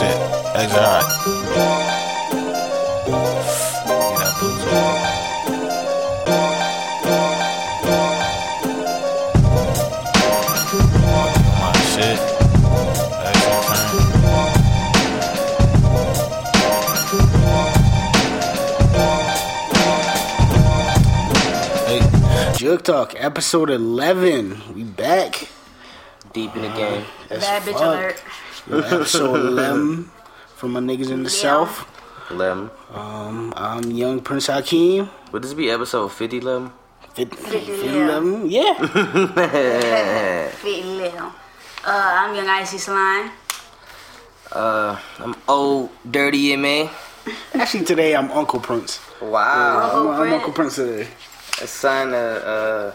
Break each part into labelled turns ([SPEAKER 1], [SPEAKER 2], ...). [SPEAKER 1] Things are alright. Get that booze on. My shit. Action time. Hey,
[SPEAKER 2] Jug Talk, episode 11. We back.
[SPEAKER 3] Deep in the game.
[SPEAKER 2] That's
[SPEAKER 4] Bad bitch
[SPEAKER 2] fuck.
[SPEAKER 4] alert.
[SPEAKER 2] Episode 11 for my niggas in the
[SPEAKER 4] Yeah.
[SPEAKER 2] South. Um,
[SPEAKER 3] Lem.
[SPEAKER 2] I'm young Prince Hakeem.
[SPEAKER 3] Would this be episode 50, Lem?
[SPEAKER 2] Fifty- fifty
[SPEAKER 4] yeah.
[SPEAKER 2] eleven, yeah.
[SPEAKER 4] Fit little. Uh, I'm young icy slime.
[SPEAKER 3] Uh, I'm old, dirty, and man.
[SPEAKER 2] Actually, today I'm Uncle Prince.
[SPEAKER 3] Wow.
[SPEAKER 2] I'm,
[SPEAKER 4] Uncle
[SPEAKER 2] I'm
[SPEAKER 4] Prince.
[SPEAKER 2] Uncle Prince today.
[SPEAKER 3] A sign of, uh,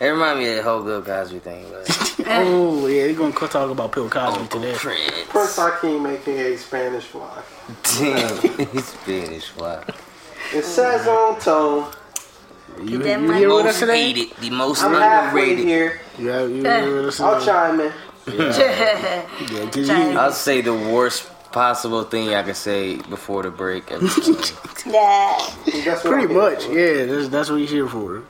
[SPEAKER 3] it reminded me of the whole Bill Cosby thing. But
[SPEAKER 4] Eh.
[SPEAKER 2] Oh, yeah, they're gonna talk about Bill Cosby today.
[SPEAKER 5] Prince Hakeem, aka Spanish Fly.
[SPEAKER 3] Damn, he's Spanish fly.
[SPEAKER 5] It says on tone.
[SPEAKER 2] You,
[SPEAKER 4] that
[SPEAKER 2] you
[SPEAKER 4] my-
[SPEAKER 2] here with us
[SPEAKER 3] Most
[SPEAKER 2] today?
[SPEAKER 3] hated, the most
[SPEAKER 5] I'm halfway
[SPEAKER 3] underrated. Eh.
[SPEAKER 5] here.
[SPEAKER 2] Yeah, you here with us
[SPEAKER 5] I'll
[SPEAKER 2] today?
[SPEAKER 5] chime in.
[SPEAKER 2] Yeah, 'cause you,
[SPEAKER 4] Chime.
[SPEAKER 3] I'll say the worst possible thing I could say before the break. every time.
[SPEAKER 4] Yeah.
[SPEAKER 5] That's what I'm
[SPEAKER 2] Pretty
[SPEAKER 5] here
[SPEAKER 2] much,
[SPEAKER 5] for.
[SPEAKER 2] yeah. That's that's what you're here for.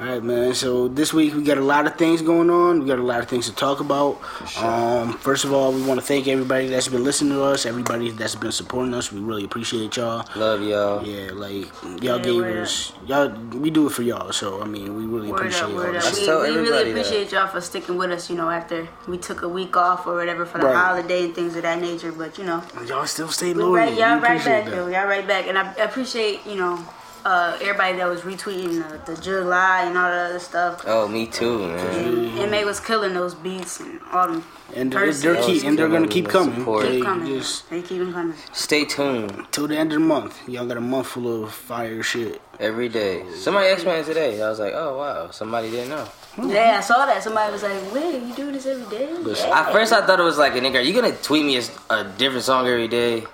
[SPEAKER 2] All right, man. So this week we got a lot of things going on. We got a lot of things to talk about. Um, first of all, we want to thank everybody that's been listening to us, everybody that's been supporting us. We really appreciate y'all.
[SPEAKER 3] Love y'all.
[SPEAKER 2] Yeah, like y'all
[SPEAKER 4] Yeah,
[SPEAKER 2] gave
[SPEAKER 4] word
[SPEAKER 2] us y'all. We do it for y'all, so I mean, we really
[SPEAKER 4] Word
[SPEAKER 2] appreciate
[SPEAKER 4] up, word
[SPEAKER 2] y'all.
[SPEAKER 4] up. We,
[SPEAKER 3] tell
[SPEAKER 4] we
[SPEAKER 3] everybody
[SPEAKER 4] really appreciate y'all for sticking with us, you know, after we took a week off or whatever for the
[SPEAKER 2] Right.
[SPEAKER 4] holiday and things of that nature. But, you know,
[SPEAKER 2] Y'all still stay
[SPEAKER 4] we
[SPEAKER 2] loyal.
[SPEAKER 4] right, y'all
[SPEAKER 2] we
[SPEAKER 4] right
[SPEAKER 2] appreciate
[SPEAKER 4] back,
[SPEAKER 2] that.
[SPEAKER 4] though. Y'all right back. And I appreciate, you know, uh, everybody that was retweeting the, the July and all the other stuff.
[SPEAKER 3] Oh, me too, man.
[SPEAKER 2] Mm-hmm.
[SPEAKER 4] And MA was killing those beats and all them.
[SPEAKER 2] And they're,
[SPEAKER 4] Person.
[SPEAKER 2] they're keep, and they're gonna
[SPEAKER 3] Keep
[SPEAKER 2] keep coming.
[SPEAKER 3] coming.
[SPEAKER 2] They
[SPEAKER 4] Keep coming.
[SPEAKER 2] Just
[SPEAKER 4] They keep 'em coming.
[SPEAKER 3] Stay tuned
[SPEAKER 2] till the end of the month, y'all got a month full of fire shit.
[SPEAKER 3] every day. Somebody asked me that today. I was like, oh, wow, somebody didn't know.
[SPEAKER 4] Yeah, I saw that. Somebody was like, wait, you do this every day?
[SPEAKER 3] At first, I thought it was like, nigga, are you gonna tweet me a, a different song every day?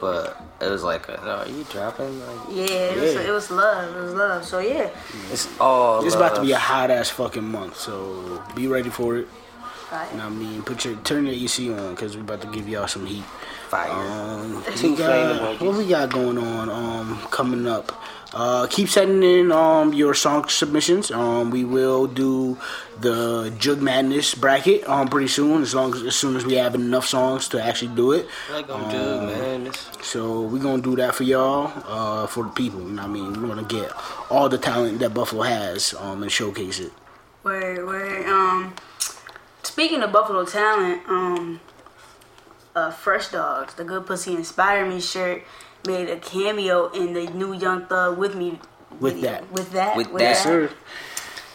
[SPEAKER 3] But it was like, no, are you dropping? Like,
[SPEAKER 4] Yeah, it was,
[SPEAKER 2] Yeah.
[SPEAKER 4] it was love. It was love. So yeah,
[SPEAKER 3] it's all.
[SPEAKER 2] It's about to
[SPEAKER 3] love.
[SPEAKER 2] be a hot ass fucking month, so be ready for it.
[SPEAKER 4] Right.
[SPEAKER 2] And I mean, put your turn your AC on because we about to give y'all some heat.
[SPEAKER 3] fire.
[SPEAKER 2] Um,
[SPEAKER 3] Two
[SPEAKER 2] we got,
[SPEAKER 3] flame
[SPEAKER 2] what we got going on um, coming up? Uh, keep sending in um, your song submissions. Um, we will do the Jug Madness bracket um, pretty soon, as long as, as soon as we have enough songs to actually do it. Um,
[SPEAKER 3] like I'm good, man. It's,
[SPEAKER 2] So we're gonna do that for y'all, uh, for the people. And I mean, we're gonna get all the talent that Buffalo has um, and showcase it.
[SPEAKER 4] we're we're um speaking of Buffalo talent, um, uh, Fresh Dogs, the Good Pussy Inspire Me shirt made a cameo in the new Young Thug with me.
[SPEAKER 2] With
[SPEAKER 4] video.
[SPEAKER 2] that.
[SPEAKER 4] with that,
[SPEAKER 3] With that.
[SPEAKER 2] Sir.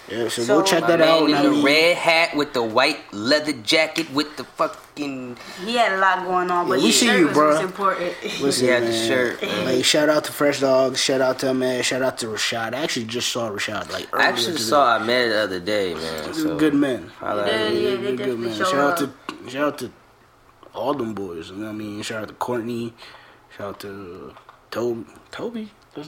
[SPEAKER 2] Yeah, so,
[SPEAKER 4] So-
[SPEAKER 2] we'll check
[SPEAKER 3] my
[SPEAKER 2] that
[SPEAKER 3] man
[SPEAKER 2] out. And I
[SPEAKER 3] in the
[SPEAKER 2] mean,
[SPEAKER 3] red hat with the white leather jacket with the fucking.
[SPEAKER 4] He had a lot going on, but
[SPEAKER 2] Yeah, we
[SPEAKER 4] his
[SPEAKER 2] see
[SPEAKER 4] shirt
[SPEAKER 2] you,
[SPEAKER 4] was,
[SPEAKER 2] bruh.
[SPEAKER 4] was important.
[SPEAKER 2] Listen,
[SPEAKER 3] Yeah, the
[SPEAKER 2] man,
[SPEAKER 3] shirt, man.
[SPEAKER 2] Like, shout out to Fresh Dogs. Shout out to man. Shout out to Rashad. I actually just saw Rashad. Like,
[SPEAKER 3] I
[SPEAKER 2] earlier
[SPEAKER 3] actually
[SPEAKER 2] today.
[SPEAKER 3] saw a man the other day, man. So
[SPEAKER 2] good men.
[SPEAKER 3] I like
[SPEAKER 4] Yeah,
[SPEAKER 3] it.
[SPEAKER 4] yeah,
[SPEAKER 2] They're
[SPEAKER 4] they
[SPEAKER 2] good
[SPEAKER 4] definitely
[SPEAKER 2] men.
[SPEAKER 4] show
[SPEAKER 2] Shout out
[SPEAKER 4] up.
[SPEAKER 2] to shout out to all them boys. You know what I mean, shout out to Courtney. Shout out to Toby. Toby. Yeah,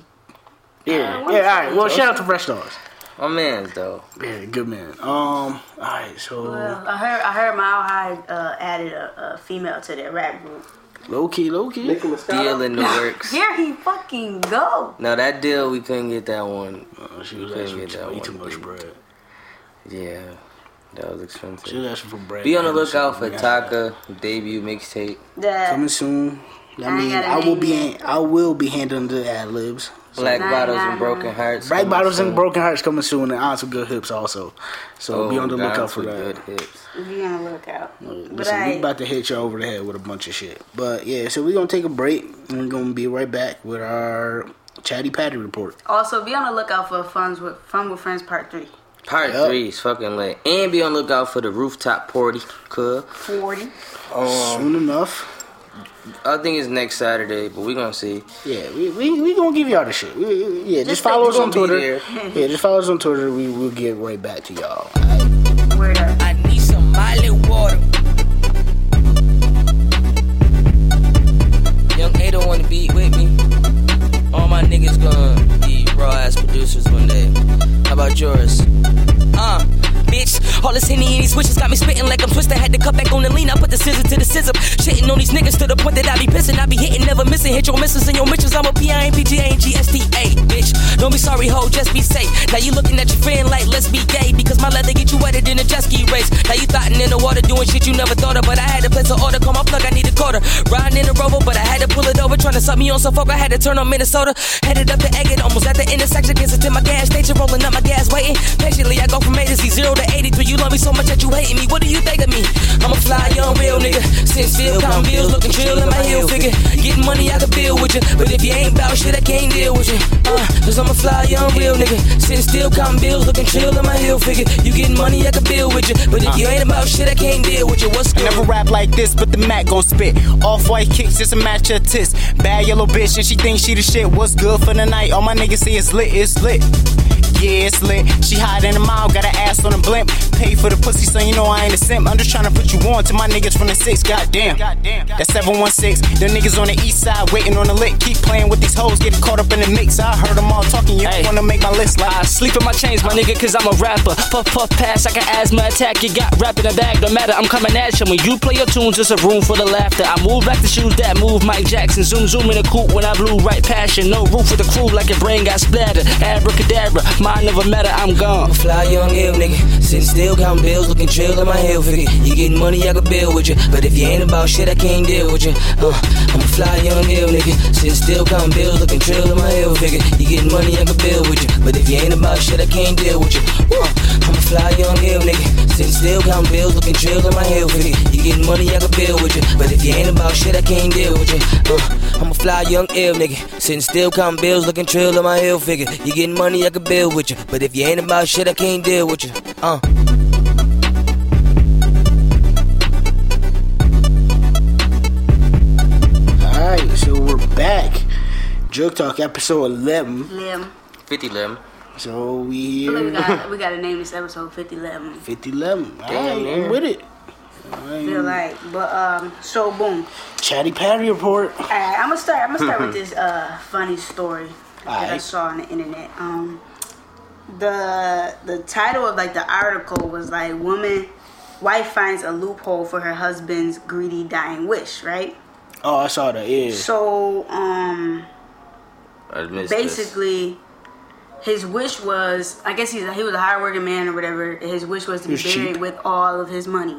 [SPEAKER 2] yeah. All
[SPEAKER 4] wanna
[SPEAKER 2] right.
[SPEAKER 4] say
[SPEAKER 2] Well, shout out to Fresh Dogs.
[SPEAKER 3] My man's though.
[SPEAKER 2] Yeah, good man. Um. All right. So
[SPEAKER 4] Well, I heard I heard Mile High uh, added a, a female to their rap group.
[SPEAKER 2] low key, low key.
[SPEAKER 5] Nicki Moscato.
[SPEAKER 3] Deal in the works.
[SPEAKER 4] Here he fucking go.
[SPEAKER 3] No, that deal we couldn't get that one.
[SPEAKER 2] Oh, she was
[SPEAKER 3] Couldn't
[SPEAKER 2] asking
[SPEAKER 3] get that
[SPEAKER 2] for way
[SPEAKER 3] one,
[SPEAKER 2] too much
[SPEAKER 3] dude.
[SPEAKER 2] bread.
[SPEAKER 3] Yeah, that was
[SPEAKER 2] She was
[SPEAKER 3] expensive.
[SPEAKER 2] asking for bread.
[SPEAKER 3] Be on the
[SPEAKER 2] man, so
[SPEAKER 3] lookout for
[SPEAKER 2] we got-
[SPEAKER 3] Taka debut mixtape.
[SPEAKER 4] That
[SPEAKER 2] Coming soon. I
[SPEAKER 4] ain't
[SPEAKER 2] mean,
[SPEAKER 4] got a
[SPEAKER 2] I will
[SPEAKER 4] name
[SPEAKER 2] be
[SPEAKER 4] yet.
[SPEAKER 2] I will be handling the ad libs.
[SPEAKER 3] Black
[SPEAKER 4] Nah,
[SPEAKER 3] bottles
[SPEAKER 4] nah,
[SPEAKER 3] and broken
[SPEAKER 4] nah.
[SPEAKER 3] hearts.
[SPEAKER 2] Bright
[SPEAKER 3] coming
[SPEAKER 2] bottles
[SPEAKER 3] soon.
[SPEAKER 2] and broken hearts coming soon, and odds with good hips also. So be on the
[SPEAKER 3] Oh, God,
[SPEAKER 2] lookout
[SPEAKER 3] that's
[SPEAKER 2] for
[SPEAKER 3] a
[SPEAKER 2] that.
[SPEAKER 3] Good hips.
[SPEAKER 4] we gonna look out. But
[SPEAKER 2] Listen, we
[SPEAKER 4] I,
[SPEAKER 2] about to hit y'all over the head with a bunch of shit. But yeah, so we're gonna take a break and we're gonna be right back with our chatty patty report.
[SPEAKER 4] also be on the lookout for Fun's with Fun with Friends Part Three.
[SPEAKER 3] Part
[SPEAKER 2] Yup.
[SPEAKER 3] three is fucking lit. And be on the lookout for the rooftop party. Cause
[SPEAKER 4] Forty.
[SPEAKER 2] soon enough.
[SPEAKER 3] I think it's next Saturday, but we're gonna see.
[SPEAKER 2] Yeah, we, we, we gonna give y'all the shit. We- we- yeah, just,
[SPEAKER 4] Just
[SPEAKER 2] follow us
[SPEAKER 3] think
[SPEAKER 2] on
[SPEAKER 3] we gonna
[SPEAKER 2] Twitter.
[SPEAKER 3] be
[SPEAKER 2] Yeah, just follow us on Twitter. We will get right back to y'all.
[SPEAKER 4] Word up.
[SPEAKER 6] I need some Molly water. Young A don't wanna be with me. All my niggas gonna be raw ass producers one day. How about yours? Uh, bitch, all this henny and these switches got me spitting like I'm twisted. twist. I had to cut back on the lean. I put the scissors to the scissor. Shitting on these niggas to the point that I be pissing. I be hitting, never missing. Hit your misses and your missions. I'm a P, I ain't PG, I ain't GSDA, bitch. Don't be sorry, ho, just be safe. Now you looking at your friend like, let's be gay. Because my leather get you wetter than a jet ski race. Now you thotting in the water, doing shit you never thought of. But I had to place an order, call my plug, I need a quarter. Riding in a rover, but I had to pull it over. Trying to suck me on some folk, I had to turn on Minnesota. Headed up the exit, almost at the intersection. Gets to my gas station, rolling up my gas, waiting. Patiently, I go from A to Z, zero to 83. You love me so much that you hating me. What do you think of me? I'm a fly, young, real nigga. Sitting still, counting bills, looking chill in my heel figure. Getting money, I can build with you. But if you ain't about shit, I can't deal with you. Uh, Cause I'm a fly, young, real nigga. Sitting still, counting bills, looking chill in my heel figure. You getting money, I can build with you. But if you ain't about shit, I can't deal with you. What's
[SPEAKER 7] I
[SPEAKER 6] good?
[SPEAKER 7] never rap like this, but the Mac gon' spit. Off white kicks, just a match her tits. Bad yellow bitch, and she thinks she the shit. What's good for the night? All my niggas say it's lit, it's lit. Yeah, it's lit. She hot in the mouth, got her ass on a blimp. Pay for the pussy, so you know I ain't a simp. I'm just tryna put you on to my niggas from the six. Goddamn. That's 716. The niggas on the east side waiting on the lick. Keep playing with these hoes, get caught up in the mix. I heard them all talking, you
[SPEAKER 6] Hey.
[SPEAKER 7] don't wanna make my list like.
[SPEAKER 6] I sleep in my chains, my nigga, cause I'm a rapper. Puff, puff, pass, I got asthma attack. You got rap in a bag, no matter, I'm coming at you. When you play your tunes, it's a room for the laughter. I move like the shoes that move Mike Jackson. Zoom, zoom in the coupe when I blew right passion. No roof for the crew, like your brain got splattered. Abracadabra, mine never matter, I'm gone. Fly young ill nigga, sitting still, counting bills, looking chill in my heel figure. You getting money, I could build with you. But if you ain't about shit, I can't deal with you. Uh, I'm a fly young ill nigga, sitting still, counting bills, looking chill in my heel figure. You getting money, I could build with you. But if you ain't about shit, I can't deal with you. Uh, I'm a fly young ill nigga, sitting still, counting bills, looking chill in my heel figure. You getting money, I could build with you. But if you ain't about shit, I can't deal with you. Uh, I'm a fly young ill nigga, sitting still, counting bills, looking chill in my heel figure. You getting money, I could build with you. But if you ain't about shit, I can't deal with you. Uh.
[SPEAKER 2] All right, so we're back. Joke Talk episode 11.
[SPEAKER 4] Lim.
[SPEAKER 3] 50 limb.
[SPEAKER 2] So we
[SPEAKER 4] I feel like we
[SPEAKER 2] here.
[SPEAKER 4] got we got to name this episode 50 Lim.
[SPEAKER 2] 50 11. All
[SPEAKER 3] Damn,
[SPEAKER 2] right, I'm
[SPEAKER 3] man.
[SPEAKER 2] with it.
[SPEAKER 4] Feel like, but um, so boom.
[SPEAKER 2] Chatty Patty report.
[SPEAKER 4] Alright, I'm gonna start. I'm gonna start with this uh, funny story that I
[SPEAKER 2] Alright.
[SPEAKER 4] saw on the internet. Um, the the title of like the article was like "Woman, wife finds a loophole for her husband's greedy dying wish." Right.
[SPEAKER 2] Oh, I saw that. Yeah.
[SPEAKER 4] So um,
[SPEAKER 3] I missed this.
[SPEAKER 4] basically, his wish was I guess he's he was a hard working man or whatever. His wish was to be
[SPEAKER 2] He was
[SPEAKER 4] buried
[SPEAKER 2] cheap.
[SPEAKER 4] with all of his money,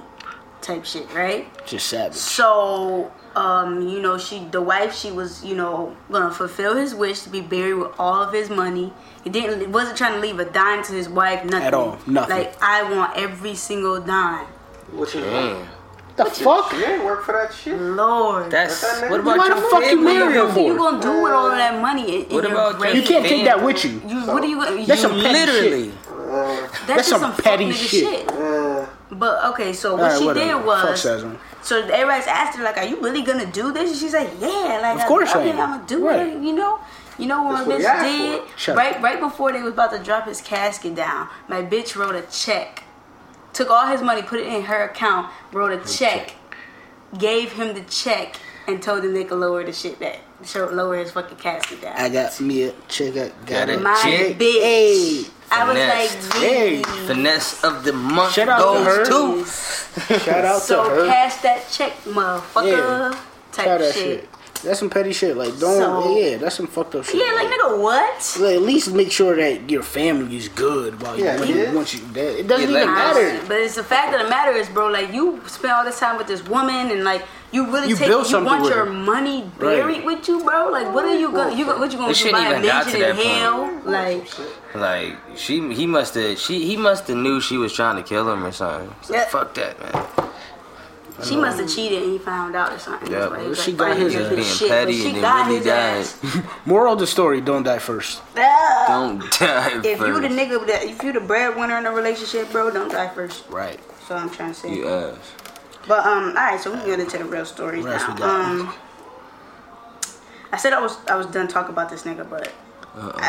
[SPEAKER 4] type shit. Right.
[SPEAKER 2] Just savage.
[SPEAKER 4] So, um, you know, she, the wife, she was, you know, gonna fulfill his wish to be buried with all of his money. He didn't, wasn't trying to leave a dime to his wife, nothing
[SPEAKER 2] At all, nothing.
[SPEAKER 4] Like I want every single dime.
[SPEAKER 5] Which is
[SPEAKER 3] Damn.
[SPEAKER 2] The fuck?
[SPEAKER 5] you ain't work for that shit.
[SPEAKER 4] Lord,
[SPEAKER 3] That's
[SPEAKER 5] What that
[SPEAKER 3] what
[SPEAKER 5] nigga-
[SPEAKER 3] about
[SPEAKER 2] Why
[SPEAKER 3] your
[SPEAKER 2] the fuck you
[SPEAKER 3] family?
[SPEAKER 2] marry him
[SPEAKER 4] what you
[SPEAKER 2] for?
[SPEAKER 4] gonna do with all of that money? In, in
[SPEAKER 3] What
[SPEAKER 4] your
[SPEAKER 3] about
[SPEAKER 4] grave?
[SPEAKER 2] You can't take that with you.
[SPEAKER 4] You, what are you gonna?
[SPEAKER 2] That's
[SPEAKER 4] you,
[SPEAKER 2] some petty
[SPEAKER 3] Literally.
[SPEAKER 4] that's
[SPEAKER 2] that's
[SPEAKER 4] just
[SPEAKER 2] some
[SPEAKER 4] fuck
[SPEAKER 2] petty
[SPEAKER 4] nigga
[SPEAKER 2] shit.
[SPEAKER 5] Uh,
[SPEAKER 4] But okay, so what
[SPEAKER 2] Alright,
[SPEAKER 4] she
[SPEAKER 2] whatever.
[SPEAKER 4] did
[SPEAKER 2] Fuck
[SPEAKER 4] was.
[SPEAKER 2] Sazerac.
[SPEAKER 4] so everybody's asking like, "Are you really gonna do this?" And she's like, "Yeah, like
[SPEAKER 2] Of course
[SPEAKER 4] I,
[SPEAKER 2] I am.
[SPEAKER 4] am gonna do
[SPEAKER 2] Right.
[SPEAKER 4] it." You know, you know
[SPEAKER 5] That's
[SPEAKER 4] what my
[SPEAKER 5] what we
[SPEAKER 4] bitch
[SPEAKER 5] asked
[SPEAKER 4] did
[SPEAKER 5] for.
[SPEAKER 2] Shut
[SPEAKER 4] right right before they was about to drop his casket down. My bitch wrote a check, took all his money, put it in her account, wrote a check, gave him the check, and told him they could lower the shit that show lower his fucking casket down.
[SPEAKER 2] I got me a check. I got
[SPEAKER 3] Got
[SPEAKER 2] it.
[SPEAKER 3] it.
[SPEAKER 4] my
[SPEAKER 3] check.
[SPEAKER 4] bitch,
[SPEAKER 2] Hey.
[SPEAKER 4] I was
[SPEAKER 3] Finesse.
[SPEAKER 4] like,
[SPEAKER 2] Hey.
[SPEAKER 4] "Yeah."
[SPEAKER 3] Finesse of the month
[SPEAKER 2] Shout out to her.
[SPEAKER 3] goes to.
[SPEAKER 2] Shout out
[SPEAKER 4] So
[SPEAKER 2] to her.
[SPEAKER 4] cash that check, motherfucker.
[SPEAKER 2] Yeah. Shout
[SPEAKER 4] Type
[SPEAKER 2] that
[SPEAKER 4] shit.
[SPEAKER 2] shit. That's some petty shit. Like, don't.
[SPEAKER 4] So-
[SPEAKER 2] yeah, that's some fucked up shit.
[SPEAKER 4] Yeah, like nigga, what?
[SPEAKER 2] Like, at least make sure that your family is good while you
[SPEAKER 5] Yeah,
[SPEAKER 2] when you-
[SPEAKER 5] yeah.
[SPEAKER 2] once you dead. It doesn't
[SPEAKER 3] Yeah,
[SPEAKER 2] even
[SPEAKER 3] like-
[SPEAKER 2] matter.
[SPEAKER 4] But it's the fact of the matter is, bro. Like you spend all this time with this woman, and like you really
[SPEAKER 2] You
[SPEAKER 4] take
[SPEAKER 2] built
[SPEAKER 4] you
[SPEAKER 2] something
[SPEAKER 4] want
[SPEAKER 2] with
[SPEAKER 4] your
[SPEAKER 2] her.
[SPEAKER 4] money buried with you, bro. Like what are you gonna you gonna- what you gonna
[SPEAKER 3] It
[SPEAKER 4] do
[SPEAKER 3] shouldn't
[SPEAKER 4] buy a
[SPEAKER 3] even got
[SPEAKER 4] mansion
[SPEAKER 3] to
[SPEAKER 4] in
[SPEAKER 3] that
[SPEAKER 4] hell? Like
[SPEAKER 3] Like she, he must have. She, he must have knew she was trying to kill him or something. It's like,
[SPEAKER 4] Yeah.
[SPEAKER 3] Fuck that, man.
[SPEAKER 4] she must have cheated and he found out or something.
[SPEAKER 3] Yeah,
[SPEAKER 4] That's why he was
[SPEAKER 2] she
[SPEAKER 4] like,
[SPEAKER 2] got
[SPEAKER 4] fuck
[SPEAKER 2] his
[SPEAKER 4] you
[SPEAKER 2] ass.
[SPEAKER 4] and
[SPEAKER 3] Being
[SPEAKER 4] shit, but
[SPEAKER 3] petty
[SPEAKER 4] she
[SPEAKER 3] and
[SPEAKER 4] got
[SPEAKER 3] then really
[SPEAKER 4] his
[SPEAKER 3] died.
[SPEAKER 4] ass.
[SPEAKER 2] Moral of the story: Don't die first.
[SPEAKER 4] Ah.
[SPEAKER 3] Don't die
[SPEAKER 4] If you the
[SPEAKER 3] first.
[SPEAKER 4] nigga that if you the breadwinner in a relationship, bro, don't die first.
[SPEAKER 2] Right.
[SPEAKER 4] So I'm trying to say.
[SPEAKER 3] You ass.
[SPEAKER 4] But um, all right, so we can get into the real stories
[SPEAKER 2] What else
[SPEAKER 4] now.
[SPEAKER 2] we got?
[SPEAKER 4] Um, I said I was I was done talking about this nigga, but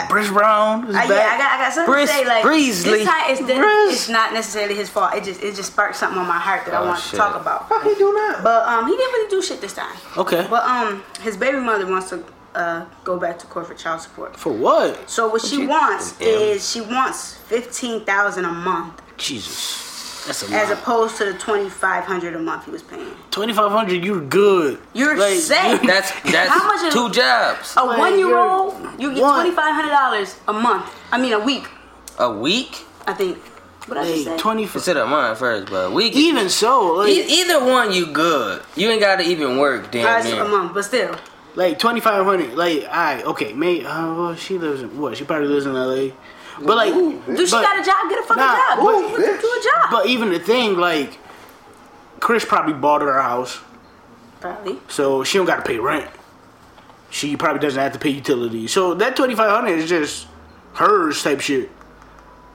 [SPEAKER 2] Bruce Brown is
[SPEAKER 4] I,
[SPEAKER 2] back.
[SPEAKER 4] yeah, I got I got something
[SPEAKER 3] Briz
[SPEAKER 4] to say. Like
[SPEAKER 3] Breesley.
[SPEAKER 4] this time, it's,
[SPEAKER 2] Briz.
[SPEAKER 4] it's not necessarily his fault. It just it just sparked something on my heart that I
[SPEAKER 3] Oh,
[SPEAKER 4] wanted to
[SPEAKER 3] shit.
[SPEAKER 4] talk about.
[SPEAKER 5] fuck he do that?
[SPEAKER 4] But um, he didn't really do shit this time.
[SPEAKER 2] okay.
[SPEAKER 4] But um, his baby mother wants to uh go back to court for child support.
[SPEAKER 2] For what?
[SPEAKER 4] So what she wants
[SPEAKER 3] Damn.
[SPEAKER 4] is she wants fifteen thousand a month
[SPEAKER 2] Jesus. That's a
[SPEAKER 4] as
[SPEAKER 2] lot.
[SPEAKER 4] opposed to the twenty five hundred a month he was paying.
[SPEAKER 2] Twenty five hundred, you're good.
[SPEAKER 4] You're
[SPEAKER 2] Like,
[SPEAKER 4] set.
[SPEAKER 3] That's
[SPEAKER 4] How much
[SPEAKER 3] that's
[SPEAKER 4] is-
[SPEAKER 3] two jobs
[SPEAKER 4] a Oh,
[SPEAKER 2] like,
[SPEAKER 4] one year
[SPEAKER 2] you're-
[SPEAKER 4] old. You get
[SPEAKER 2] One.
[SPEAKER 4] twenty five hundred dollars a month. I mean a week.
[SPEAKER 3] a week.
[SPEAKER 4] I think. What I just
[SPEAKER 2] Hey,
[SPEAKER 4] say?
[SPEAKER 2] twenty five.
[SPEAKER 3] Consider a month first, but a week. is-
[SPEAKER 2] Even so, like,
[SPEAKER 3] E- either one, you good. You ain't gotta even work, damn
[SPEAKER 4] dollars
[SPEAKER 3] near.
[SPEAKER 4] a month, but still.
[SPEAKER 2] like twenty five hundred. Like, all right, okay, May. Uh, well, she lives in what? She probably lives in L.A. But like,
[SPEAKER 4] Do she
[SPEAKER 2] but-
[SPEAKER 4] got a job? Get a fucking
[SPEAKER 2] nah,
[SPEAKER 4] job.
[SPEAKER 2] ooh,
[SPEAKER 4] do, do a job.
[SPEAKER 2] But even the thing, like, Chris probably bought her a house,
[SPEAKER 4] Probably.
[SPEAKER 2] so she don't got to pay rent. She probably doesn't have to pay utilities. So that twenty five hundred is just hers type shit.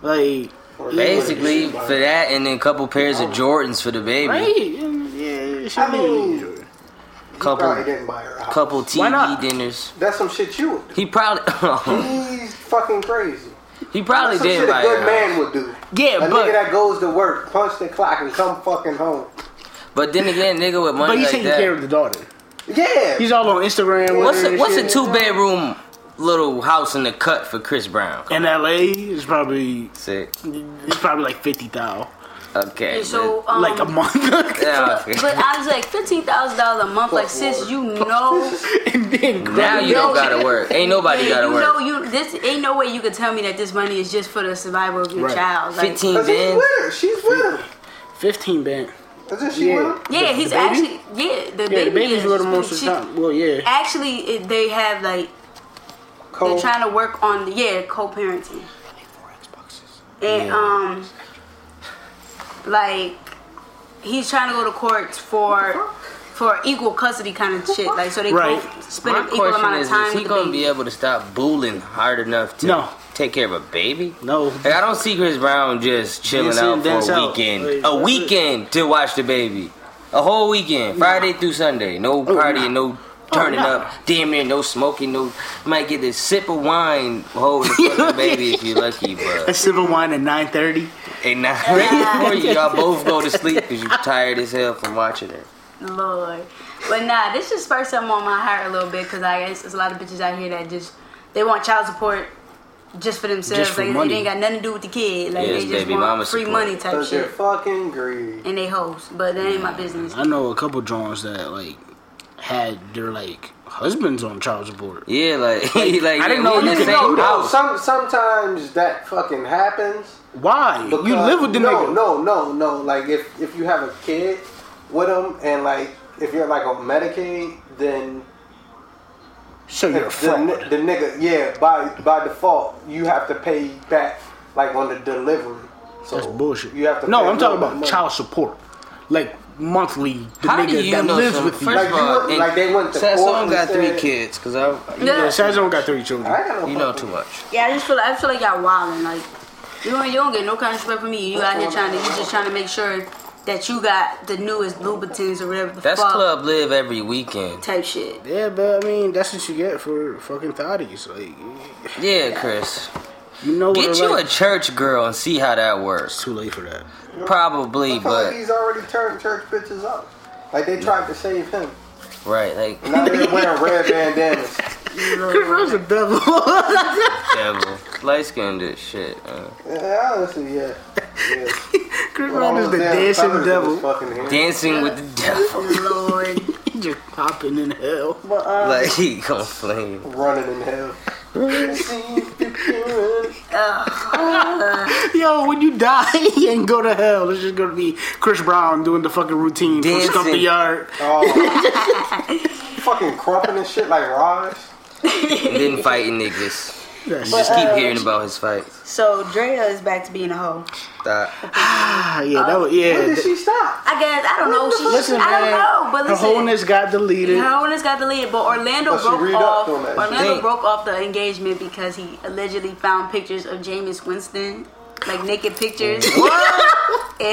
[SPEAKER 2] Like,
[SPEAKER 3] Basically, for that, and then a couple pairs of Jordans for the baby,
[SPEAKER 2] right? Yeah, she
[SPEAKER 5] I
[SPEAKER 2] mean,
[SPEAKER 5] mean, he probably
[SPEAKER 3] couple
[SPEAKER 5] didn't buy her a house.
[SPEAKER 3] couple
[SPEAKER 2] Why not?
[SPEAKER 3] TV dinners.
[SPEAKER 5] That's some shit you would do.
[SPEAKER 3] He probably
[SPEAKER 5] He's fucking crazy.
[SPEAKER 3] he
[SPEAKER 5] That's
[SPEAKER 3] probably
[SPEAKER 5] some
[SPEAKER 3] didn't
[SPEAKER 5] shit a
[SPEAKER 3] buy
[SPEAKER 5] good
[SPEAKER 3] it.
[SPEAKER 5] man would do.
[SPEAKER 2] Yeah,
[SPEAKER 5] a
[SPEAKER 2] but-
[SPEAKER 5] nigga that goes to work, punch the clock, and come fucking home.
[SPEAKER 3] But then again, nigga with
[SPEAKER 2] but
[SPEAKER 3] money
[SPEAKER 2] he's
[SPEAKER 3] like
[SPEAKER 2] taking
[SPEAKER 3] that.
[SPEAKER 2] care of the daughter.
[SPEAKER 5] Yeah,
[SPEAKER 2] He's all on Instagram. with
[SPEAKER 3] What's
[SPEAKER 2] her
[SPEAKER 3] a,
[SPEAKER 2] and
[SPEAKER 3] what's
[SPEAKER 2] shit.
[SPEAKER 3] a two bedroom little house in the cut for Chris Brown?
[SPEAKER 2] in LA is probably
[SPEAKER 3] Sick.
[SPEAKER 2] it's probably like fifty thou
[SPEAKER 3] Okay.
[SPEAKER 4] So um,
[SPEAKER 2] like a month.
[SPEAKER 3] but- yeah, okay.
[SPEAKER 4] But I was like fifteen thousand dollars a month. Like since you know,
[SPEAKER 2] and then
[SPEAKER 3] now you don't gotta work. Ain't nobody gotta
[SPEAKER 4] you know
[SPEAKER 3] work.
[SPEAKER 4] you. This ain't no way you could tell me that this money is just for the survival of your
[SPEAKER 2] Right.
[SPEAKER 4] child. Like,
[SPEAKER 3] Fifteen
[SPEAKER 5] Cause he's
[SPEAKER 3] bands.
[SPEAKER 5] with her. She's with him.
[SPEAKER 2] fifteen band.
[SPEAKER 5] Isn't she
[SPEAKER 2] Yeah.
[SPEAKER 5] with him?
[SPEAKER 4] Yeah,
[SPEAKER 2] The-
[SPEAKER 4] he's
[SPEAKER 2] the baby?
[SPEAKER 4] actually yeah. The
[SPEAKER 2] Yeah,
[SPEAKER 4] baby
[SPEAKER 2] the baby's
[SPEAKER 4] is,
[SPEAKER 2] with him most of
[SPEAKER 4] she-
[SPEAKER 2] the time. Well, yeah,
[SPEAKER 4] Actually, it, they have like
[SPEAKER 5] Cole.
[SPEAKER 4] they're trying to work on the yeah co-parenting. And um, like he's trying to go to court for for equal custody kind of shit. Like so they
[SPEAKER 2] Right.
[SPEAKER 4] can spend
[SPEAKER 3] My
[SPEAKER 4] an equal
[SPEAKER 3] question
[SPEAKER 4] amount
[SPEAKER 3] is,
[SPEAKER 4] of time.
[SPEAKER 3] is he
[SPEAKER 4] with the
[SPEAKER 3] gonna
[SPEAKER 4] baby.
[SPEAKER 3] be able to stop booling hard enough to
[SPEAKER 2] No.
[SPEAKER 3] take care of a baby?
[SPEAKER 2] No.
[SPEAKER 3] Like, I don't see Chris Brown just chilling
[SPEAKER 2] Dancing,
[SPEAKER 3] out for
[SPEAKER 2] dance
[SPEAKER 3] a
[SPEAKER 2] out.
[SPEAKER 3] weekend.
[SPEAKER 2] Like,
[SPEAKER 3] a
[SPEAKER 2] that's
[SPEAKER 3] weekend to watch the baby. A whole weekend, Friday through Sunday. No partying, no turning
[SPEAKER 2] Oh, nah.
[SPEAKER 3] up. Damn near no smoking, no. might get this sip of wine holding the fucking baby if you're lucky,
[SPEAKER 2] a
[SPEAKER 3] but.
[SPEAKER 2] silver wine at nine thirty.
[SPEAKER 3] And now, right before you, y'all both go to sleep because you're tired as hell from watching it.
[SPEAKER 4] Lord. But nah, this just sparked something on my heart a little bit because I guess there's a lot of bitches out here that just they want child support just for themselves.
[SPEAKER 2] Just for
[SPEAKER 4] like
[SPEAKER 2] money.
[SPEAKER 4] they ain't got nothing to do with the kid. Like
[SPEAKER 3] Yeah,
[SPEAKER 4] they
[SPEAKER 3] it's
[SPEAKER 4] just
[SPEAKER 3] baby
[SPEAKER 4] want
[SPEAKER 3] mama
[SPEAKER 4] free
[SPEAKER 3] support.
[SPEAKER 4] money type
[SPEAKER 5] Cause they're
[SPEAKER 4] shit.
[SPEAKER 5] fucking greedy.
[SPEAKER 4] And they hoes, but that ain't my business.
[SPEAKER 2] I know a couple Johns that like had their like husbands on child support.
[SPEAKER 3] Yeah, like, like
[SPEAKER 2] I didn't
[SPEAKER 3] yeah, we
[SPEAKER 2] know you
[SPEAKER 3] in the
[SPEAKER 2] could
[SPEAKER 3] same
[SPEAKER 5] No, no.
[SPEAKER 3] house.
[SPEAKER 5] Some sometimes that fucking happens.
[SPEAKER 2] Why?
[SPEAKER 5] Because-
[SPEAKER 2] you live with the
[SPEAKER 5] no,
[SPEAKER 2] nigga.
[SPEAKER 5] No, no, no. Like if if you have a kid with them and like if you're like on Medicaid, then
[SPEAKER 2] So
[SPEAKER 5] the,
[SPEAKER 2] you're a fraud.
[SPEAKER 5] ni- the nigga, yeah, by by default, you have to pay back like on the delivery. So
[SPEAKER 2] That's bullshit.
[SPEAKER 5] You have to.
[SPEAKER 2] no,
[SPEAKER 5] pay
[SPEAKER 2] I'm talking
[SPEAKER 5] more
[SPEAKER 2] about
[SPEAKER 5] money.
[SPEAKER 2] child support, like monthly. The
[SPEAKER 3] How
[SPEAKER 2] nigga
[SPEAKER 3] do you
[SPEAKER 2] that
[SPEAKER 3] know
[SPEAKER 2] lives
[SPEAKER 3] some-
[SPEAKER 2] with you.
[SPEAKER 3] First
[SPEAKER 5] Like,
[SPEAKER 3] of
[SPEAKER 5] you
[SPEAKER 3] all,
[SPEAKER 5] went- like, they went to
[SPEAKER 3] Sasson
[SPEAKER 5] court and
[SPEAKER 3] got three
[SPEAKER 5] said-
[SPEAKER 3] kids because I,
[SPEAKER 2] yeah,
[SPEAKER 4] Yeah.
[SPEAKER 2] Sazon got three children.
[SPEAKER 5] I got no
[SPEAKER 3] you know too
[SPEAKER 5] fucking-
[SPEAKER 3] much.
[SPEAKER 4] Yeah, I just feel like I feel like y'all wildin'. Like you don't you don't get no kind of respect from me. You out here trying to you just trying to make sure that you got the newest Louboutins or whatever the
[SPEAKER 3] That's
[SPEAKER 4] fuck
[SPEAKER 3] club live every weekend.
[SPEAKER 4] type shit.
[SPEAKER 2] Yeah, but I mean, that's what you get for fucking thotties. Like,
[SPEAKER 3] Yeah, Chris.
[SPEAKER 2] you know what?
[SPEAKER 3] Get
[SPEAKER 2] I
[SPEAKER 3] you a
[SPEAKER 2] like.
[SPEAKER 3] church girl and see how that works.
[SPEAKER 2] Too late for that.
[SPEAKER 3] Probably,
[SPEAKER 5] I feel like
[SPEAKER 3] but
[SPEAKER 5] he's already turned church bitches up. Like they tried to save him.
[SPEAKER 3] right, like
[SPEAKER 5] Now they're wearing red bandanas.
[SPEAKER 2] Chris Brown's a devil.
[SPEAKER 3] devil, light skinned as shit. uh.
[SPEAKER 5] Yeah, honestly, yeah. yeah.
[SPEAKER 2] Chris
[SPEAKER 5] All
[SPEAKER 2] Brown is
[SPEAKER 5] those
[SPEAKER 2] the
[SPEAKER 5] damn feathers
[SPEAKER 2] dancing
[SPEAKER 5] in his
[SPEAKER 2] devil.
[SPEAKER 5] Fucking hair.
[SPEAKER 3] Dancing with the devil,
[SPEAKER 4] Lord.
[SPEAKER 2] He just popping in hell.
[SPEAKER 5] But, uh,
[SPEAKER 3] like he gonna flame.
[SPEAKER 5] running in hell.
[SPEAKER 2] Yo, when you die and go to hell, it's just gonna be Chris Brown doing the fucking routine
[SPEAKER 3] Dancing.
[SPEAKER 2] from Stump the Yard.
[SPEAKER 5] oh. fucking crumping and shit like Raj.
[SPEAKER 3] And then fighting niggas.
[SPEAKER 2] That's
[SPEAKER 3] Just keep hearing about his fights.
[SPEAKER 4] So Drea is back to being a hoe.
[SPEAKER 3] Stop.
[SPEAKER 2] ah, yeah, that was yeah.
[SPEAKER 5] When did she stop?
[SPEAKER 4] I guess I don't know. She,
[SPEAKER 2] Listen,
[SPEAKER 4] I
[SPEAKER 2] man,
[SPEAKER 4] don't know, but
[SPEAKER 2] her
[SPEAKER 4] listen.
[SPEAKER 2] wholeness got deleted.
[SPEAKER 4] Her wholeness got deleted, but Orlando
[SPEAKER 5] But she
[SPEAKER 4] broke
[SPEAKER 5] read up
[SPEAKER 4] off.
[SPEAKER 5] on that.
[SPEAKER 4] Orlando
[SPEAKER 3] Dang.
[SPEAKER 4] broke off the engagement because he allegedly found pictures of Jameis Winston, like naked pictures, in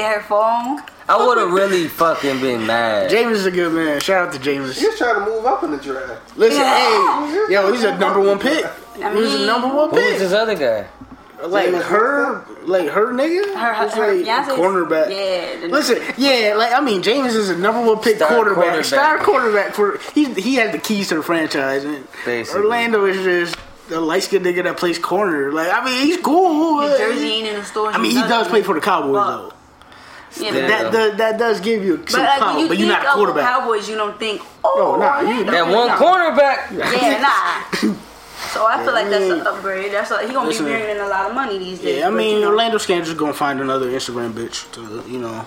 [SPEAKER 4] her phone.
[SPEAKER 3] I would have really fucking been mad.
[SPEAKER 2] James is a good man. Shout out to James.
[SPEAKER 5] She was trying to move up in the draft.
[SPEAKER 2] Listen,
[SPEAKER 4] Yeah.
[SPEAKER 2] hey, yo, he's a number one pick.
[SPEAKER 4] I
[SPEAKER 2] he was a
[SPEAKER 4] mean-
[SPEAKER 2] number one
[SPEAKER 3] Who was
[SPEAKER 2] pick.
[SPEAKER 3] this other guy?
[SPEAKER 2] Like her, like her nigga,
[SPEAKER 4] Her, her,
[SPEAKER 2] It's
[SPEAKER 4] her
[SPEAKER 2] like
[SPEAKER 4] fiance's-
[SPEAKER 2] cornerback.
[SPEAKER 4] Yeah.
[SPEAKER 2] Listen, yeah, like I mean, James is a number one pick
[SPEAKER 3] Star
[SPEAKER 2] quarterback,
[SPEAKER 3] quarterback.
[SPEAKER 2] star quarterback for he. He has the keys to the franchise. And
[SPEAKER 3] Basically.
[SPEAKER 2] Orlando is just a light skinned nigga that plays corner. Like I mean, he's cool.
[SPEAKER 4] His
[SPEAKER 2] but-
[SPEAKER 4] jersey ain't in the store.
[SPEAKER 2] I mean, he does play for the Cowboys
[SPEAKER 4] Fuck.
[SPEAKER 2] though.
[SPEAKER 4] Yeah,
[SPEAKER 3] Yeah.
[SPEAKER 2] That, that that does give you some
[SPEAKER 4] but like,
[SPEAKER 2] power,
[SPEAKER 4] you
[SPEAKER 2] but you're
[SPEAKER 4] think
[SPEAKER 2] not a
[SPEAKER 4] of
[SPEAKER 2] quarterback.
[SPEAKER 4] Cowboys, you don't think, oh,
[SPEAKER 2] No, nah, you-
[SPEAKER 4] yeah,
[SPEAKER 3] That one
[SPEAKER 2] Nah.
[SPEAKER 3] cornerback.
[SPEAKER 4] yeah, nah. So I feel like that's an upgrade. That's like he gonna
[SPEAKER 2] Listen.
[SPEAKER 4] be bringing in a lot of money these days.
[SPEAKER 2] Yeah, I
[SPEAKER 4] but,
[SPEAKER 2] mean
[SPEAKER 4] you know.
[SPEAKER 2] Orlando Scander's gonna find another Instagram bitch to you know.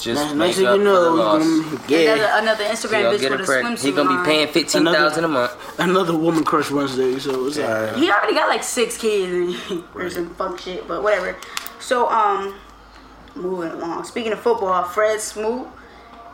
[SPEAKER 3] Just
[SPEAKER 2] next- next thing
[SPEAKER 3] make up
[SPEAKER 2] you know,
[SPEAKER 3] for the loss.
[SPEAKER 2] you gonna, yeah,
[SPEAKER 4] another, another Instagram
[SPEAKER 3] He'll
[SPEAKER 4] bitch
[SPEAKER 3] get
[SPEAKER 4] with
[SPEAKER 3] a
[SPEAKER 4] a
[SPEAKER 3] prick.
[SPEAKER 4] swimsuit.
[SPEAKER 3] He gonna be
[SPEAKER 4] line.
[SPEAKER 3] paying fifteen thousand a month.
[SPEAKER 2] another woman crush Wednesday. So it's alright.
[SPEAKER 4] He already got like six kids and- or some fuck shit, but whatever. So um, moving along. Speaking of football, Fred Smoot.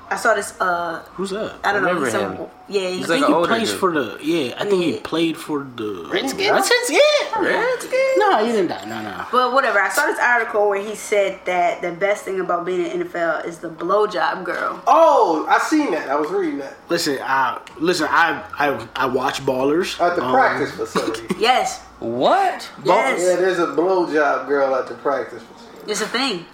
[SPEAKER 4] I saw this. Uh,
[SPEAKER 2] Who's that?
[SPEAKER 4] I don't know.
[SPEAKER 3] Remember
[SPEAKER 4] he's some-
[SPEAKER 3] him.
[SPEAKER 4] Yeah,
[SPEAKER 2] I
[SPEAKER 4] he's
[SPEAKER 3] like
[SPEAKER 2] think
[SPEAKER 3] an
[SPEAKER 2] he
[SPEAKER 3] older
[SPEAKER 2] plays
[SPEAKER 3] dude.
[SPEAKER 2] for the. Yeah, I think he
[SPEAKER 4] Yeah.
[SPEAKER 2] played for the.
[SPEAKER 3] Redskins?
[SPEAKER 2] Redskins? Yeah. No, he didn't die. No, no.
[SPEAKER 4] But whatever. I saw this article where he said that the best thing about being in NFL is the blowjob girl.
[SPEAKER 5] Oh, I seen that. I was reading that
[SPEAKER 2] Listen, I listen. I I I watch ballers
[SPEAKER 5] at the
[SPEAKER 2] Um,
[SPEAKER 5] practice facility.
[SPEAKER 4] Yes,
[SPEAKER 3] What?
[SPEAKER 4] yes,
[SPEAKER 5] Yeah, there's a blowjob girl at the practice facility.
[SPEAKER 4] it's a thing.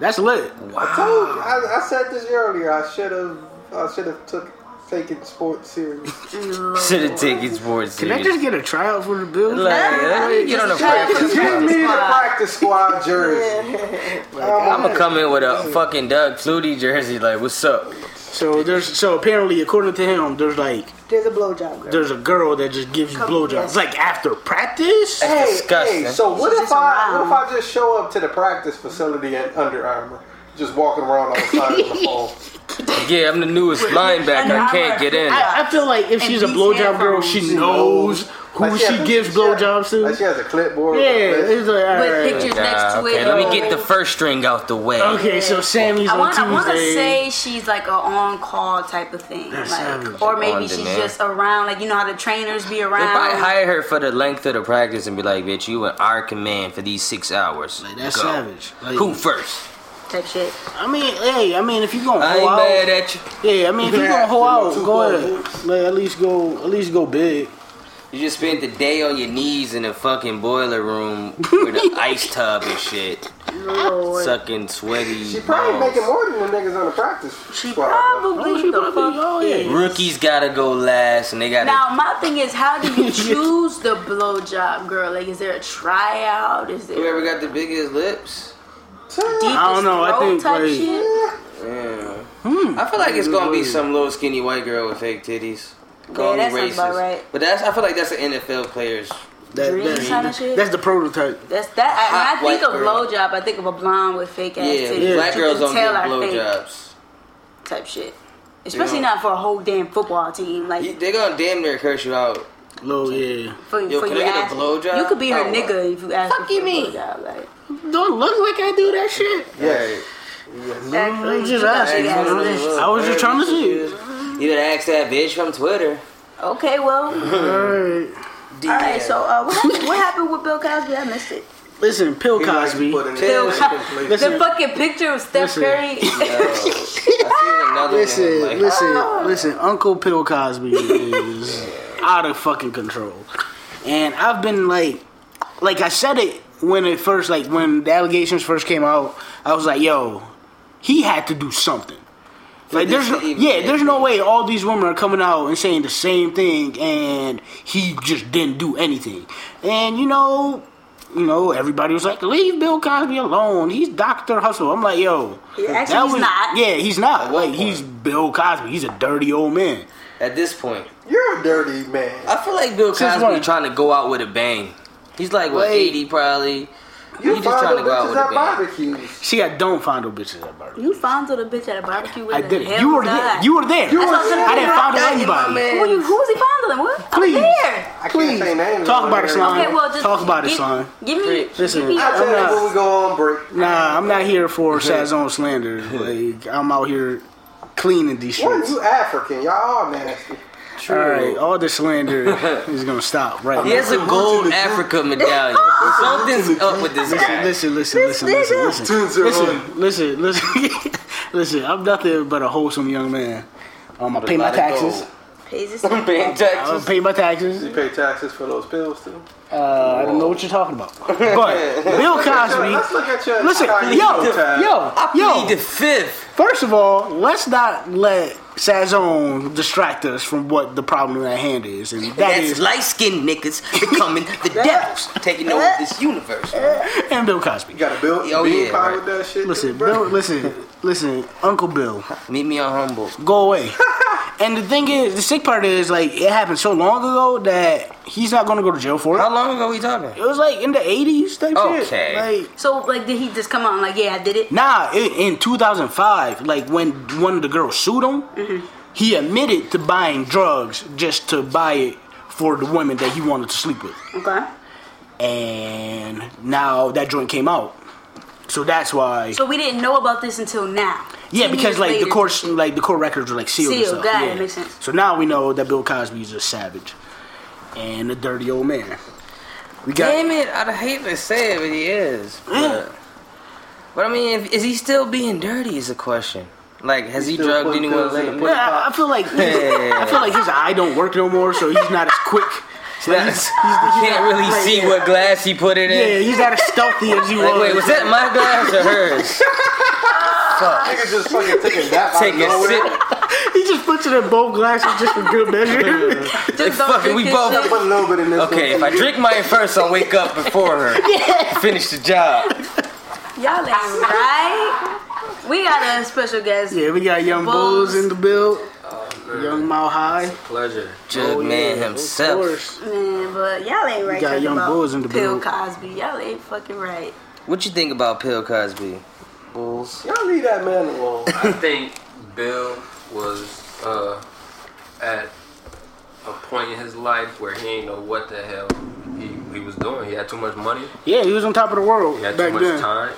[SPEAKER 2] That's lit.
[SPEAKER 5] I told you. I, I said this earlier. I should have. I should have took taken sports serious.
[SPEAKER 3] Should have taken sports
[SPEAKER 2] Can I
[SPEAKER 3] serious.
[SPEAKER 2] just get a tryout for the Bills?
[SPEAKER 3] Like, let me get on the practice.
[SPEAKER 5] Give me the
[SPEAKER 4] Squad.
[SPEAKER 5] practice squad jersey. Um,
[SPEAKER 3] I'm gonna come in with a fucking Doug Flutie jersey. Like, what's up?
[SPEAKER 2] So there's so apparently according to him, there's like
[SPEAKER 4] There's a blowjob girl.
[SPEAKER 2] there's a girl that just gives you blowjobs. It's like after practice.
[SPEAKER 5] Hey,
[SPEAKER 3] disgusting.
[SPEAKER 5] hey, so what
[SPEAKER 4] It's
[SPEAKER 5] if
[SPEAKER 4] just
[SPEAKER 5] I what if
[SPEAKER 4] around.
[SPEAKER 5] I just show up to the practice facility at Under Armour, just walking around on the side of the phone?
[SPEAKER 3] Yeah, I'm the newest linebacker. I can't get in.
[SPEAKER 2] I, I feel like if
[SPEAKER 4] And
[SPEAKER 2] she's a
[SPEAKER 4] these
[SPEAKER 2] blowjob girl,
[SPEAKER 4] headphones,
[SPEAKER 2] she knows who
[SPEAKER 5] Like,
[SPEAKER 2] she
[SPEAKER 5] has a-
[SPEAKER 2] gives blowjobs to.
[SPEAKER 5] Like she has a clipboard.
[SPEAKER 2] yeah, it's like all
[SPEAKER 4] With
[SPEAKER 2] right.
[SPEAKER 4] pictures next
[SPEAKER 3] Ah,
[SPEAKER 4] to
[SPEAKER 3] okay,
[SPEAKER 4] it.
[SPEAKER 3] let
[SPEAKER 4] yo.
[SPEAKER 3] me get the first string out the way.
[SPEAKER 2] Okay, so Sammy's
[SPEAKER 4] I
[SPEAKER 2] on
[SPEAKER 4] want,
[SPEAKER 2] Tuesday.
[SPEAKER 4] I want to say she's like a on call type of thing,
[SPEAKER 2] That's savage.
[SPEAKER 4] like, or
[SPEAKER 3] On
[SPEAKER 4] maybe she's
[SPEAKER 3] demand.
[SPEAKER 4] just around. Like you know how the trainers be
[SPEAKER 3] They probably
[SPEAKER 4] around.
[SPEAKER 3] hire her for the length of the practice and be like, bitch, you in our command for these six hours.
[SPEAKER 2] Like, that's
[SPEAKER 3] Go.
[SPEAKER 2] savage. Like,
[SPEAKER 3] Who first?
[SPEAKER 4] type shit.
[SPEAKER 2] I mean, hey, I mean, if you gonna
[SPEAKER 3] I ain't
[SPEAKER 2] hoe
[SPEAKER 3] mad
[SPEAKER 2] out,
[SPEAKER 3] at you.
[SPEAKER 2] yeah, I mean, if you
[SPEAKER 5] Yeah,
[SPEAKER 2] gonna hoe out,
[SPEAKER 5] two
[SPEAKER 2] go
[SPEAKER 5] point
[SPEAKER 2] ahead. Like, at least go, at least go big.
[SPEAKER 3] You just spent the day on your knees in the fucking boiler room with an ice tub and shit,
[SPEAKER 4] Lord.
[SPEAKER 3] sucking sweaty.
[SPEAKER 5] She probably
[SPEAKER 3] balls.
[SPEAKER 5] making more than the niggas on the practice
[SPEAKER 4] She
[SPEAKER 5] squad. though.
[SPEAKER 2] Oh,
[SPEAKER 4] probably
[SPEAKER 2] she
[SPEAKER 4] the
[SPEAKER 2] probably-
[SPEAKER 4] fuck
[SPEAKER 2] oh, yeah.
[SPEAKER 4] is.
[SPEAKER 3] Rookies gotta go last, and they gotta.
[SPEAKER 4] Now my thing is, how do you choose the blowjob girl? Like, is there a tryout? Is there
[SPEAKER 3] Whoever got the biggest lips.
[SPEAKER 4] deepest
[SPEAKER 2] I don't know, I
[SPEAKER 4] throat
[SPEAKER 2] think,
[SPEAKER 4] type
[SPEAKER 2] like-
[SPEAKER 4] shit?
[SPEAKER 3] Yeah.
[SPEAKER 4] Hmm.
[SPEAKER 3] I feel like it's gonna
[SPEAKER 2] Mm.
[SPEAKER 3] be some little skinny white girl with fake titties. Call
[SPEAKER 4] that
[SPEAKER 3] me
[SPEAKER 4] sounds about
[SPEAKER 3] racist.
[SPEAKER 4] right.
[SPEAKER 3] But that's I feel like that's an NFL player's.
[SPEAKER 2] That,
[SPEAKER 4] Dream
[SPEAKER 2] that-
[SPEAKER 4] kinda shit?
[SPEAKER 2] That's the prototype.
[SPEAKER 4] That's that. I, when I
[SPEAKER 3] Hot
[SPEAKER 4] think of
[SPEAKER 3] white girl.
[SPEAKER 4] blowjob. I think of a blonde with fake ass
[SPEAKER 3] Yeah,
[SPEAKER 4] titties.
[SPEAKER 3] black
[SPEAKER 4] You
[SPEAKER 3] girls
[SPEAKER 4] can
[SPEAKER 3] don't
[SPEAKER 4] tell
[SPEAKER 3] get
[SPEAKER 4] are fake.
[SPEAKER 3] blowjobs.
[SPEAKER 4] type shit. Especially
[SPEAKER 3] Yeah.
[SPEAKER 4] not for a whole damn football team. Like
[SPEAKER 3] You- They gonna damn near curse you out.
[SPEAKER 2] Little, yeah.
[SPEAKER 4] for,
[SPEAKER 3] Yo,
[SPEAKER 4] for
[SPEAKER 3] can
[SPEAKER 4] your
[SPEAKER 3] I get a
[SPEAKER 4] ass.
[SPEAKER 3] blowjob?
[SPEAKER 4] You could be her
[SPEAKER 3] Oh,
[SPEAKER 4] nigga
[SPEAKER 3] what?
[SPEAKER 4] if you ask
[SPEAKER 3] Fuck
[SPEAKER 4] her
[SPEAKER 3] you
[SPEAKER 4] for
[SPEAKER 3] mean?
[SPEAKER 4] a blowjob. Like
[SPEAKER 2] Don't look like I do that shit.
[SPEAKER 5] Yes.
[SPEAKER 4] actually,
[SPEAKER 2] I'm just
[SPEAKER 4] you gotta
[SPEAKER 2] asking,
[SPEAKER 4] ask
[SPEAKER 2] bro.
[SPEAKER 4] her this.
[SPEAKER 2] I was just trying to see.
[SPEAKER 3] You gotta ask that bitch from Twitter.
[SPEAKER 4] Okay, well,
[SPEAKER 2] Alright.
[SPEAKER 4] all right. So uh, what, happened, what happened with Bill Cosby? I missed it.
[SPEAKER 2] Listen, Bill
[SPEAKER 5] He likes
[SPEAKER 2] Cosby.
[SPEAKER 5] putting it
[SPEAKER 4] Bill
[SPEAKER 5] in
[SPEAKER 4] Co-
[SPEAKER 5] complete-
[SPEAKER 2] Listen.
[SPEAKER 4] The fucking picture of Steph
[SPEAKER 2] Listen.
[SPEAKER 4] Curry.
[SPEAKER 3] I see
[SPEAKER 2] Listen,
[SPEAKER 3] another one. Like, ah.
[SPEAKER 2] listen, listen. Uncle Bill Cosby is out of fucking control, and I've been like, like I said it when it first, like when the allegations first came out. I was like, yo, he had to do something. Like
[SPEAKER 3] this
[SPEAKER 2] there's no,
[SPEAKER 3] to even
[SPEAKER 2] yeah,
[SPEAKER 3] get
[SPEAKER 2] there's no way all these women are coming out and saying the same thing, and he just didn't do anything. And you know, you know, everybody was like, leave Bill Cosby alone. He's Doctor Hustle. I'm like, yo,
[SPEAKER 4] Yeah, actually,
[SPEAKER 2] that
[SPEAKER 4] he's not.
[SPEAKER 2] Yeah, he's not.
[SPEAKER 3] one
[SPEAKER 2] Like he's Bill Cosby. He's a dirty old man.
[SPEAKER 3] at this point,
[SPEAKER 5] You're a dirty man.
[SPEAKER 3] I feel like Bill
[SPEAKER 2] Since
[SPEAKER 3] Cosby
[SPEAKER 2] when?
[SPEAKER 3] trying to go out with a bang. He's like what
[SPEAKER 2] Wait.
[SPEAKER 3] eighty probably.
[SPEAKER 5] You
[SPEAKER 3] he just
[SPEAKER 5] find
[SPEAKER 3] trying
[SPEAKER 5] the
[SPEAKER 3] to go out
[SPEAKER 5] bitches
[SPEAKER 3] with a
[SPEAKER 5] at
[SPEAKER 3] bang.
[SPEAKER 5] barbecues.
[SPEAKER 2] See, I don't find no bitches at Burger.
[SPEAKER 4] you found the bitch at a barbecue with
[SPEAKER 2] I
[SPEAKER 4] the
[SPEAKER 2] did it.
[SPEAKER 4] hell
[SPEAKER 2] You were
[SPEAKER 4] was I?
[SPEAKER 2] there. You were there.
[SPEAKER 4] That's what I'm saying.
[SPEAKER 2] I didn't find anybody.
[SPEAKER 4] Who, you, who was he fondling? What?
[SPEAKER 2] Please.
[SPEAKER 4] I'm there.
[SPEAKER 5] I
[SPEAKER 2] Please
[SPEAKER 5] can't say names.
[SPEAKER 2] talk
[SPEAKER 5] on
[SPEAKER 2] about it,
[SPEAKER 5] here.
[SPEAKER 2] Slime.
[SPEAKER 4] Okay, well, just
[SPEAKER 2] Talk about it,
[SPEAKER 4] give-
[SPEAKER 2] son.
[SPEAKER 4] Give me.
[SPEAKER 2] Listen,
[SPEAKER 4] give me
[SPEAKER 5] I'll
[SPEAKER 4] a-
[SPEAKER 5] tell
[SPEAKER 2] not-
[SPEAKER 5] you when we go on break.
[SPEAKER 2] Nah, I'm not here for Sazon slander. Like I'm out here cleaning these
[SPEAKER 5] One,
[SPEAKER 2] streets.
[SPEAKER 5] you African. Y'all are nasty.
[SPEAKER 2] All right, all the slander is gonna stop right
[SPEAKER 3] He has
[SPEAKER 2] now.
[SPEAKER 3] a gold Africa medallion. Something's up with this guy.
[SPEAKER 2] Listen, listen, listen, listen, listen,
[SPEAKER 5] Tunes are on.
[SPEAKER 2] listen, listen, listen, listen. I'm nothing but a wholesome young man. Um, I pay my
[SPEAKER 3] Let it go.
[SPEAKER 2] taxes.
[SPEAKER 4] Pays his taxes.
[SPEAKER 3] Paying
[SPEAKER 2] I don't
[SPEAKER 3] taxes.
[SPEAKER 2] pay my taxes.
[SPEAKER 5] You pay taxes for those pills too.
[SPEAKER 2] Uh, I don't know what you're talking about. But Bill
[SPEAKER 5] Let's
[SPEAKER 2] Cosby.
[SPEAKER 5] look at your
[SPEAKER 2] Listen,
[SPEAKER 5] Chicago
[SPEAKER 2] yo,
[SPEAKER 5] tab.
[SPEAKER 2] yo,
[SPEAKER 3] Yo.
[SPEAKER 2] yo.
[SPEAKER 3] Need the fifth.
[SPEAKER 2] First of all, let's not let Sazone distract us from what the problem at hand is, and that
[SPEAKER 3] That's
[SPEAKER 2] is
[SPEAKER 3] light skinned niggas becoming the devils, taking over this universe.
[SPEAKER 2] and Bill Cosby.
[SPEAKER 5] You got a bill,
[SPEAKER 3] Oh,
[SPEAKER 5] bean
[SPEAKER 3] yeah,
[SPEAKER 5] pie
[SPEAKER 3] right.
[SPEAKER 5] with that shit.
[SPEAKER 2] Listen,
[SPEAKER 5] bro.
[SPEAKER 2] Bill, listen, listen, Uncle Bill,
[SPEAKER 3] Meet me on Humble.
[SPEAKER 2] go away. and the thing is, the sick part is, like, it happened so long ago that he's not gonna go to jail for it.
[SPEAKER 3] How long ago we talking?
[SPEAKER 2] It was like in the 80s type
[SPEAKER 3] Okay.
[SPEAKER 2] shit. Like,
[SPEAKER 4] So like, did he just come out and like, yeah, I did it?
[SPEAKER 2] nah, in, in 2005, like, when one of the girls sued him,
[SPEAKER 4] Mm-hmm.
[SPEAKER 2] he admitted to buying drugs just to buy it for the women that he wanted to sleep with.
[SPEAKER 4] Okay.
[SPEAKER 2] And now that joint came out. So that's why,
[SPEAKER 4] So we didn't know about this until now.
[SPEAKER 2] yeah,
[SPEAKER 4] Ten
[SPEAKER 2] because
[SPEAKER 4] years
[SPEAKER 2] like the
[SPEAKER 4] later.
[SPEAKER 2] court, like the court records were like sealed. and
[SPEAKER 4] Sealed,
[SPEAKER 2] stuff.
[SPEAKER 4] got it,
[SPEAKER 2] yeah.
[SPEAKER 4] makes sense.
[SPEAKER 2] So now we know that Bill Cosby is a savage and a dirty old man. We got
[SPEAKER 3] Damn it, I'd hate to say it, but he is. But, but I mean, if, is he still being dirty? Is the question. Like, has he,
[SPEAKER 5] He still
[SPEAKER 3] drugged
[SPEAKER 5] putting
[SPEAKER 3] anyone?
[SPEAKER 5] pills in
[SPEAKER 3] lately?
[SPEAKER 5] the
[SPEAKER 2] Well, I, I feel like I feel like his eye don't work no more, so he's not as quick. So
[SPEAKER 3] That's-
[SPEAKER 2] he's, he's-
[SPEAKER 3] you
[SPEAKER 2] he's
[SPEAKER 3] can't
[SPEAKER 2] not-
[SPEAKER 3] really
[SPEAKER 2] like,
[SPEAKER 3] see
[SPEAKER 2] yeah.
[SPEAKER 3] what glass he put it
[SPEAKER 2] Yeah,
[SPEAKER 3] in.
[SPEAKER 2] he's not as stealthy as you
[SPEAKER 3] Like,
[SPEAKER 2] was.
[SPEAKER 3] wait, was that my glass or hers?
[SPEAKER 5] Niggas just fucking taking that out
[SPEAKER 3] Take
[SPEAKER 5] of
[SPEAKER 3] a
[SPEAKER 5] nowhere.
[SPEAKER 3] sip.
[SPEAKER 2] He just puts it in both glasses just for good measure.
[SPEAKER 4] Just don't
[SPEAKER 3] Fucking,
[SPEAKER 4] drink
[SPEAKER 3] we
[SPEAKER 4] his
[SPEAKER 3] both-
[SPEAKER 4] shit.
[SPEAKER 5] Put a little bit in this.
[SPEAKER 3] Okay, if
[SPEAKER 5] one.
[SPEAKER 3] I drink mine first, I'll wake up before her. Finish the job.
[SPEAKER 4] Y'all is right. We got a special guest.
[SPEAKER 2] yeah, we got young
[SPEAKER 4] Bulls.
[SPEAKER 2] bulls in the build. young Mile High.
[SPEAKER 3] Pleasure. Jug man
[SPEAKER 2] yeah, Of
[SPEAKER 3] himself.
[SPEAKER 2] course.
[SPEAKER 4] Man, but y'all ain't right.
[SPEAKER 2] got
[SPEAKER 4] talking
[SPEAKER 2] young
[SPEAKER 4] about
[SPEAKER 2] bulls in the
[SPEAKER 4] Bill
[SPEAKER 2] building.
[SPEAKER 4] Cosby. Y'all ain't fucking right.
[SPEAKER 3] What you think about Bill Cosby? Bulls.
[SPEAKER 5] Y'all leave that man alone.
[SPEAKER 8] I think Bill was uh, at a point in his life where he ain't know what the hell he, he was doing. He had too much money.
[SPEAKER 2] Yeah, he was on top of the world
[SPEAKER 8] He had
[SPEAKER 2] back
[SPEAKER 8] too much
[SPEAKER 2] then.
[SPEAKER 8] time.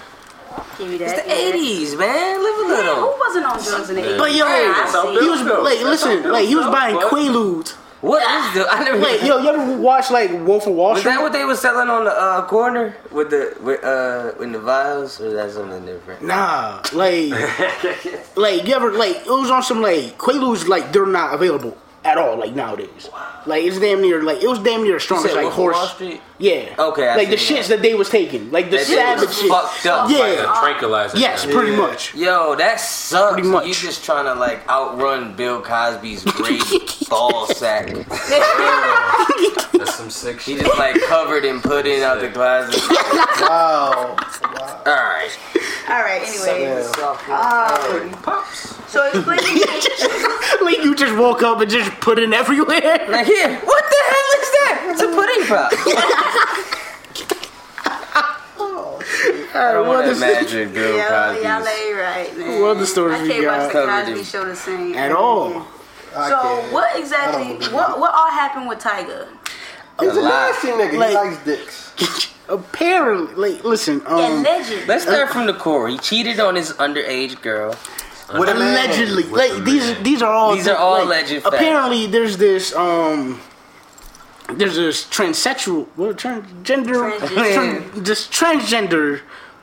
[SPEAKER 4] Give me
[SPEAKER 3] It's
[SPEAKER 4] that.
[SPEAKER 3] the 80s, man. Live a
[SPEAKER 4] Man, who
[SPEAKER 3] little.
[SPEAKER 4] wasn't on drugs in the 80s?
[SPEAKER 2] But yo,
[SPEAKER 4] I see.
[SPEAKER 2] he was like, listen, like he was buying Quaaludes.
[SPEAKER 3] What is the? I never.
[SPEAKER 2] Like, yo, you ever watch like Wolf of Wall
[SPEAKER 3] Was
[SPEAKER 2] Street?
[SPEAKER 3] that what they was selling on the uh, corner with the with uh in the vials, or is that something different?
[SPEAKER 2] Nah, like, like you ever like it was on some like Quaaludes like they're not available at all like nowadays. Like it's damn near like it was damn near strong as
[SPEAKER 3] said
[SPEAKER 2] like
[SPEAKER 3] Wolf of Wall
[SPEAKER 2] horse.
[SPEAKER 3] Street?
[SPEAKER 2] Yeah.
[SPEAKER 3] Okay, I
[SPEAKER 2] like the
[SPEAKER 3] seen
[SPEAKER 2] shits
[SPEAKER 3] that.
[SPEAKER 2] that they was taking, like the
[SPEAKER 3] That shit
[SPEAKER 2] savage
[SPEAKER 3] was
[SPEAKER 2] shit.
[SPEAKER 3] fucked up. uh,
[SPEAKER 8] Like a
[SPEAKER 2] Yeah.
[SPEAKER 8] tranquilizer.
[SPEAKER 2] Yes,
[SPEAKER 8] man.
[SPEAKER 2] pretty much.
[SPEAKER 3] Yo, that sucks.
[SPEAKER 2] Pretty much.
[SPEAKER 3] You just trying to like outrun Bill Cosby's great ball sack.
[SPEAKER 8] That's some sick
[SPEAKER 3] He
[SPEAKER 8] shit.
[SPEAKER 3] just like covered and put in out the glasses.
[SPEAKER 5] Wow.
[SPEAKER 3] All right.
[SPEAKER 4] All right. Anyway,
[SPEAKER 5] Pops.
[SPEAKER 4] so explain to me.
[SPEAKER 2] like you just woke up and just put in everywhere.
[SPEAKER 3] Now here, what the hell is that? It's a pudding pop. I don't want to imagine Bill
[SPEAKER 4] Yo, y'all
[SPEAKER 3] Cosby.
[SPEAKER 4] ain't right, man.
[SPEAKER 2] What other stories
[SPEAKER 4] I
[SPEAKER 2] we
[SPEAKER 4] can't watch
[SPEAKER 3] got?
[SPEAKER 4] the Cosby
[SPEAKER 3] Covered
[SPEAKER 4] Show the same
[SPEAKER 2] At all.
[SPEAKER 5] I
[SPEAKER 4] So
[SPEAKER 5] can't.
[SPEAKER 4] what
[SPEAKER 5] I don't
[SPEAKER 4] exactly?
[SPEAKER 5] believe
[SPEAKER 4] What what all happened with Tiger?
[SPEAKER 5] He's a
[SPEAKER 3] lot.
[SPEAKER 5] nasty nigga.
[SPEAKER 2] Like-
[SPEAKER 5] he likes dicks.
[SPEAKER 2] Apparently, like listen, um,
[SPEAKER 4] Allegedly.
[SPEAKER 3] Let's start from the core. He cheated on his underage girl.
[SPEAKER 5] With a man.
[SPEAKER 2] allegedly, like these these are all
[SPEAKER 3] These are all
[SPEAKER 2] like,
[SPEAKER 3] alleged facts.
[SPEAKER 2] Apparently, there's this um. There's this transsexual, what transgender,
[SPEAKER 4] Transgender.
[SPEAKER 2] tran- this transgender.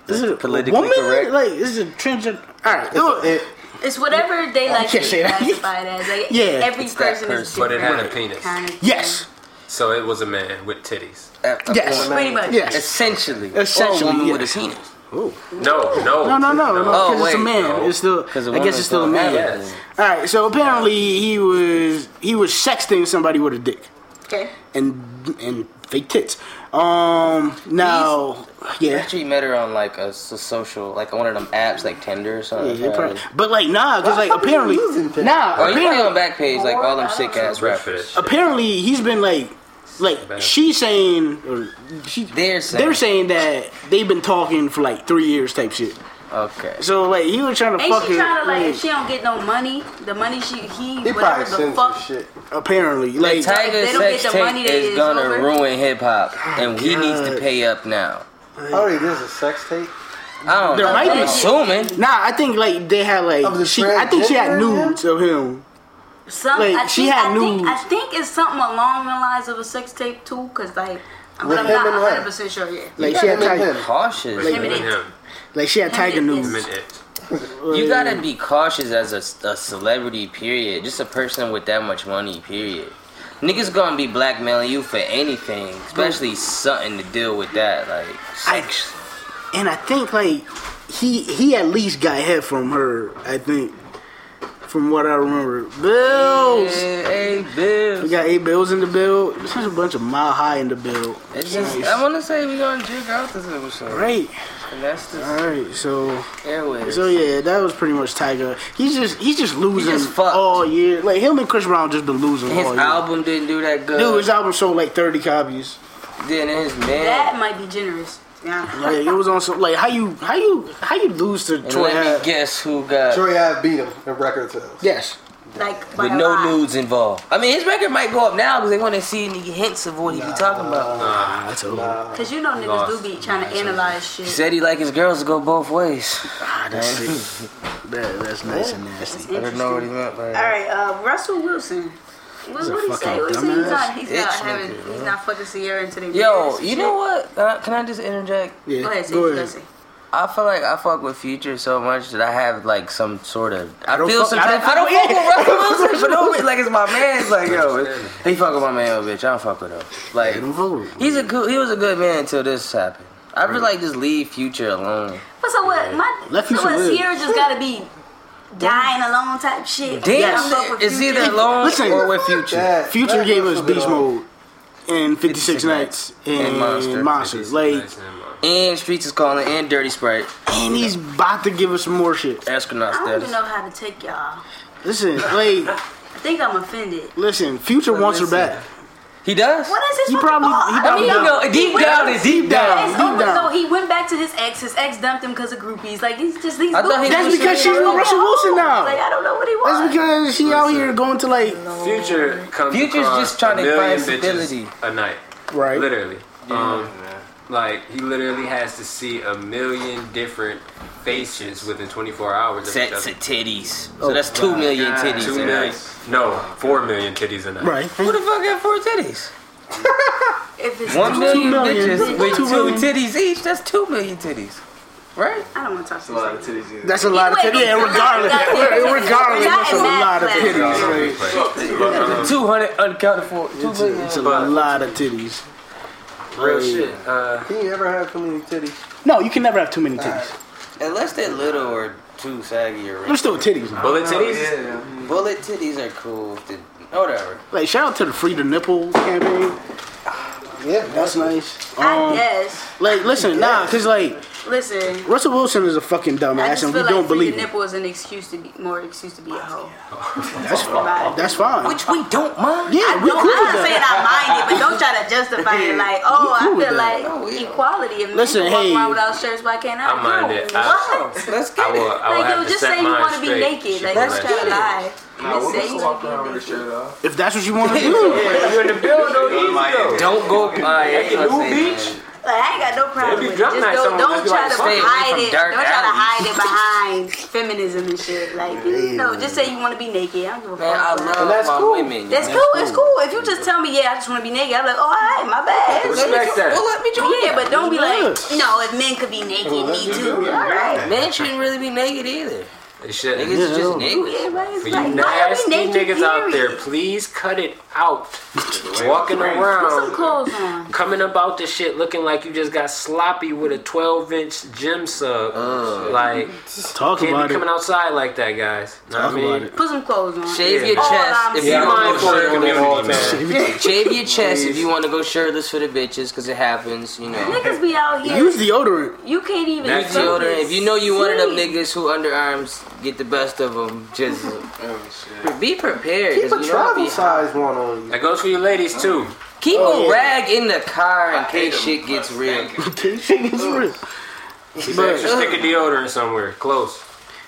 [SPEAKER 2] Is it a
[SPEAKER 3] Politically
[SPEAKER 2] woman?
[SPEAKER 3] correct.
[SPEAKER 2] Like, is it transgender? All right,
[SPEAKER 5] It,
[SPEAKER 4] It's whatever they like to
[SPEAKER 2] can't say that.
[SPEAKER 4] classify it as. Like
[SPEAKER 2] Yeah.
[SPEAKER 4] every
[SPEAKER 3] It's that
[SPEAKER 4] person is
[SPEAKER 3] person.
[SPEAKER 8] But it
[SPEAKER 4] different.
[SPEAKER 8] had a penis.
[SPEAKER 4] Kind of
[SPEAKER 2] yes,
[SPEAKER 8] So it was a man with titties.
[SPEAKER 3] At a
[SPEAKER 2] Yes.
[SPEAKER 3] point.
[SPEAKER 4] thing. Pretty much.
[SPEAKER 2] yes.
[SPEAKER 3] Essentially.
[SPEAKER 2] Essentially,
[SPEAKER 3] Or a woman with
[SPEAKER 2] yes.
[SPEAKER 3] a penis.
[SPEAKER 8] No, no.
[SPEAKER 2] No, no, no, no.
[SPEAKER 3] Oh,
[SPEAKER 2] Because it's a
[SPEAKER 3] wait,
[SPEAKER 2] man.
[SPEAKER 8] no.
[SPEAKER 2] It's still.
[SPEAKER 3] Because
[SPEAKER 2] I guess it's still a man.
[SPEAKER 8] Yes.
[SPEAKER 2] All right. So apparently, he was he was sexting somebody with a dick.
[SPEAKER 4] Okay.
[SPEAKER 2] and and fake tits. Um, now,
[SPEAKER 3] I
[SPEAKER 2] yeah,
[SPEAKER 3] actually met her on like a, s- social, like one of them apps, like Tinder or
[SPEAKER 2] yeah,
[SPEAKER 3] something.
[SPEAKER 2] yeah, probably.
[SPEAKER 3] Apparently.
[SPEAKER 2] But like, nah, cause like
[SPEAKER 5] Why the fuck are you
[SPEAKER 2] apparently,
[SPEAKER 5] using that?
[SPEAKER 2] nah,
[SPEAKER 3] Oh, you play on
[SPEAKER 2] apparently,
[SPEAKER 3] Backpage, like all them sick ass
[SPEAKER 8] Rich
[SPEAKER 3] rappers.
[SPEAKER 8] fish.
[SPEAKER 2] apparently he's been like, like
[SPEAKER 8] Bad.
[SPEAKER 2] she's saying, or she,
[SPEAKER 3] They're saying.
[SPEAKER 2] they're saying that they've been talking for like three years type shit.
[SPEAKER 3] Okay.
[SPEAKER 2] So like, he was trying to
[SPEAKER 4] Ain't
[SPEAKER 2] fuck
[SPEAKER 4] she trying
[SPEAKER 2] her.
[SPEAKER 4] to like
[SPEAKER 2] like,
[SPEAKER 4] if she don't get no money, the money she he,
[SPEAKER 5] he
[SPEAKER 4] whatever
[SPEAKER 5] probably
[SPEAKER 4] the
[SPEAKER 5] sends
[SPEAKER 4] fuck.
[SPEAKER 5] some shit.
[SPEAKER 2] apparently, like,
[SPEAKER 3] Tiger's
[SPEAKER 4] They don't get
[SPEAKER 3] sex
[SPEAKER 4] the
[SPEAKER 3] tape
[SPEAKER 4] money that
[SPEAKER 3] is
[SPEAKER 4] is
[SPEAKER 3] gonna
[SPEAKER 4] over.
[SPEAKER 3] ruin hip hop,
[SPEAKER 2] Oh,
[SPEAKER 3] and he needs to pay up now.
[SPEAKER 5] Oh, wait, there's a sex tape.
[SPEAKER 3] I don't
[SPEAKER 2] There
[SPEAKER 3] know.
[SPEAKER 2] might
[SPEAKER 3] I'm
[SPEAKER 2] be.
[SPEAKER 3] assuming.
[SPEAKER 2] nah, I think like they had
[SPEAKER 5] Of the
[SPEAKER 2] like she, I think she had
[SPEAKER 5] transgender man?
[SPEAKER 2] nudes of him.
[SPEAKER 4] Some,
[SPEAKER 2] Like,
[SPEAKER 4] I think,
[SPEAKER 2] she had
[SPEAKER 4] I think, I
[SPEAKER 2] nudes.
[SPEAKER 4] think it's something along the lines of a sex tape too, cause like, I'm,
[SPEAKER 5] With
[SPEAKER 4] I'm
[SPEAKER 5] him
[SPEAKER 4] not
[SPEAKER 5] and her.
[SPEAKER 4] 100 percent sure yet.
[SPEAKER 2] Like
[SPEAKER 5] Yeah,
[SPEAKER 2] she had
[SPEAKER 5] him and
[SPEAKER 2] tiger,
[SPEAKER 5] him.
[SPEAKER 3] Cautious.
[SPEAKER 8] Him
[SPEAKER 3] man.
[SPEAKER 8] and him.
[SPEAKER 2] like she had tiger
[SPEAKER 4] Him and
[SPEAKER 2] nudes.
[SPEAKER 8] Him and it.
[SPEAKER 3] You gotta be cautious as a, a celebrity, period. Just a person with that much money, period. Niggas gonna be blackmailing you for anything, especially something to deal with that. Like,
[SPEAKER 2] I, and I think like he he at least got head from her. I think from what I remember, bills.
[SPEAKER 3] hey, Bill.
[SPEAKER 2] We got eight bills in the bill. This is a bunch of mile high in the bill.
[SPEAKER 3] It's just, I wanna say we gonna jig out this episode.
[SPEAKER 2] Great.
[SPEAKER 3] And that's the
[SPEAKER 2] All right. So
[SPEAKER 3] airways.
[SPEAKER 2] so yeah, that was pretty much Tiger. He's just he's just losing
[SPEAKER 3] just fucked.
[SPEAKER 2] all year. Like him and Chris Brown just been losing
[SPEAKER 3] his
[SPEAKER 2] all year.
[SPEAKER 3] album didn't do that good.
[SPEAKER 2] Oh, Dude, his album sold like thirty copies.
[SPEAKER 3] then his man.
[SPEAKER 4] That might be generous. Yeah.
[SPEAKER 2] Like it was on some like how you how you how you lose to
[SPEAKER 3] and
[SPEAKER 2] Troy?
[SPEAKER 3] let
[SPEAKER 2] Ave-
[SPEAKER 3] me guess who got
[SPEAKER 5] Troy Ave beat him in record sales.
[SPEAKER 2] yes.
[SPEAKER 4] Like by
[SPEAKER 3] with
[SPEAKER 4] a
[SPEAKER 3] no
[SPEAKER 4] lot.
[SPEAKER 3] nudes involved. I mean, his record might go up now because they want to see any hints of what he be talking about.
[SPEAKER 2] Nah, that's over.
[SPEAKER 4] Cause you know niggas do be trying to analyze shit.
[SPEAKER 3] He said he like his girls to go both ways.
[SPEAKER 2] Ah, that's sick. That, that's nice and nasty.
[SPEAKER 3] I don't know what he meant by
[SPEAKER 4] All
[SPEAKER 3] that.
[SPEAKER 4] right, uh, Russell Wilson. What
[SPEAKER 2] a
[SPEAKER 4] did he say?
[SPEAKER 2] fucking
[SPEAKER 4] What he say? He's not,
[SPEAKER 2] dumbass.
[SPEAKER 4] he's
[SPEAKER 3] Bitch
[SPEAKER 4] not having,
[SPEAKER 3] nigga,
[SPEAKER 4] he's not fucking Sierra into the
[SPEAKER 3] Yo, you know what? Uh, can I just interject?
[SPEAKER 2] Yeah,
[SPEAKER 4] Go ahead, say
[SPEAKER 2] go
[SPEAKER 4] what you
[SPEAKER 2] ahead.
[SPEAKER 4] gonna say.
[SPEAKER 3] I feel like I fuck with Future so much that I have like some sort of I,
[SPEAKER 2] don't
[SPEAKER 3] feel
[SPEAKER 2] fuck-
[SPEAKER 3] some
[SPEAKER 2] I
[SPEAKER 3] type I don't
[SPEAKER 2] don't fuck
[SPEAKER 3] fuck with Russell Wilson for no reason. Like it's my man. It's like yo, he fuck with my man, but bitch. I don't fuck with him. Like
[SPEAKER 2] don't fuck with him.
[SPEAKER 3] he's a good, he was a good man until this happened. I feel like just leave Future alone.
[SPEAKER 4] But so what? My
[SPEAKER 2] Let
[SPEAKER 4] so
[SPEAKER 2] Future
[SPEAKER 4] what?
[SPEAKER 2] live.
[SPEAKER 4] Sierra just gotta be dying alone type shit.
[SPEAKER 3] Damn, is either alone
[SPEAKER 2] Listen.
[SPEAKER 3] or with Future?
[SPEAKER 5] That-
[SPEAKER 2] Future
[SPEAKER 5] that
[SPEAKER 2] gave
[SPEAKER 5] was
[SPEAKER 2] us
[SPEAKER 5] a bit
[SPEAKER 2] Beast
[SPEAKER 5] on-
[SPEAKER 2] Mode and 56
[SPEAKER 3] 56
[SPEAKER 2] Nights and,
[SPEAKER 3] and Monster.
[SPEAKER 2] Monsters. Like,
[SPEAKER 3] And Streets is calling and Dirty Sprite.
[SPEAKER 2] and he's about to give us some more shit.
[SPEAKER 3] Astronaut
[SPEAKER 4] I don't even
[SPEAKER 3] status.
[SPEAKER 4] know how to take y'all.
[SPEAKER 2] Listen, like,
[SPEAKER 4] I think I'm offended.
[SPEAKER 2] listen, Future wants her
[SPEAKER 3] listen.
[SPEAKER 2] back.
[SPEAKER 3] He does?
[SPEAKER 4] What is his
[SPEAKER 2] He
[SPEAKER 4] fucking
[SPEAKER 2] probably-
[SPEAKER 4] fault?
[SPEAKER 2] he
[SPEAKER 4] I
[SPEAKER 2] probably
[SPEAKER 4] mean,
[SPEAKER 2] done.
[SPEAKER 3] No, deep
[SPEAKER 4] went
[SPEAKER 3] down
[SPEAKER 4] back-
[SPEAKER 3] is deep down.
[SPEAKER 4] It's
[SPEAKER 2] Deep
[SPEAKER 4] over.
[SPEAKER 2] down.
[SPEAKER 4] So he went back to his ex. His ex dumped him because of groupies. Like he's just these.
[SPEAKER 3] I thought he
[SPEAKER 4] losers.
[SPEAKER 3] That's because she's
[SPEAKER 4] Like,
[SPEAKER 3] with
[SPEAKER 2] Russell Wilson now.
[SPEAKER 4] Like I don't know what he wants.
[SPEAKER 2] That's because she out here going to, like,
[SPEAKER 8] Future comes
[SPEAKER 3] Future's
[SPEAKER 8] across
[SPEAKER 3] just trying
[SPEAKER 8] a
[SPEAKER 3] to
[SPEAKER 8] million
[SPEAKER 3] find
[SPEAKER 8] bitches
[SPEAKER 3] stability.
[SPEAKER 8] a night.
[SPEAKER 2] Right.
[SPEAKER 8] Literally. Um, like he literally has to see a million different faces within 24 hours. Of each
[SPEAKER 3] Sets
[SPEAKER 8] other.
[SPEAKER 3] of titties. So that's two million titties.
[SPEAKER 8] Two
[SPEAKER 3] in
[SPEAKER 8] million.
[SPEAKER 3] it.
[SPEAKER 8] No, four million titties a night.
[SPEAKER 2] right.
[SPEAKER 3] Who the fuck got four titties?
[SPEAKER 4] if it's
[SPEAKER 3] One million
[SPEAKER 2] million.
[SPEAKER 3] bitches with
[SPEAKER 2] Two
[SPEAKER 3] two
[SPEAKER 2] million.
[SPEAKER 3] titties each. That's two million titties, right?
[SPEAKER 4] I don't want to talk to this.
[SPEAKER 2] That's a lot of titties. Yeah, regardless. regardless, that's a lot of titties.
[SPEAKER 8] All over the place.
[SPEAKER 3] Two hundred uncounted for. Two
[SPEAKER 2] It's a, it's a
[SPEAKER 3] million.
[SPEAKER 2] lot of titties.
[SPEAKER 8] Real shit. Uh,
[SPEAKER 5] He ever had too many titties.
[SPEAKER 2] No, you can never have too many titties.
[SPEAKER 3] Unless they're little or too saggy or.
[SPEAKER 2] There's still titties.
[SPEAKER 8] bullet titties.
[SPEAKER 3] Bullet titties are cool. if they- Whatever.
[SPEAKER 2] Like, shout out to the Free the Nipple campaign.
[SPEAKER 5] Yeah,
[SPEAKER 2] That's nice.
[SPEAKER 4] I
[SPEAKER 2] Um,
[SPEAKER 4] guess.
[SPEAKER 2] like, listen, nah, because, like,
[SPEAKER 4] Listen.
[SPEAKER 2] Russell Wilson is a fucking
[SPEAKER 4] I
[SPEAKER 2] dumbass,
[SPEAKER 4] just
[SPEAKER 2] and we
[SPEAKER 4] feel
[SPEAKER 2] don't
[SPEAKER 4] like free
[SPEAKER 2] believe
[SPEAKER 4] the
[SPEAKER 2] him.
[SPEAKER 4] nipple is an excuse to be more excuse to be a hoe.
[SPEAKER 2] That's fine. That's fine.
[SPEAKER 3] Which we don't mind.
[SPEAKER 2] yeah,
[SPEAKER 4] I
[SPEAKER 2] we
[SPEAKER 4] don't,
[SPEAKER 2] cool
[SPEAKER 4] I'm
[SPEAKER 2] with
[SPEAKER 4] not
[SPEAKER 2] that.
[SPEAKER 4] saying I mind it, but don't try to justify it like, oh,
[SPEAKER 2] cool
[SPEAKER 4] I
[SPEAKER 2] with
[SPEAKER 4] feel
[SPEAKER 2] that.
[SPEAKER 4] like equality. If men
[SPEAKER 2] Listen,
[SPEAKER 4] can walk
[SPEAKER 2] hey.
[SPEAKER 4] around without shirts, why can't I?
[SPEAKER 8] I mind it. I-
[SPEAKER 4] What?
[SPEAKER 3] Let's
[SPEAKER 8] I
[SPEAKER 3] get
[SPEAKER 8] will.
[SPEAKER 3] it.
[SPEAKER 8] I will
[SPEAKER 4] like,
[SPEAKER 8] have
[SPEAKER 4] yo,
[SPEAKER 8] to
[SPEAKER 4] just
[SPEAKER 8] set
[SPEAKER 4] say you
[SPEAKER 8] mine
[SPEAKER 4] want to be
[SPEAKER 8] straight.
[SPEAKER 4] naked. Like,
[SPEAKER 3] Let's
[SPEAKER 4] that's kind
[SPEAKER 3] get it.
[SPEAKER 4] of lie. Just say you want to be naked.
[SPEAKER 2] If that's what you want to do,
[SPEAKER 8] You in the build though, easy though.
[SPEAKER 3] Don't go. Hey,
[SPEAKER 8] New Beach?
[SPEAKER 4] Like, I ain't got no
[SPEAKER 8] If
[SPEAKER 4] problem
[SPEAKER 8] you
[SPEAKER 4] with it.
[SPEAKER 8] drop
[SPEAKER 4] Just
[SPEAKER 8] that
[SPEAKER 4] don't,
[SPEAKER 8] somewhere,
[SPEAKER 4] don't
[SPEAKER 8] just be
[SPEAKER 4] try
[SPEAKER 8] like, "Fuck
[SPEAKER 3] it." Stay
[SPEAKER 4] to hide
[SPEAKER 3] away
[SPEAKER 4] it.
[SPEAKER 3] from dark
[SPEAKER 4] Don't try to
[SPEAKER 3] alleys.
[SPEAKER 4] hide it behind feminism and shit. Like, you know, just say you want to be naked. I don't give a
[SPEAKER 3] Man, I
[SPEAKER 4] fuck.
[SPEAKER 3] love
[SPEAKER 5] that's
[SPEAKER 3] my
[SPEAKER 5] cool.
[SPEAKER 3] women.
[SPEAKER 4] That's cool. It's cool. If you just tell me, yeah, I just want to be naked, I'm like, oh, all right, my bad.
[SPEAKER 8] Respect that.
[SPEAKER 3] Well, let me join
[SPEAKER 4] Yeah, but don't be like,
[SPEAKER 2] Yes.
[SPEAKER 4] no, if men could be naked, me too. All right.
[SPEAKER 3] Men shouldn't really be naked either.
[SPEAKER 8] It should.
[SPEAKER 3] Niggas is just
[SPEAKER 2] no.
[SPEAKER 3] naked.
[SPEAKER 4] Everybody's
[SPEAKER 8] For
[SPEAKER 4] like,
[SPEAKER 8] you
[SPEAKER 4] why are we
[SPEAKER 8] nasty
[SPEAKER 4] naked,
[SPEAKER 8] niggas out there,
[SPEAKER 4] period?
[SPEAKER 8] please cut it out. Walking
[SPEAKER 4] Put some
[SPEAKER 8] around,
[SPEAKER 4] clothes on.
[SPEAKER 8] coming about this shit looking like you just got sloppy with a 12 inch gym sub.
[SPEAKER 2] Uh.
[SPEAKER 8] like,
[SPEAKER 2] talk
[SPEAKER 8] can't
[SPEAKER 2] about
[SPEAKER 8] be coming
[SPEAKER 2] it.
[SPEAKER 8] outside like that, guys. Know
[SPEAKER 2] Talk
[SPEAKER 8] what I mean?
[SPEAKER 2] about it.
[SPEAKER 4] Put some clothes on.
[SPEAKER 3] Shave your
[SPEAKER 4] All
[SPEAKER 3] chest
[SPEAKER 4] I'm
[SPEAKER 3] if you
[SPEAKER 4] saying.
[SPEAKER 3] want to
[SPEAKER 8] Mindful
[SPEAKER 3] go
[SPEAKER 8] of the
[SPEAKER 3] shirtless.
[SPEAKER 8] community, man.
[SPEAKER 3] Shave your chest if you want to go shirtless for the bitches, cause it happens, you know.
[SPEAKER 4] Niggas be out here.
[SPEAKER 2] Use deodorant.
[SPEAKER 4] you can't even.
[SPEAKER 8] That's
[SPEAKER 4] focus.
[SPEAKER 3] Deodorant. If you know you one of them
[SPEAKER 4] Serious.
[SPEAKER 3] niggas who underarms get the best of them, just
[SPEAKER 8] Oh,
[SPEAKER 3] be prepared.
[SPEAKER 5] Keep
[SPEAKER 3] 'cause
[SPEAKER 5] a
[SPEAKER 3] you know it'll
[SPEAKER 5] travel
[SPEAKER 3] be hot.
[SPEAKER 5] size one on you.
[SPEAKER 8] That goes for you ladies too.
[SPEAKER 3] Keep
[SPEAKER 2] Oh,
[SPEAKER 3] a
[SPEAKER 2] yeah.
[SPEAKER 3] rag in the car in case shit gets real.
[SPEAKER 2] Okay, shit is real.
[SPEAKER 8] Keep an
[SPEAKER 2] But-
[SPEAKER 8] extra stick of deodorant somewhere close.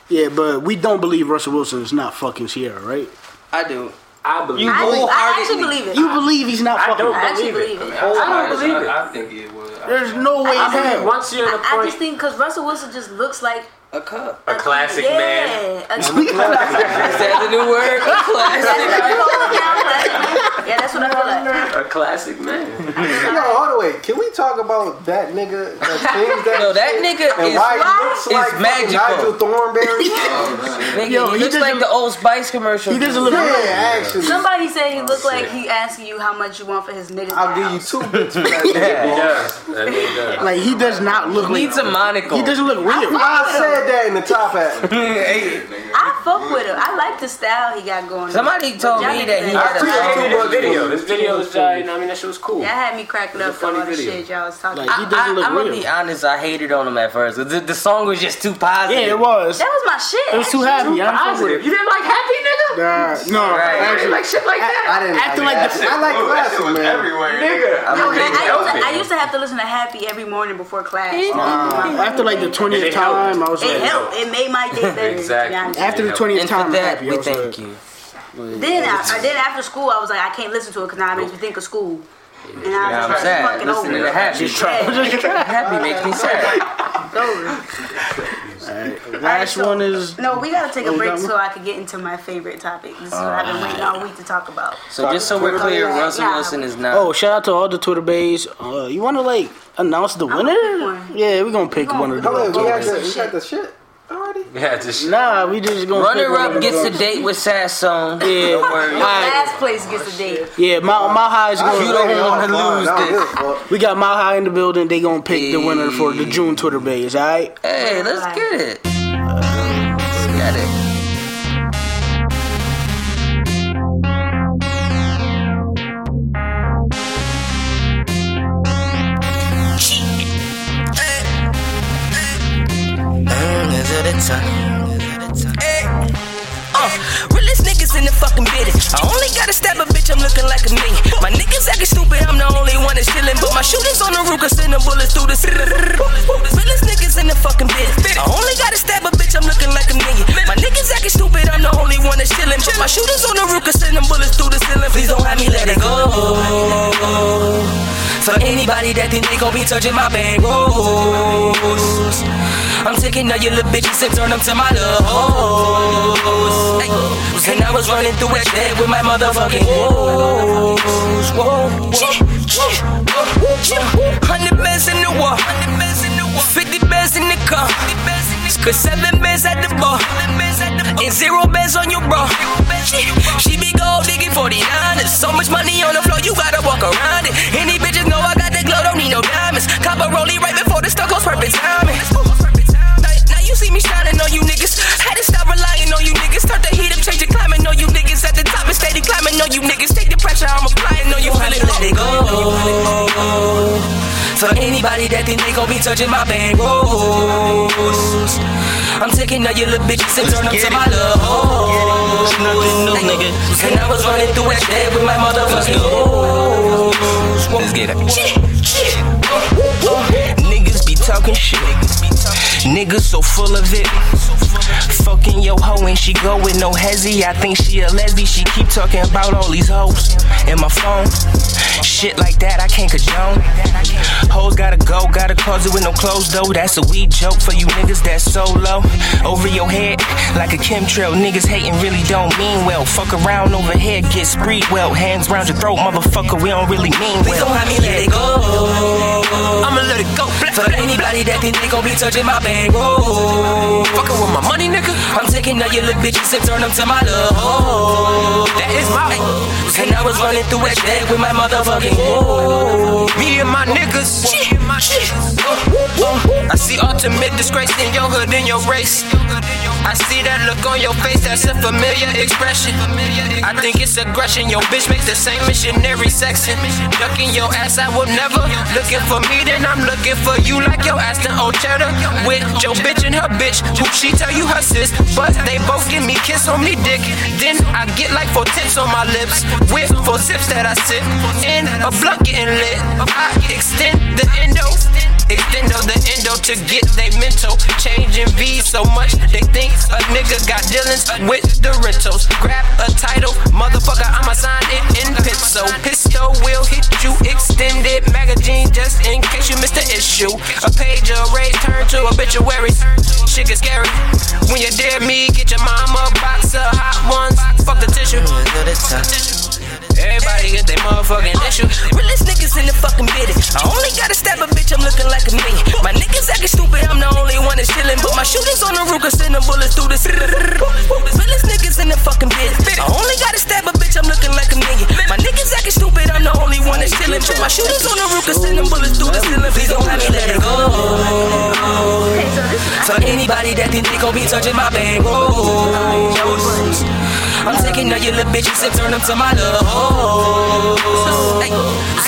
[SPEAKER 2] Yeah, but we don't believe Russell Wilson is not fucking Sierra, right?
[SPEAKER 3] I do.
[SPEAKER 8] I believe.
[SPEAKER 4] I,
[SPEAKER 8] it.
[SPEAKER 4] I actually
[SPEAKER 3] Wholeheartedly.
[SPEAKER 4] believe it.
[SPEAKER 2] You believe he's not
[SPEAKER 8] I
[SPEAKER 2] fucking.
[SPEAKER 8] don't
[SPEAKER 4] I actually
[SPEAKER 8] believe it.
[SPEAKER 4] believe it.
[SPEAKER 8] I don't believe it.
[SPEAKER 1] think it was.
[SPEAKER 2] There's no way in
[SPEAKER 8] I believe
[SPEAKER 2] hell.
[SPEAKER 8] once you're at a
[SPEAKER 4] I, I just
[SPEAKER 8] point,
[SPEAKER 4] think because Russell Wilson just looks like
[SPEAKER 3] A cup.
[SPEAKER 8] a classic
[SPEAKER 4] yeah,
[SPEAKER 8] man.
[SPEAKER 4] A,
[SPEAKER 3] Is that the new word? A classic.
[SPEAKER 4] That's what I'm calling him, Yeah, that's what I feel like.
[SPEAKER 8] A classic man.
[SPEAKER 5] Yo, hold the way. Can we talk about that nigga? The things that
[SPEAKER 3] Yo, that nigga
[SPEAKER 5] and
[SPEAKER 3] is-
[SPEAKER 5] why he looks
[SPEAKER 3] is
[SPEAKER 5] like fucking
[SPEAKER 3] magical. Oh,
[SPEAKER 5] Nigel Thornberry?
[SPEAKER 3] Nigga,
[SPEAKER 2] Yo,
[SPEAKER 3] he,
[SPEAKER 2] he
[SPEAKER 3] looks
[SPEAKER 2] doesn't-
[SPEAKER 3] like the old Spice commercial.
[SPEAKER 2] He doesn't look
[SPEAKER 5] yeah, actually.
[SPEAKER 4] Somebody said he looked like he asking you how much you want for his niggas.
[SPEAKER 5] I'll give you two bits for that nigga.
[SPEAKER 8] He
[SPEAKER 5] boy.
[SPEAKER 8] does. That nigga does.
[SPEAKER 2] like he does not look
[SPEAKER 3] He
[SPEAKER 2] like
[SPEAKER 3] needs a monocle.
[SPEAKER 2] he doesn't look real.
[SPEAKER 5] I said that in the top hat.
[SPEAKER 4] I fuck with him. I like the style he got going. on.
[SPEAKER 3] Somebody told me that he
[SPEAKER 5] I
[SPEAKER 3] had a.
[SPEAKER 5] appreciate
[SPEAKER 8] This
[SPEAKER 5] too much.
[SPEAKER 8] video, this video was, uh, you know, I mean, that shit was cool.
[SPEAKER 4] That had me cracking up
[SPEAKER 8] a
[SPEAKER 4] for all
[SPEAKER 8] funny
[SPEAKER 4] the
[SPEAKER 8] video.
[SPEAKER 4] shit y'all was talking.
[SPEAKER 2] Like,
[SPEAKER 4] about.
[SPEAKER 2] he doesn't look
[SPEAKER 3] I'm gonna
[SPEAKER 2] real.
[SPEAKER 3] be honest. I hated on him at first. The, the song was just too positive.
[SPEAKER 2] Yeah, it was.
[SPEAKER 4] that was my shit.
[SPEAKER 2] It was too
[SPEAKER 4] actually.
[SPEAKER 2] happy. I don't fuck with
[SPEAKER 8] Positive.
[SPEAKER 2] it.
[SPEAKER 8] You didn't like Happy Nigga?
[SPEAKER 2] Nah, no,
[SPEAKER 3] Right.
[SPEAKER 2] actually,
[SPEAKER 8] Like shit like that?
[SPEAKER 5] I didn't
[SPEAKER 2] Acting
[SPEAKER 5] like,
[SPEAKER 2] like
[SPEAKER 5] that. I like
[SPEAKER 1] that
[SPEAKER 5] classic,
[SPEAKER 1] was
[SPEAKER 5] man.
[SPEAKER 1] everywhere.
[SPEAKER 8] Nigga,
[SPEAKER 3] I'm
[SPEAKER 8] you
[SPEAKER 3] okay.
[SPEAKER 8] can't
[SPEAKER 4] I,
[SPEAKER 8] help
[SPEAKER 4] used to, I
[SPEAKER 8] it.
[SPEAKER 4] used to have to listen to Happy every morning before class.
[SPEAKER 2] uh, after like the twentieth
[SPEAKER 8] It helped.
[SPEAKER 2] time, I was
[SPEAKER 4] it
[SPEAKER 2] like,
[SPEAKER 4] helped. It made my day better.
[SPEAKER 8] Exactly.
[SPEAKER 4] Exactly.
[SPEAKER 2] after the
[SPEAKER 8] And
[SPEAKER 2] twentieth
[SPEAKER 3] And
[SPEAKER 2] time,
[SPEAKER 3] for
[SPEAKER 2] I'm
[SPEAKER 3] that,
[SPEAKER 2] happy. I
[SPEAKER 3] we
[SPEAKER 2] was like,
[SPEAKER 3] thank you.
[SPEAKER 4] Then, I, then after school, I was like, I can't listen to it because now it makes me think of school. And I
[SPEAKER 3] I'm
[SPEAKER 4] was yeah,
[SPEAKER 3] sad.
[SPEAKER 4] fucking
[SPEAKER 3] Listen
[SPEAKER 4] over.
[SPEAKER 3] to
[SPEAKER 4] it.
[SPEAKER 3] the happy. happy makes me sad.
[SPEAKER 4] Over.
[SPEAKER 2] Last
[SPEAKER 4] so-
[SPEAKER 2] one is Oh,
[SPEAKER 4] No, we gotta take a
[SPEAKER 2] we
[SPEAKER 4] break
[SPEAKER 2] got one?
[SPEAKER 4] so I can get into my favorite topic. This is what I've been waiting all week to talk about.
[SPEAKER 3] So just so we're clear, Russell
[SPEAKER 4] Yeah.
[SPEAKER 3] Wilson is not.
[SPEAKER 2] Oh, shout out to all the Twitter bays. Uh, you want to like announce the winner?
[SPEAKER 4] pick one.
[SPEAKER 2] Yeah, we're gonna pick one of the
[SPEAKER 5] Hold on, we got
[SPEAKER 2] winners.
[SPEAKER 5] the, we got the shit already?
[SPEAKER 8] Yeah, just
[SPEAKER 2] Nah, we just gonna pick
[SPEAKER 3] runner
[SPEAKER 2] one of
[SPEAKER 3] up
[SPEAKER 2] the
[SPEAKER 3] gets a
[SPEAKER 2] dogs.
[SPEAKER 3] date with Sasson. Yeah, don't worry.
[SPEAKER 4] Last place
[SPEAKER 2] Oh,
[SPEAKER 4] gets a date.
[SPEAKER 2] Yeah, my my high is
[SPEAKER 5] I
[SPEAKER 2] going.
[SPEAKER 5] was
[SPEAKER 3] You don't
[SPEAKER 5] waiting
[SPEAKER 3] wanna
[SPEAKER 5] on the line.
[SPEAKER 3] lose
[SPEAKER 5] I don't
[SPEAKER 3] this.
[SPEAKER 5] give a fuck.
[SPEAKER 2] we got my high in the building. They gonna pick the winner for the June Twitter bays. All right.
[SPEAKER 3] Hey, let's get it. Let's get it.
[SPEAKER 9] Uh, realest niggas in the fucking business. I only gotta stab a bitch, I'm looking like a million. My niggas acting stupid, I'm the only one that's chillin'. But my shooters on the roof, cause send the bullets through the ceiling. Realest niggas in the fucking business. I only gotta stab a bitch, I'm looking like a million. My niggas acting stupid, I'm the only one that's chillin'. But my shooters on the roof, cause send them bullets through the ceiling. Please don't have me let it go. For anybody that think they gon' be touching my bag rolls. I'm taking all your little bitches and turn them to my love hoes. Ay, And I was running through that bed with my motherfucking woes. Whoa, whoa, whoa. Hundred bands in the wall. Fifty bands in the car. Cause seven bands at the bar. And zero bands on your bra. She be gold digging 49ers. So much money on the floor, you gotta walk around it. Any bitches know I got the glow, don't need no diamonds. Copper rollie right before the stuff goes perfect timing. Now, now you see me shining on you niggas. Had to stop relying on you niggas. Start the heat up, change the climate on you niggas. At the top and steady climbing on you niggas. Take the pressure, I'm applying on you. Feel it, let it go. For anybody that think they gon' be touching my band rolls. I'm taking all your little bitches and turn them to my love hoes. And I was running through that bed with my motherfucking hoes. Let's get it. Niggas be talking shit. Niggas so full of it. Fucking yo hoe and she go with no hezzy. I think she a lesbian. She keep talking about all these hoes in my phone. Shit like that I can't condone. Hoes gotta go, gotta closet with no clothes though. That's a weed joke for you niggas that's so low. Over your head like a chemtrail. Niggas hating really don't mean well. Fuck around over here, get spree well. Hands round your throat, motherfucker. We don't really mean well. Please don't have me let it go. I'ma let it go. For anybody that think they gon' be touching my bag, roll. Fucking with my money, nigga. I'm taking all your little bitches and turn them to my love. hoes. That is my. And I was running through that bag with my motherfucking hoes. Me and my niggas. Uh, I see ultimate disgrace in your hood, in your race. I see that look on your face, that's a familiar expression. I think it's aggression. Your bitch makes the same missionary sexing. Ducking your ass, I will never. Looking for me, then I'm looking for you like your Aston Ochetta. With your bitch and her bitch, who she tell you her sis. But they both give me kiss on me dick. Then I get like four tips on my lips. With four zips that I sip. And a blunt getting lit. I extend the endo. Extend the endo to get they mental. Changing V's so much, they think a nigga got dealings with the rentals. Grab a title, motherfucker, I'ma sign it in pencil. Pistol will hit you, extended magazine just in case you missed the issue. A page array turn to obituaries. Shit get scary. When you dare me, get your mama a box of hot ones. Fuck the tissue. Everybody get it. I only got to stab a bitch, I'm looking like a million. My niggas acting stupid, I'm the only one that's chilling. Put my shooters on the roof, can send them bullets through the ceiling. Please don't let me let it go. So anybody that think they gon' be touching my bag, rolls. I'm taking all your little bitches and turn them to my love hoes. Ay,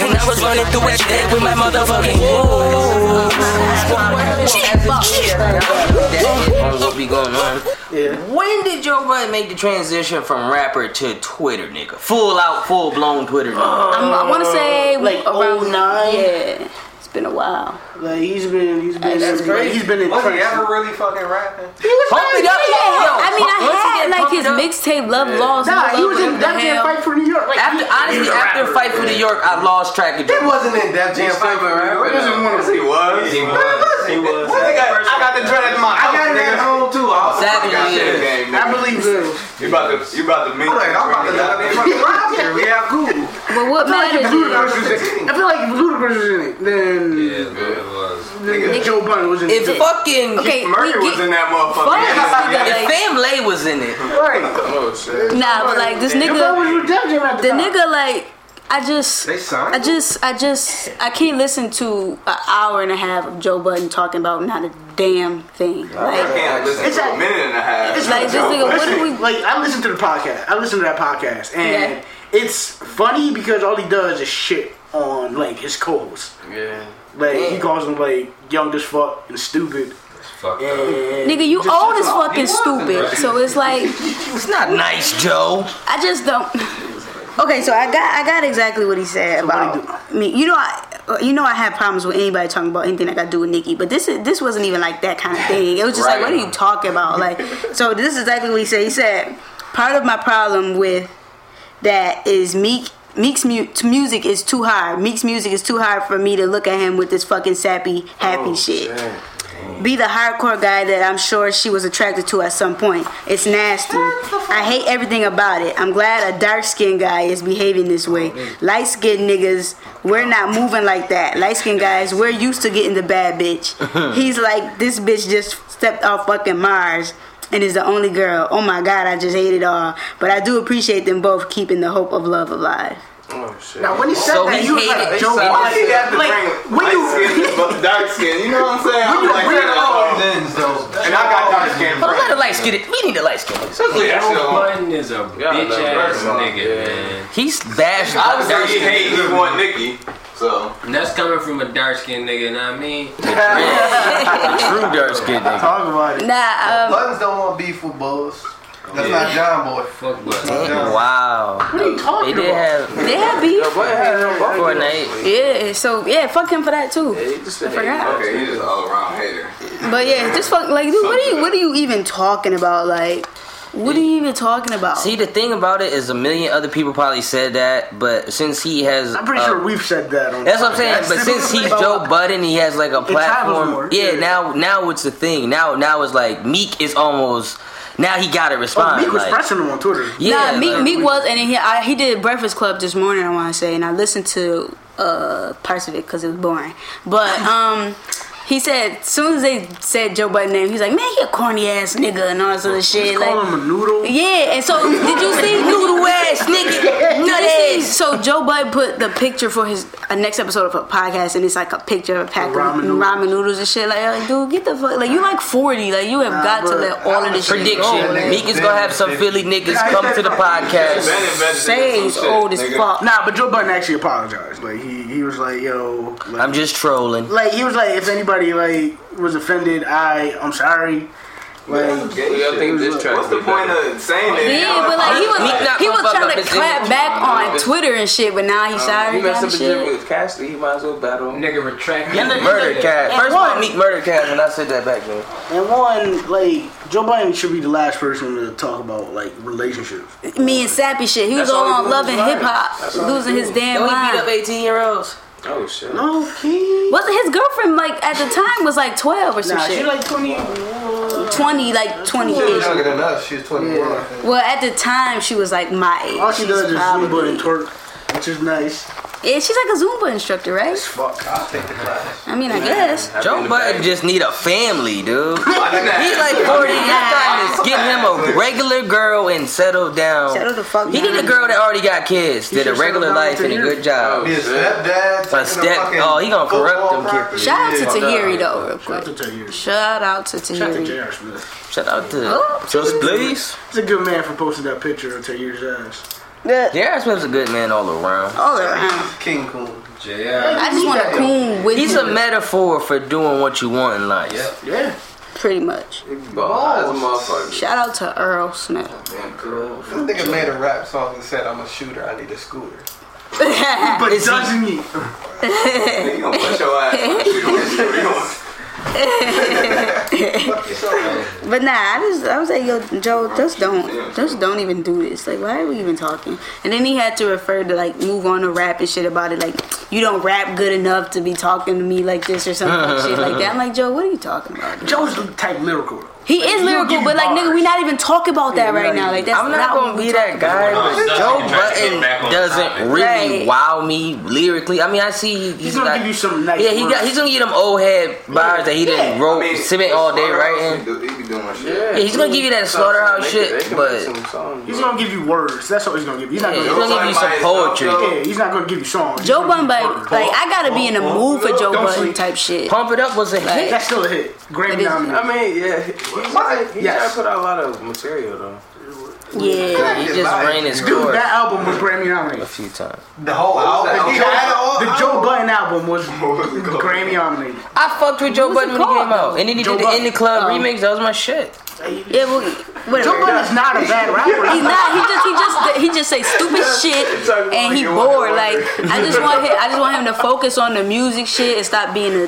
[SPEAKER 9] And I was running through that bag with my motherfucking woes.
[SPEAKER 3] That is what be going on. When did Joe Budden make the transition from rapper to Twitter nigga? Full out, full blown Twitter nigga.
[SPEAKER 4] I'm, I want to say
[SPEAKER 2] Uh, like
[SPEAKER 4] around
[SPEAKER 2] 09?
[SPEAKER 4] Yeah, it's been a while.
[SPEAKER 2] Like he's been, he's been,
[SPEAKER 4] that's
[SPEAKER 2] like, he's been in
[SPEAKER 5] Was he ever
[SPEAKER 2] prison.
[SPEAKER 5] really fucking rapping?
[SPEAKER 3] Pump it up, yo, yo,
[SPEAKER 4] I mean, I
[SPEAKER 3] once
[SPEAKER 4] had
[SPEAKER 3] again,
[SPEAKER 4] like
[SPEAKER 3] pump
[SPEAKER 4] his
[SPEAKER 3] it up.
[SPEAKER 4] mixtape Love Lost.
[SPEAKER 2] Nah, he was in
[SPEAKER 4] Love
[SPEAKER 2] that damn
[SPEAKER 4] Hell.
[SPEAKER 2] fight for New York. Like,
[SPEAKER 3] After honestly, after fight for New York, I lost track of
[SPEAKER 5] It
[SPEAKER 3] Joe.
[SPEAKER 5] wasn't in Def Jam Fight for Real. It wasn't one of
[SPEAKER 8] He was. He was. He was.
[SPEAKER 5] What nigga, I got the dread in my
[SPEAKER 8] I
[SPEAKER 5] house.
[SPEAKER 8] got it at
[SPEAKER 5] home too. I
[SPEAKER 3] was Seven
[SPEAKER 5] got
[SPEAKER 3] fucking years.
[SPEAKER 5] shit game, nigga. I believe you.
[SPEAKER 8] You about to. You about to
[SPEAKER 5] I'm
[SPEAKER 8] meet.
[SPEAKER 5] like, I'm about to die. They fucking robbed you. We have cool.
[SPEAKER 4] But what matters is
[SPEAKER 2] I feel like if Ludacris was in it, then
[SPEAKER 8] Yeah, but it was.
[SPEAKER 2] then Joe Budden was in
[SPEAKER 3] If
[SPEAKER 2] it.
[SPEAKER 3] fucking
[SPEAKER 4] okay.
[SPEAKER 8] Murray
[SPEAKER 4] we
[SPEAKER 8] was
[SPEAKER 4] get-
[SPEAKER 8] in that
[SPEAKER 4] fuck
[SPEAKER 8] motherfucker.
[SPEAKER 4] this
[SPEAKER 3] if
[SPEAKER 4] nigga, like,
[SPEAKER 3] Fam Lay was in it,
[SPEAKER 2] Right.
[SPEAKER 8] Oh shit.
[SPEAKER 4] nah, but like this
[SPEAKER 2] Joe Budden was
[SPEAKER 4] nigga,
[SPEAKER 2] with Def Jam at the
[SPEAKER 4] the
[SPEAKER 2] time.
[SPEAKER 4] nigga like I just.
[SPEAKER 5] They signed.
[SPEAKER 4] I just, I just, I can't listen to an hour and a half of Joe Budden talking about not a damn thing. Like,
[SPEAKER 8] Can't listen
[SPEAKER 2] It's
[SPEAKER 8] to
[SPEAKER 2] a-
[SPEAKER 8] a minute and a half.
[SPEAKER 4] like this nigga, what
[SPEAKER 2] Listen,
[SPEAKER 4] do we?
[SPEAKER 2] like I listen to the podcast. I listen to that podcast, and
[SPEAKER 4] Yeah.
[SPEAKER 2] it's funny because all he does is shit on like his co-hosts.
[SPEAKER 8] Yeah.
[SPEAKER 2] Like he calls them like young as fuck and stupid.
[SPEAKER 8] Fuck.
[SPEAKER 2] And
[SPEAKER 4] Nigga, you
[SPEAKER 2] just
[SPEAKER 4] old
[SPEAKER 2] shit
[SPEAKER 4] as
[SPEAKER 2] talk.
[SPEAKER 4] fucking stupid. So it's like,
[SPEAKER 3] it's not nice, Joe.
[SPEAKER 4] I just don't. Okay, so I got I got exactly what he said about me. You know, I you know I have problems with anybody talking about anything that got to do with Nikki, but this is this wasn't even like that kind of thing. It was just like,
[SPEAKER 8] Right.
[SPEAKER 4] what are you talking about? Like, so this is exactly what he said. He said, part of my problem with that is Meek. Meek's mu- t- music is too high. Meek's music is too high for me to look at him with this fucking sappy, happy Oh, shit. Be the hardcore guy that I'm sure she was attracted to at some point. It's nasty. I hate everything about it. I'm glad a dark skinned guy is behaving this way. Light skinned niggas, we're not moving like that. Light skinned guys, we're used to getting the bad bitch. He's like, this bitch just stepped off fucking Mars and is the only girl. Oh my god, I just hate it all. But I do appreciate them both keeping the hope of love alive.
[SPEAKER 8] Oh shit.
[SPEAKER 2] Now when he said
[SPEAKER 3] So
[SPEAKER 2] that,
[SPEAKER 3] he
[SPEAKER 2] you was
[SPEAKER 3] hated
[SPEAKER 2] like
[SPEAKER 3] it.
[SPEAKER 2] Joe
[SPEAKER 3] They
[SPEAKER 8] Why
[SPEAKER 2] Budden.
[SPEAKER 8] did he have to
[SPEAKER 2] Like,
[SPEAKER 8] bring
[SPEAKER 2] when
[SPEAKER 8] light
[SPEAKER 2] you-
[SPEAKER 8] skin to bu- dark skin? You know what I'm saying? I'm like,
[SPEAKER 2] bring
[SPEAKER 8] that's
[SPEAKER 2] it
[SPEAKER 8] all
[SPEAKER 2] up-
[SPEAKER 8] things though. And I got dark skin.
[SPEAKER 3] But let the light skin it. We need the light skin.
[SPEAKER 10] Button is a bitch ass nigga, man.
[SPEAKER 3] He's bashed.
[SPEAKER 8] Obviously, he hate he want Nicki. So
[SPEAKER 10] And that's coming from a dark skinned nigga, you know what I mean?
[SPEAKER 3] True dark skin nigga.
[SPEAKER 5] Talk about it.
[SPEAKER 4] Nah, um,
[SPEAKER 5] Buttons don't want beef with bulls. That's not John Boy.
[SPEAKER 10] Fuck what?
[SPEAKER 3] Wow.
[SPEAKER 2] What are you
[SPEAKER 3] They
[SPEAKER 2] talking
[SPEAKER 3] did have
[SPEAKER 2] about?
[SPEAKER 4] they have beef.
[SPEAKER 3] Fortnite.
[SPEAKER 4] Yeah, so yeah, fuck him for that too. I forgot.
[SPEAKER 8] okay, he just all around hater.
[SPEAKER 4] But yeah, just fuck like dude, what are you what are you even talking about? Like what are you even talking about?
[SPEAKER 3] See, the thing about it is a million other people probably said that, but since he has,
[SPEAKER 2] I'm pretty
[SPEAKER 3] uh,
[SPEAKER 2] sure we've said that. On
[SPEAKER 3] That's what I'm saying. But
[SPEAKER 2] podcasts.
[SPEAKER 3] since he's Joe Budden, he has like a
[SPEAKER 2] travels
[SPEAKER 3] platform.
[SPEAKER 2] more,
[SPEAKER 3] Yeah,
[SPEAKER 2] yeah.
[SPEAKER 3] now now it's the thing. Now now it's like Meek is almost now he got to
[SPEAKER 2] Oh,
[SPEAKER 3] respond.
[SPEAKER 2] Meek was
[SPEAKER 3] like,
[SPEAKER 2] pressing him on Twitter.
[SPEAKER 3] Yeah,
[SPEAKER 4] nah, Meek,
[SPEAKER 3] like-
[SPEAKER 4] Meek was, and then he I, he did Breakfast Club this morning. I want to say, and I listened to uh, parts of it because it was boring. But um, he said, as soon as they said Joe Budden name, he's like, "Man, he a corny ass nigga and all this other shit." Like,
[SPEAKER 2] Call him a noodle.
[SPEAKER 4] yeah, and so did you see noodle ass nigga? Nut ass. So Joe Bud put the picture for his uh, next episode of a podcast, and it's like a picture of a pack
[SPEAKER 2] Ramen
[SPEAKER 4] of
[SPEAKER 2] noodles.
[SPEAKER 4] ramen noodles and shit. Like, like, dude, get the fuck. Like, you like forty. Like, you have
[SPEAKER 2] Nah,
[SPEAKER 4] got to
[SPEAKER 2] bruh.
[SPEAKER 4] let all of this shit
[SPEAKER 3] prediction.
[SPEAKER 4] go.
[SPEAKER 3] Meek is gonna have some Philly niggas come to the podcast.
[SPEAKER 4] Say's old as fuck.
[SPEAKER 2] Nah, but Joe Budden actually apologized. Like he, he was like, yo, like,
[SPEAKER 3] I'm just trolling.
[SPEAKER 2] like he was like, if anybody like was offended, I I'm sorry. Like
[SPEAKER 8] Y'all think this track? What's the point of saying that?
[SPEAKER 4] Yeah, but like he
[SPEAKER 3] Meek
[SPEAKER 4] was
[SPEAKER 3] not
[SPEAKER 4] he
[SPEAKER 3] gonna
[SPEAKER 4] was
[SPEAKER 3] fuck
[SPEAKER 4] trying
[SPEAKER 3] up
[SPEAKER 4] to
[SPEAKER 3] his
[SPEAKER 4] clap
[SPEAKER 3] image.
[SPEAKER 4] back on Twitter and shit, but now he's sorry.
[SPEAKER 8] You messed up
[SPEAKER 4] kinda
[SPEAKER 8] the
[SPEAKER 4] shit.
[SPEAKER 8] gym with Cassidy. He might as well battle. him.
[SPEAKER 10] Nigga retract.
[SPEAKER 3] Murder cat. First of all, Meek murder cat, and I said that back then.
[SPEAKER 2] and one like Joe Budden should be the last person to talk about like relationships.
[SPEAKER 4] Me and Sappy shit. He was
[SPEAKER 8] That's all
[SPEAKER 4] on
[SPEAKER 8] he
[SPEAKER 4] Love and
[SPEAKER 8] doing,
[SPEAKER 4] Hip Hop, losing his damn
[SPEAKER 3] Don't he beat up
[SPEAKER 4] mind.
[SPEAKER 3] 18 year olds?
[SPEAKER 8] Oh shit.
[SPEAKER 2] Okay.
[SPEAKER 4] Wasn't his girlfriend like at the time was like twelve or some
[SPEAKER 2] Nah, she
[SPEAKER 4] shit?
[SPEAKER 2] like twenty.
[SPEAKER 4] twenty, like twenty ish.
[SPEAKER 5] Younger than us. She was 21. I think.
[SPEAKER 4] Well, at the time she was like my age.
[SPEAKER 2] All she
[SPEAKER 4] She's
[SPEAKER 2] does is
[SPEAKER 4] probably-
[SPEAKER 2] Zumba and twerk, which is nice.
[SPEAKER 4] Yeah, she's like a Zumba instructor, right?
[SPEAKER 5] Fuck, I'll take the class.
[SPEAKER 4] I mean, I guess.
[SPEAKER 3] Joe Button just need a family, dude. He's like 40. You
[SPEAKER 4] Nah.
[SPEAKER 3] gotta give him a regular girl and settle down.
[SPEAKER 4] Settle the fuck
[SPEAKER 3] He need a
[SPEAKER 4] down.
[SPEAKER 3] girl that already got kids, did a regular life and a good
[SPEAKER 4] Oh,
[SPEAKER 3] job.
[SPEAKER 5] Be a stepdad.
[SPEAKER 3] A step. Oh, he gonna corrupt them kids.
[SPEAKER 4] Shout out to Tahiri though, real quick.
[SPEAKER 2] Shout out to Tahiri.
[SPEAKER 4] Shout out to
[SPEAKER 2] Shout out to
[SPEAKER 4] Tahiri.
[SPEAKER 2] J.R. Smith.
[SPEAKER 3] Shout out
[SPEAKER 4] Oh.
[SPEAKER 3] to Just Blaze.
[SPEAKER 2] He's a good man for posting that picture of Tahir's ass.
[SPEAKER 4] Yeah.
[SPEAKER 3] J.R. Smith's a good man all around.
[SPEAKER 4] All around.
[SPEAKER 5] King Coon.
[SPEAKER 10] JR.
[SPEAKER 4] I just want a coon with
[SPEAKER 3] He's
[SPEAKER 4] me,
[SPEAKER 3] a metaphor for doing what you want in life.
[SPEAKER 2] Yeah.
[SPEAKER 4] pretty much.
[SPEAKER 8] Bald as a motherfucker.
[SPEAKER 4] Shout out to Earl Smith.
[SPEAKER 5] This nigga made a rap song and said, I'm a shooter, I need a scooter.
[SPEAKER 2] But
[SPEAKER 3] Is he-
[SPEAKER 2] doesn't he?
[SPEAKER 8] Nigga, you gonna push your ass. on the street, on the street, you gonna-
[SPEAKER 4] But nah, I just I was like, yo, Joe, just don't, just don't even do this. Like, why are we even talking? And then he had to refer to like move on to rap and shit about it. Like, you don't rap good enough to be talking to me like this or something like shit like that. I'm like, Joe, what are you talking about? dude?
[SPEAKER 2] Joe's type lyrical. though.
[SPEAKER 4] He is
[SPEAKER 2] he'll give
[SPEAKER 4] lyrical,
[SPEAKER 2] you
[SPEAKER 4] but like, nigga,
[SPEAKER 2] bars.
[SPEAKER 4] we not even talking about that
[SPEAKER 2] Yeah,
[SPEAKER 4] right
[SPEAKER 2] right.
[SPEAKER 4] now. Like, that's
[SPEAKER 3] I'm not
[SPEAKER 4] what
[SPEAKER 3] gonna
[SPEAKER 4] we
[SPEAKER 3] be that
[SPEAKER 4] talking about.
[SPEAKER 3] guy,
[SPEAKER 10] No,
[SPEAKER 3] but
[SPEAKER 10] Dustin
[SPEAKER 3] Joe
[SPEAKER 10] trying to get back
[SPEAKER 3] Button
[SPEAKER 10] on
[SPEAKER 3] doesn't
[SPEAKER 10] topic.
[SPEAKER 3] really
[SPEAKER 4] Right.
[SPEAKER 3] wow me lyrically. I mean, I see he- he's,
[SPEAKER 2] He's gonna
[SPEAKER 3] like-
[SPEAKER 2] give you some nice
[SPEAKER 3] Yeah, he got.
[SPEAKER 2] words.
[SPEAKER 3] He's gonna give them old head bars that he didn't
[SPEAKER 2] Yeah.
[SPEAKER 3] wrote,
[SPEAKER 8] I mean,
[SPEAKER 3] cement all day,
[SPEAKER 8] Slaughterhouse
[SPEAKER 3] right?
[SPEAKER 8] he
[SPEAKER 3] in.
[SPEAKER 8] do- He be doing shit.
[SPEAKER 3] Yeah, he's gonna give you that slaughterhouse shit, but
[SPEAKER 2] He's gonna give you words. That's all he's gonna give you. He's not
[SPEAKER 3] yeah, he's
[SPEAKER 2] gonna.
[SPEAKER 3] gonna give you some
[SPEAKER 8] Joe Button by
[SPEAKER 3] poetry.
[SPEAKER 8] himself,
[SPEAKER 2] Yeah, he's not gonna give you songs.
[SPEAKER 4] Joe
[SPEAKER 2] He's
[SPEAKER 4] Budden,
[SPEAKER 2] gonna give
[SPEAKER 4] like,
[SPEAKER 2] you
[SPEAKER 4] like
[SPEAKER 2] words.
[SPEAKER 4] I gotta be in a mood for Joe
[SPEAKER 2] Don't
[SPEAKER 4] Budden
[SPEAKER 2] sleep.
[SPEAKER 4] type shit.
[SPEAKER 3] Pump it up was a hit.
[SPEAKER 2] That's still a hit.
[SPEAKER 4] It
[SPEAKER 2] Grammy
[SPEAKER 4] is.
[SPEAKER 2] nominated.
[SPEAKER 8] mean, yeah, he, he's trying, he's
[SPEAKER 2] Yes.
[SPEAKER 8] trying to put out a lot of material though.
[SPEAKER 4] Yeah,
[SPEAKER 3] He just ran his
[SPEAKER 2] Dude,
[SPEAKER 3] course
[SPEAKER 2] that album was Grammy
[SPEAKER 3] a
[SPEAKER 2] nominated.
[SPEAKER 3] few times.
[SPEAKER 5] The
[SPEAKER 2] Oh,
[SPEAKER 5] whole album. Oh, He had all oh.
[SPEAKER 2] The Joe Button album was
[SPEAKER 5] was it called?
[SPEAKER 2] Grammy nominated.
[SPEAKER 3] I fucked with Joe
[SPEAKER 4] was it
[SPEAKER 3] Button when he
[SPEAKER 4] called,
[SPEAKER 3] came out, and then he
[SPEAKER 2] Joe
[SPEAKER 3] did the
[SPEAKER 2] Budden.
[SPEAKER 3] In the Club
[SPEAKER 4] Oh.
[SPEAKER 3] remix. That was my shit.
[SPEAKER 4] yeah, well,
[SPEAKER 2] Joe
[SPEAKER 4] whatever.
[SPEAKER 2] Button is not a bad
[SPEAKER 4] He's
[SPEAKER 2] rapper.
[SPEAKER 4] not. He just he just he just say stupid shit and he bored. Like I just want him, I just want him to focus on the music shit and stop being a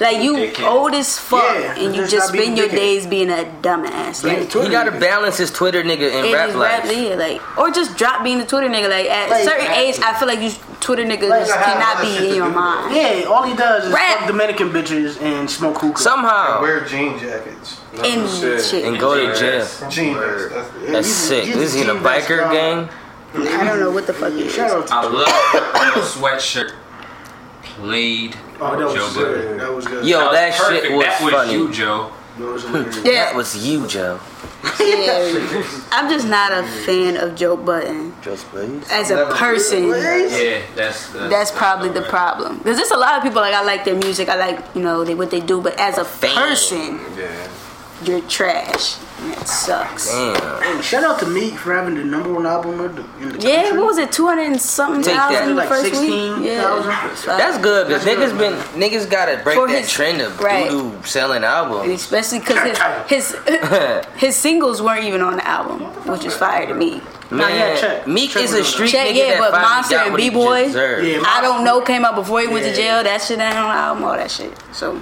[SPEAKER 4] like you old as fuck
[SPEAKER 2] Oh, Yeah,
[SPEAKER 4] and you
[SPEAKER 2] just
[SPEAKER 4] just
[SPEAKER 2] not being
[SPEAKER 4] spend your
[SPEAKER 2] dickhead.
[SPEAKER 4] days being a dumbass. Like
[SPEAKER 3] He gotta balance his Twitter nigga and
[SPEAKER 4] and
[SPEAKER 3] rap
[SPEAKER 4] just rap,
[SPEAKER 3] life.
[SPEAKER 4] yeah, like or just drop being a Twitter nigga. Like at
[SPEAKER 2] Like,
[SPEAKER 4] certain age, I feel like you Twitter niggas just
[SPEAKER 5] I have
[SPEAKER 4] cannot
[SPEAKER 5] other shit
[SPEAKER 4] be in
[SPEAKER 5] to
[SPEAKER 4] your
[SPEAKER 5] do.
[SPEAKER 4] mind.
[SPEAKER 2] Yeah, all he does is
[SPEAKER 4] Rap.
[SPEAKER 2] fuck Dominican bitches and smoke hookah.
[SPEAKER 3] Somehow
[SPEAKER 5] Wear jean jackets.
[SPEAKER 4] And
[SPEAKER 8] shit.
[SPEAKER 4] shit.
[SPEAKER 3] and go to jail.
[SPEAKER 5] Jean jackets. That's it.
[SPEAKER 3] That's
[SPEAKER 2] He's a-
[SPEAKER 3] sick.
[SPEAKER 2] he's a
[SPEAKER 3] This is in a
[SPEAKER 2] genius,
[SPEAKER 3] biker
[SPEAKER 2] dog.
[SPEAKER 3] gang.
[SPEAKER 4] I don't know what the fuck it is.
[SPEAKER 2] Shout out to
[SPEAKER 10] I love your sweatshirt. Played
[SPEAKER 2] Oh, that
[SPEAKER 10] Joe
[SPEAKER 2] was
[SPEAKER 10] Budden.
[SPEAKER 2] good. That was good.
[SPEAKER 3] Yo, that
[SPEAKER 10] was perfect.
[SPEAKER 3] shit was
[SPEAKER 10] that was
[SPEAKER 3] funny.
[SPEAKER 10] you, Joe.
[SPEAKER 2] That was hilarious.
[SPEAKER 3] That
[SPEAKER 4] Yeah,
[SPEAKER 3] was you, Joe.
[SPEAKER 4] yeah. I'm just not a fan of Joe Button
[SPEAKER 3] Just please.
[SPEAKER 4] as a person.
[SPEAKER 10] Yeah, that's that's,
[SPEAKER 4] That's probably the problem. Because there's a lot of people like I like their music, I like you know they, what they do, but as a
[SPEAKER 3] Fan.
[SPEAKER 4] person,
[SPEAKER 8] Yeah.
[SPEAKER 4] you're trash. And that sucks.
[SPEAKER 3] Damn.
[SPEAKER 2] Hey, shout out to Meek for having the number one album of the, in the
[SPEAKER 4] Yeah,
[SPEAKER 2] country.
[SPEAKER 4] what was it, two hundred and something
[SPEAKER 3] Take that.
[SPEAKER 4] thousand the
[SPEAKER 2] Like
[SPEAKER 4] first week?
[SPEAKER 2] 16,000?
[SPEAKER 4] Yeah, So-
[SPEAKER 3] That's good because
[SPEAKER 2] That's good,
[SPEAKER 3] niggas been niggas gotta break
[SPEAKER 4] Uh, For
[SPEAKER 3] that
[SPEAKER 4] his-
[SPEAKER 3] trend of
[SPEAKER 4] right.
[SPEAKER 3] doo doo selling
[SPEAKER 4] And
[SPEAKER 3] albums.
[SPEAKER 4] especially because his his his singles weren't even on the album, which is fire to me.
[SPEAKER 2] Nah, yeah, check.
[SPEAKER 3] Man, Meek
[SPEAKER 2] Check
[SPEAKER 3] is
[SPEAKER 2] with
[SPEAKER 3] a
[SPEAKER 2] him.
[SPEAKER 3] street
[SPEAKER 4] Check,
[SPEAKER 3] nigga
[SPEAKER 4] yeah,
[SPEAKER 3] that
[SPEAKER 4] but
[SPEAKER 3] finally
[SPEAKER 4] Monster
[SPEAKER 3] got
[SPEAKER 4] and
[SPEAKER 3] what he
[SPEAKER 4] B-Boy?
[SPEAKER 3] deserved.
[SPEAKER 2] Yeah,
[SPEAKER 4] I don't know came out before he went to
[SPEAKER 2] Yeah.
[SPEAKER 4] jail. That shit ain't on the album, all that shit. So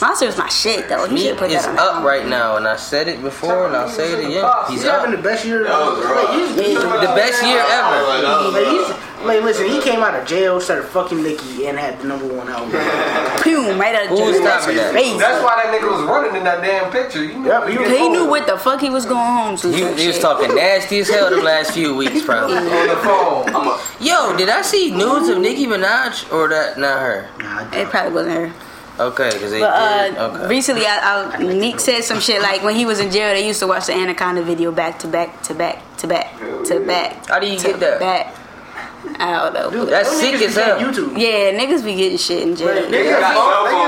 [SPEAKER 4] Monster is my shit though. He Oh, should
[SPEAKER 3] Meek
[SPEAKER 4] put
[SPEAKER 3] is
[SPEAKER 4] that on the
[SPEAKER 3] up
[SPEAKER 4] album.
[SPEAKER 3] right now, and I said it before, and I'll say it again. He's
[SPEAKER 2] He's
[SPEAKER 3] up.
[SPEAKER 2] having the best year.
[SPEAKER 8] That was rough.
[SPEAKER 2] Like, he's- he's-
[SPEAKER 3] The best year ever.
[SPEAKER 2] Like, he's, like, listen, he came out of jail, started fucking Nicki, and had the number one album.
[SPEAKER 4] Boom, right out of
[SPEAKER 3] Who's
[SPEAKER 4] jail. That's
[SPEAKER 3] stopping that?
[SPEAKER 4] crazy.
[SPEAKER 5] That's why that nigga was running in that damn picture. You know,
[SPEAKER 2] Yep, he was-
[SPEAKER 4] He knew what the fuck he was going home to.
[SPEAKER 3] He,
[SPEAKER 4] type
[SPEAKER 3] he was
[SPEAKER 4] shit.
[SPEAKER 3] talking nasty as hell the last few weeks, probably.
[SPEAKER 5] on the phone. I'm a,
[SPEAKER 3] Yo, did I see news of Nicki Minaj or that? Not her.
[SPEAKER 4] It probably wasn't her.
[SPEAKER 3] Okay, because they
[SPEAKER 4] But
[SPEAKER 3] did.
[SPEAKER 4] uh,
[SPEAKER 3] Okay.
[SPEAKER 4] recently, I, I, Nick said some shit like when he was in jail, they used to watch the Anaconda video back to back to back to back to back.
[SPEAKER 3] How do you
[SPEAKER 4] to
[SPEAKER 3] get that?
[SPEAKER 4] Back. I don't know. but-
[SPEAKER 3] That's
[SPEAKER 2] Them
[SPEAKER 3] sick
[SPEAKER 2] niggas
[SPEAKER 3] as
[SPEAKER 2] be
[SPEAKER 3] hell.
[SPEAKER 2] on YouTube.
[SPEAKER 4] yeah, niggas be getting shit in jail.
[SPEAKER 5] they got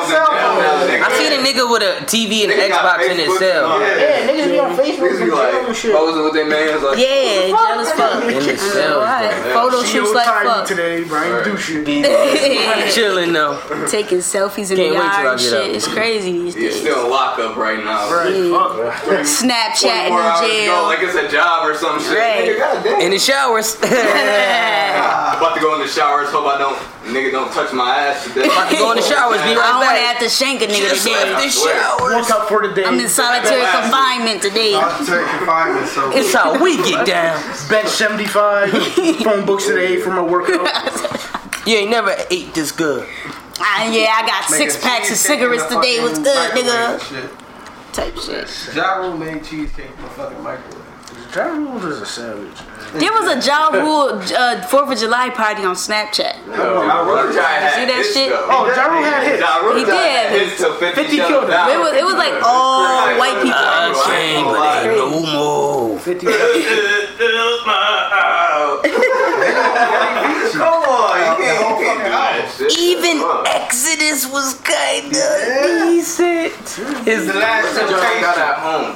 [SPEAKER 5] cell phones. They
[SPEAKER 3] I seen a nigga with a TV and
[SPEAKER 8] Nigga
[SPEAKER 3] an
[SPEAKER 8] got
[SPEAKER 3] Xbox in his
[SPEAKER 8] Facebook
[SPEAKER 3] cell.
[SPEAKER 8] and all that.
[SPEAKER 2] Yeah, niggas be on Facebook
[SPEAKER 8] Niggas
[SPEAKER 2] and
[SPEAKER 8] be
[SPEAKER 2] jail and
[SPEAKER 8] like
[SPEAKER 2] shit.
[SPEAKER 8] posing with their mans like.
[SPEAKER 4] Yeah, jealous fuck.
[SPEAKER 3] In his
[SPEAKER 4] I'm
[SPEAKER 3] cell,
[SPEAKER 4] like,
[SPEAKER 3] bro.
[SPEAKER 4] alright, Photo
[SPEAKER 2] She
[SPEAKER 4] shoots
[SPEAKER 2] was
[SPEAKER 4] like
[SPEAKER 2] tired of me
[SPEAKER 4] fuck.
[SPEAKER 2] today, Brian. Do shit.
[SPEAKER 3] Chilling though.
[SPEAKER 4] Taking selfies in
[SPEAKER 3] Can't
[SPEAKER 4] the
[SPEAKER 3] wait till
[SPEAKER 4] yard
[SPEAKER 3] I
[SPEAKER 4] and
[SPEAKER 3] get
[SPEAKER 4] shit.
[SPEAKER 3] up.
[SPEAKER 4] It's crazy these
[SPEAKER 8] You're
[SPEAKER 4] days.
[SPEAKER 8] still in lockup right now.
[SPEAKER 2] Right, fuck.
[SPEAKER 4] Snapchat
[SPEAKER 8] 24 hours
[SPEAKER 4] in
[SPEAKER 8] to go,
[SPEAKER 4] jail.
[SPEAKER 8] like it's a job or some shit.
[SPEAKER 4] Right.
[SPEAKER 3] In the showers.
[SPEAKER 8] I'm about to go in the showers. Hope I don't, nigga, don't touch my ass today.
[SPEAKER 3] About to go in the showers, be
[SPEAKER 4] I don't want to
[SPEAKER 3] right
[SPEAKER 4] have to shank a
[SPEAKER 3] back.
[SPEAKER 4] nigga
[SPEAKER 3] Just left
[SPEAKER 4] today.
[SPEAKER 3] the
[SPEAKER 2] Woke
[SPEAKER 3] showers.
[SPEAKER 2] up for the day.
[SPEAKER 4] I'm in solitary confinement today.
[SPEAKER 5] got certain confinement, so
[SPEAKER 3] It's how we get down.
[SPEAKER 2] Bet 75 phone books today for my workout.
[SPEAKER 3] You ain't never ate this good.
[SPEAKER 4] Ah, yeah, I got six
[SPEAKER 5] Nigga,
[SPEAKER 4] packs of
[SPEAKER 5] cheesecake in the
[SPEAKER 4] cigarettes today. What's
[SPEAKER 5] fucking
[SPEAKER 4] good, nigga?
[SPEAKER 5] microwave and
[SPEAKER 4] Type shit.
[SPEAKER 5] shit. Ja Rule made cheesecake in the fucking microwave.
[SPEAKER 2] Ja Rule is a savage.
[SPEAKER 4] There was a Ja Rule uh, 4th of July party on Snapchat. See that shit?
[SPEAKER 2] Oh, Ja Rule had hits.
[SPEAKER 4] He did.
[SPEAKER 1] It's to 50,
[SPEAKER 2] 50 killed him.
[SPEAKER 4] It was, it was like all white people.
[SPEAKER 1] Come on, you can't you can't do that shit.
[SPEAKER 4] Even Exodus was kinda.
[SPEAKER 1] It's the last
[SPEAKER 11] got
[SPEAKER 1] temptation.
[SPEAKER 11] at home.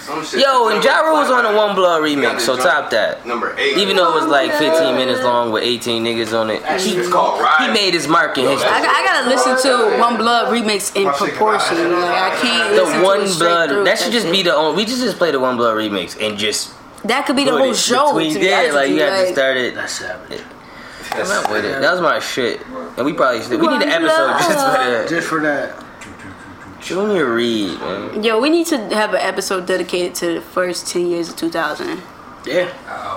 [SPEAKER 11] Some shit.
[SPEAKER 3] Yo, and Ja Rule was on the One Blood remix, so top that.
[SPEAKER 11] Number eight.
[SPEAKER 3] Even though it was like 15 minutes long with 18 niggas on it, he,
[SPEAKER 11] it's called
[SPEAKER 3] he
[SPEAKER 11] Ride.
[SPEAKER 3] made his mark in history.
[SPEAKER 4] I, I gotta listen to One Blood remix in proportion. Like I can't
[SPEAKER 3] The
[SPEAKER 4] listen to
[SPEAKER 3] One
[SPEAKER 4] it straight
[SPEAKER 3] Blood,
[SPEAKER 4] through.
[SPEAKER 3] that should just
[SPEAKER 4] That's
[SPEAKER 3] be
[SPEAKER 4] it.
[SPEAKER 3] the only. We just just play the One Blood remix and just
[SPEAKER 4] That could be the
[SPEAKER 3] put
[SPEAKER 4] whole
[SPEAKER 3] it
[SPEAKER 4] show.
[SPEAKER 3] between
[SPEAKER 4] To be
[SPEAKER 3] there.
[SPEAKER 4] honest
[SPEAKER 3] Like
[SPEAKER 4] with
[SPEAKER 3] you
[SPEAKER 4] you,
[SPEAKER 3] have to
[SPEAKER 4] like,
[SPEAKER 3] start it.
[SPEAKER 2] That's savage.
[SPEAKER 3] I'm not with it. That was my shit, and we probably should, we need an
[SPEAKER 4] One
[SPEAKER 3] episode just for that.
[SPEAKER 2] Just for that.
[SPEAKER 3] Junior Reed, man.
[SPEAKER 4] Yo, we need to have an episode dedicated to the first ten years of 2000.
[SPEAKER 2] Yeah.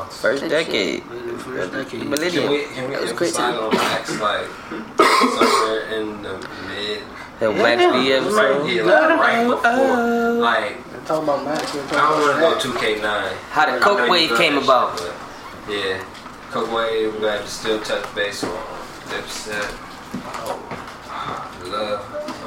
[SPEAKER 3] first
[SPEAKER 4] Good shit.
[SPEAKER 3] decade.
[SPEAKER 2] First decade.
[SPEAKER 10] Can
[SPEAKER 3] Millennium.
[SPEAKER 10] we, can we
[SPEAKER 4] was a great
[SPEAKER 10] emphasize
[SPEAKER 4] time.
[SPEAKER 10] on Max like somewhere in the mid?
[SPEAKER 3] The Wax B episode.
[SPEAKER 10] Yeah, like right before. Like
[SPEAKER 12] Talking about Max.
[SPEAKER 10] I don't want to go 2K9.
[SPEAKER 3] How the
[SPEAKER 10] I
[SPEAKER 3] Coke
[SPEAKER 10] know you
[SPEAKER 3] Wave
[SPEAKER 10] love
[SPEAKER 3] came
[SPEAKER 10] that shit,
[SPEAKER 3] about.
[SPEAKER 10] but, Yeah, Coke Wave. We got to still touch base on Dipset. Oh, love.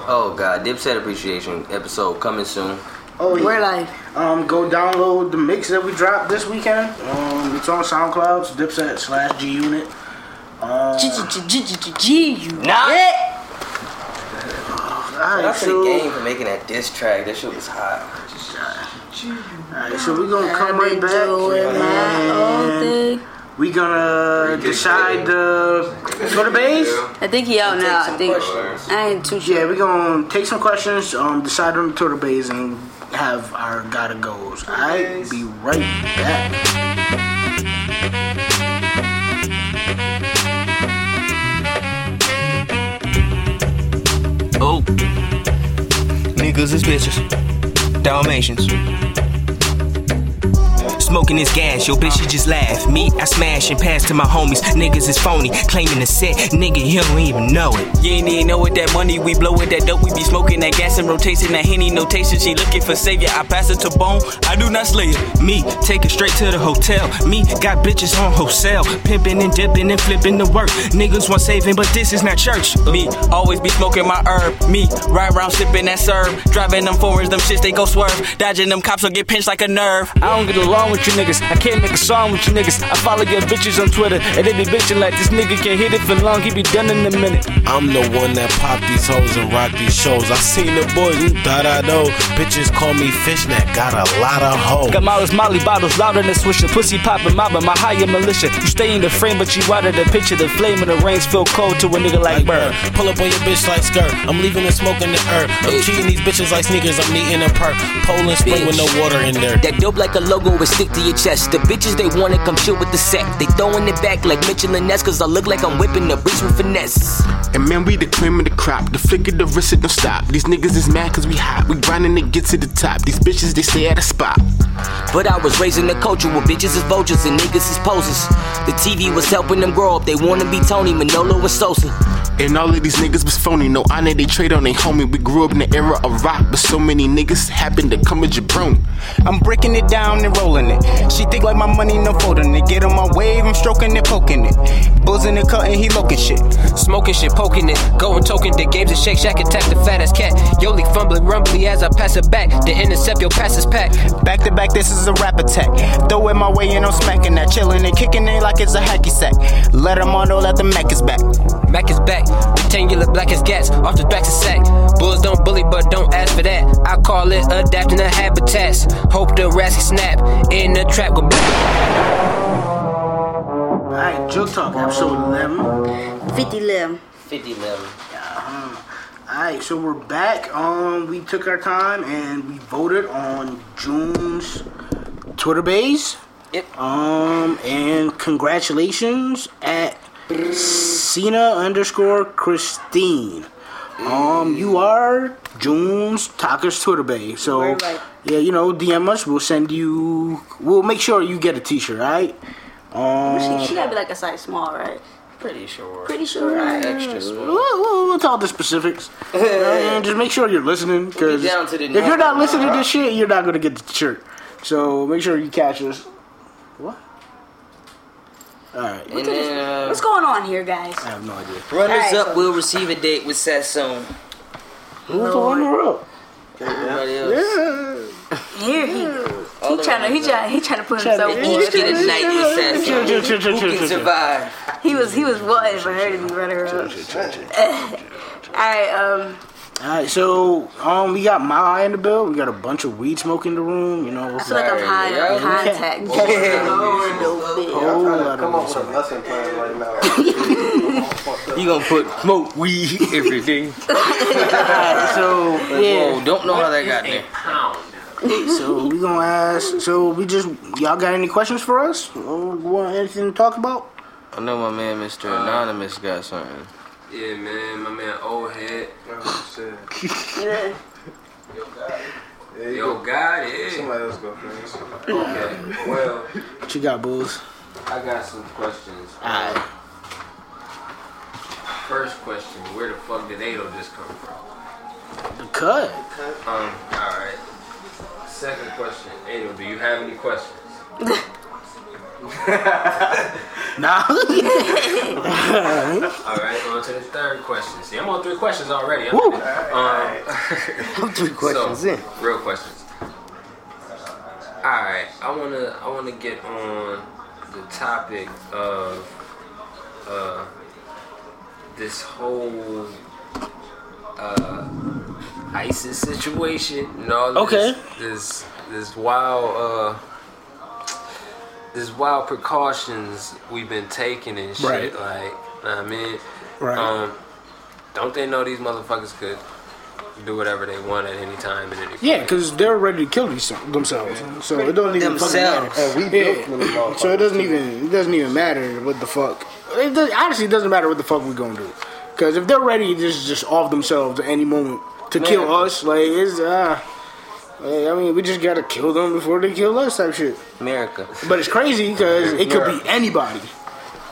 [SPEAKER 3] Oh God, Dipset Appreciation episode coming soon.
[SPEAKER 2] Oh, yeah.
[SPEAKER 4] We're like,
[SPEAKER 2] Um, go download the mix that we dropped this weekend. Um, it's on SoundCloud, it's Dipset slash G Unit.
[SPEAKER 4] G G G G G G you.
[SPEAKER 3] Nah.
[SPEAKER 4] Yeah.
[SPEAKER 2] Alright,
[SPEAKER 3] That's the game
[SPEAKER 2] so,
[SPEAKER 3] for making that diss track. That shit was hot.
[SPEAKER 2] alright, so we're gonna come
[SPEAKER 4] I've
[SPEAKER 2] right
[SPEAKER 4] been
[SPEAKER 2] back.
[SPEAKER 4] doing my own
[SPEAKER 2] and
[SPEAKER 4] thing.
[SPEAKER 2] We gonna decide the for the base.
[SPEAKER 4] I think he out now. I think I ain't too
[SPEAKER 2] Yeah,
[SPEAKER 4] sure.
[SPEAKER 2] we're gonna take some questions, um, decide on the turtle bays, and have our gotta goes. I'll be right back.
[SPEAKER 13] Oh, niggas is bitches. Dalmatians. Smoking this gas, yo bitch, she just laugh. Me, I smash and pass to my homies. Niggas is phony, claiming to set. Nigga, he don't even know it.
[SPEAKER 6] You ain't even know what that money we blow with that dope. We be smoking that gas and rotation that henny notation. She looking for savior. I pass it to bone. I do not slay it. Me take it straight to the hotel. Me got bitches on wholesale, pimping and dipping and flipping the work. Niggas want saving, but this is not church. Me always be smoking my herb. Me ride round sipping that serve. Driving them foreigns, them shits they go swerve. Dodging them cops will get pinched like a nerve.
[SPEAKER 14] I don't get along with you niggas. I can't make a song with you niggas. I follow your bitches on Twitter, and they be bitching like this nigga can't hit it for long. He be done in a minute.
[SPEAKER 9] I'm the one that pop these hoes and rock these shows. I seen the boys, ooh, da da do. Bitches call me fishnet, got a lot of hoes.
[SPEAKER 14] Got models, molly bottles, louder than swisher. Pussy poppin', mobbin', my higher militia. You stay in the frame, but you out of the picture. The flame and the rains feel cold to a nigga like Bird.
[SPEAKER 9] uh, Pull up on your bitch like skirt. I'm leaving and smoking the herb. I'm cheating these bitches like sneakers. I'm needing a perk. Poland spring with no water in there.
[SPEAKER 6] That dope like a logo would stick to your chest. The bitches they want it, come shoot with the sack. They throwing it back like Mitchell and Ness, cause I look like I'm whipping the bitch with finesse.
[SPEAKER 9] And man, we the cream of the crop. The flick of the wrist, it don't stop. These niggas is mad cause we hot. We grinding to get to the top. These bitches, they stay at a spot.
[SPEAKER 6] But I was raised in a culture where bitches is vultures and niggas is posers. The TV was helping them grow up. They wanna be Tony, Manolo, and Sosa.
[SPEAKER 9] And all of these niggas was phony. No honor, they trade on they homie. We grew up in the era of rock, but so many niggas happened to come with jabron.
[SPEAKER 7] I'm breaking it down and rolling it. She think like my money, no folding it. Get on my wave, I'm stroking it, poking it. Bulls in the cut and he looking shit.
[SPEAKER 6] Smoking shit, poking it, going token. The games and shake shack attack the fat ass cat. Yoli fumbling, rumbly as I pass it back. The intercept your pass is packed.
[SPEAKER 7] Back to back, this is a rap attack. Throw it my way and I'm smacking that. Chilling and kicking it like it's a hacky sack. Let him on, know that the Mac is back.
[SPEAKER 6] Mac is back, rectangular black as gats, off the backs of sack. Bulls don't bully, but don't ask for that. I call it adapting to habitats. Hope the rats can snap in the trap with black.
[SPEAKER 2] Alright, Joke Talk, episode 11.
[SPEAKER 4] 50 limb.
[SPEAKER 3] 50 level.
[SPEAKER 2] Alright, so we're back. Um, we took our time and we voted on June's Twitter base.
[SPEAKER 3] Yep.
[SPEAKER 2] Um, and congratulations at Cena underscore Christine. Um, you are June's Takas Twitter Bay.
[SPEAKER 4] We're
[SPEAKER 2] So,
[SPEAKER 4] right.
[SPEAKER 2] yeah, you know, DM us. We'll send you. We'll make sure you get a T-shirt, right?
[SPEAKER 4] she, she gotta be like a size small, right?
[SPEAKER 3] Pretty sure.
[SPEAKER 4] Pretty sure. Right?
[SPEAKER 3] Extra
[SPEAKER 2] We'll,
[SPEAKER 3] small.
[SPEAKER 2] Uh, we'll, we'll talk the specifics. Uh, You know, and just make sure you're listening, because
[SPEAKER 3] down to the
[SPEAKER 2] if you're not
[SPEAKER 3] numbers,
[SPEAKER 2] listening to this shit, you're not gonna get the shirt. So make sure you catch us. What? All right.
[SPEAKER 4] What the- What's going on here, guys?
[SPEAKER 2] I have no idea.
[SPEAKER 3] uh, Runners
[SPEAKER 4] Alright,
[SPEAKER 3] up
[SPEAKER 4] so-
[SPEAKER 3] will receive a date with Sassoon.
[SPEAKER 2] Who's the runner up?
[SPEAKER 3] Everybody else.
[SPEAKER 2] Yeah.
[SPEAKER 4] Here he goes.
[SPEAKER 3] All
[SPEAKER 4] He
[SPEAKER 3] the
[SPEAKER 4] trying to, he
[SPEAKER 3] runners
[SPEAKER 4] trying, he trying to put
[SPEAKER 3] Tryna-
[SPEAKER 4] himself
[SPEAKER 3] Each get a night with Sassoon. Who can survive?
[SPEAKER 4] He was, he was whatever heard of me runner up. All right, um,
[SPEAKER 2] All right, so um, we got my eye in the bill. We got a bunch of weed smoke in the room. You know,
[SPEAKER 4] I feel like I'm high on
[SPEAKER 2] Yeah, we can't-
[SPEAKER 4] contact.
[SPEAKER 2] we can't-
[SPEAKER 4] Oh,
[SPEAKER 5] I'm trying to come up with a lesson plan right now.
[SPEAKER 3] You gonna put smoke weed every day.
[SPEAKER 2] so yeah.
[SPEAKER 3] Whoa, don't know how that got there.
[SPEAKER 2] so we gonna ask. So we just y'all got any questions for us? Uh, want anything to talk about?
[SPEAKER 3] I know my man, Mr. Anonymous, got something.
[SPEAKER 10] Yeah, man, my man, old head. Oh,
[SPEAKER 4] shit.
[SPEAKER 10] Yo, got it.
[SPEAKER 5] Somebody else go first.
[SPEAKER 10] Okay, well,
[SPEAKER 2] What you got, bulls?
[SPEAKER 10] I got some questions.
[SPEAKER 2] Alright.
[SPEAKER 10] First question, where the fuck did Ado just come from?
[SPEAKER 2] The cut.
[SPEAKER 10] Um, alright. Second question, Ado, do you have any questions?
[SPEAKER 2] Nah.
[SPEAKER 10] Alright, on to the third question. See, I'm on three questions already. I'm,
[SPEAKER 2] Woo.
[SPEAKER 10] um,
[SPEAKER 2] three questions
[SPEAKER 10] so,
[SPEAKER 2] in.
[SPEAKER 10] Real questions. Alright, I wanna I wanna get on the topic of uh this whole uh ISIS situation and all this
[SPEAKER 2] Okay.
[SPEAKER 10] this this wild uh this wild precautions we've been taking and shit
[SPEAKER 2] Right.
[SPEAKER 10] like know what I mean
[SPEAKER 2] Right.
[SPEAKER 10] um don't they know these motherfuckers could do whatever they want at any time and any
[SPEAKER 2] Yeah, because they're ready to kill these, themselves. So it doesn't even fucking matter.
[SPEAKER 10] Themselves. And we built them
[SPEAKER 2] yeah. So it doesn't even it doesn't even matter what the fuck. It does, honestly it doesn't matter what the fuck we gonna do. Because if they're ready, just just off themselves at any moment to kill
[SPEAKER 3] Man.
[SPEAKER 2] us. Like it's uh, like, I mean we just gotta kill them before they kill us type shit.
[SPEAKER 3] America.
[SPEAKER 2] But it's crazy because it could be
[SPEAKER 10] America.
[SPEAKER 2] anybody.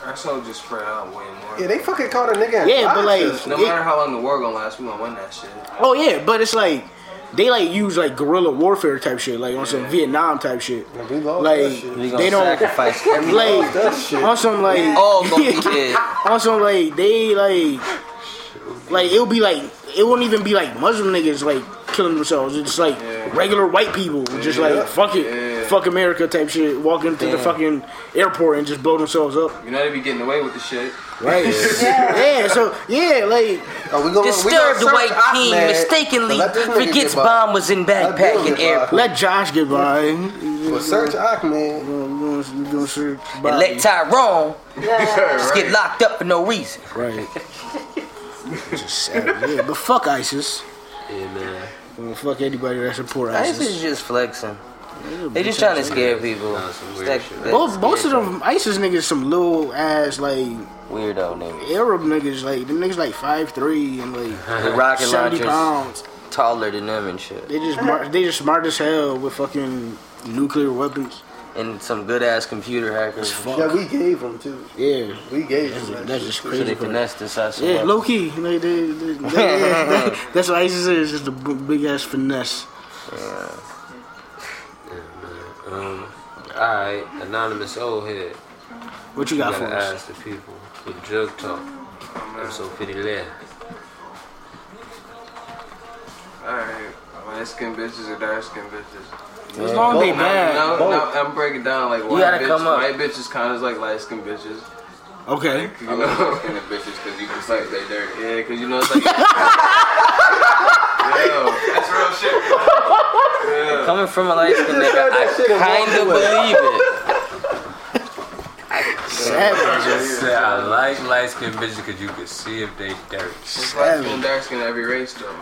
[SPEAKER 10] Our soldiers spread out way more.
[SPEAKER 5] Yeah, they fucking caught a nigga. in
[SPEAKER 2] Yeah, but, like,
[SPEAKER 5] boxes.
[SPEAKER 2] No it- matter
[SPEAKER 1] how long the war gonna last, we gonna win that shit.
[SPEAKER 2] Oh yeah, but it's like they like use like guerrilla warfare type shit, like on some Vietnam type shit. like
[SPEAKER 3] We gonna
[SPEAKER 2] they don't
[SPEAKER 3] sacrifice everything. Oh,
[SPEAKER 2] like on some like
[SPEAKER 3] We all gonna be dead.
[SPEAKER 2] on some like they like like it'll be like it won't even be like Muslim niggas like killing themselves. It's like regular white people just like
[SPEAKER 1] Yeah.
[SPEAKER 2] fuck it,
[SPEAKER 1] Yeah.
[SPEAKER 2] fuck America type shit, walking to the
[SPEAKER 1] Damn.
[SPEAKER 2] fucking airport and just blow themselves up.
[SPEAKER 1] You know they be getting away with the shit.
[SPEAKER 2] Right. yeah. so yeah, like
[SPEAKER 5] oh, we
[SPEAKER 3] Disturbed the white king mistakenly forgets bomb was in backpack and airport.
[SPEAKER 2] Let Josh get by.
[SPEAKER 5] Well, search Ahmed.
[SPEAKER 3] And let Tyrone just get
[SPEAKER 1] Right.
[SPEAKER 3] locked up for no reason.
[SPEAKER 2] Right. Just sad. Yeah, but fuck ISIS.
[SPEAKER 10] Yeah, man.
[SPEAKER 2] Well, fuck anybody that support ISIS.
[SPEAKER 3] ISIS is just flexing. They just trying to scare people. That- that
[SPEAKER 2] Both, most of
[SPEAKER 3] scares
[SPEAKER 2] them ISIS niggas some little ass like
[SPEAKER 3] Weirdo niggas.
[SPEAKER 2] Arab niggas like them niggas like five three and like
[SPEAKER 3] The rocket
[SPEAKER 2] seventy
[SPEAKER 3] launchers
[SPEAKER 2] pounds.
[SPEAKER 3] taller than them and shit.
[SPEAKER 2] They just mar- they just smart as hell with fucking nuclear weapons.
[SPEAKER 3] And some good ass computer hackers.
[SPEAKER 5] Yeah, we gave them too.
[SPEAKER 2] Yeah,
[SPEAKER 5] we gave
[SPEAKER 2] That's-
[SPEAKER 5] them.
[SPEAKER 2] that's just
[SPEAKER 3] So
[SPEAKER 2] crazy
[SPEAKER 3] they
[SPEAKER 2] for
[SPEAKER 3] finessed us out some
[SPEAKER 2] Yeah,
[SPEAKER 3] weapons.
[SPEAKER 2] low key. Like, they, they- they- they- that's what ISIS is. Just a big ass finesse.
[SPEAKER 10] Um, alright, anonymous old head.
[SPEAKER 2] What you got
[SPEAKER 10] gotta
[SPEAKER 2] for us?
[SPEAKER 10] ask the people with drug talk. I'm so pretty lit.
[SPEAKER 1] Alright, light skin bitches or dark skin bitches.
[SPEAKER 2] As long as they bad.
[SPEAKER 1] No, no,
[SPEAKER 2] Both.
[SPEAKER 1] I'm breaking down like
[SPEAKER 2] You
[SPEAKER 1] white
[SPEAKER 2] gotta
[SPEAKER 1] bitches.
[SPEAKER 2] come up.
[SPEAKER 1] White bitches kind of like light skin bitches.
[SPEAKER 2] Okay.
[SPEAKER 1] You know, light skin bitches because you can suck they dirt. Yeah, because you know it's like. Yo, that's real shit. Yeah.
[SPEAKER 3] Coming from a light skin nigga, I
[SPEAKER 1] shit and
[SPEAKER 3] kind of believe it.
[SPEAKER 10] Savage. said I like light skinned bitches because you can see if they dirty.
[SPEAKER 1] It's light skin, dark skin, every race though.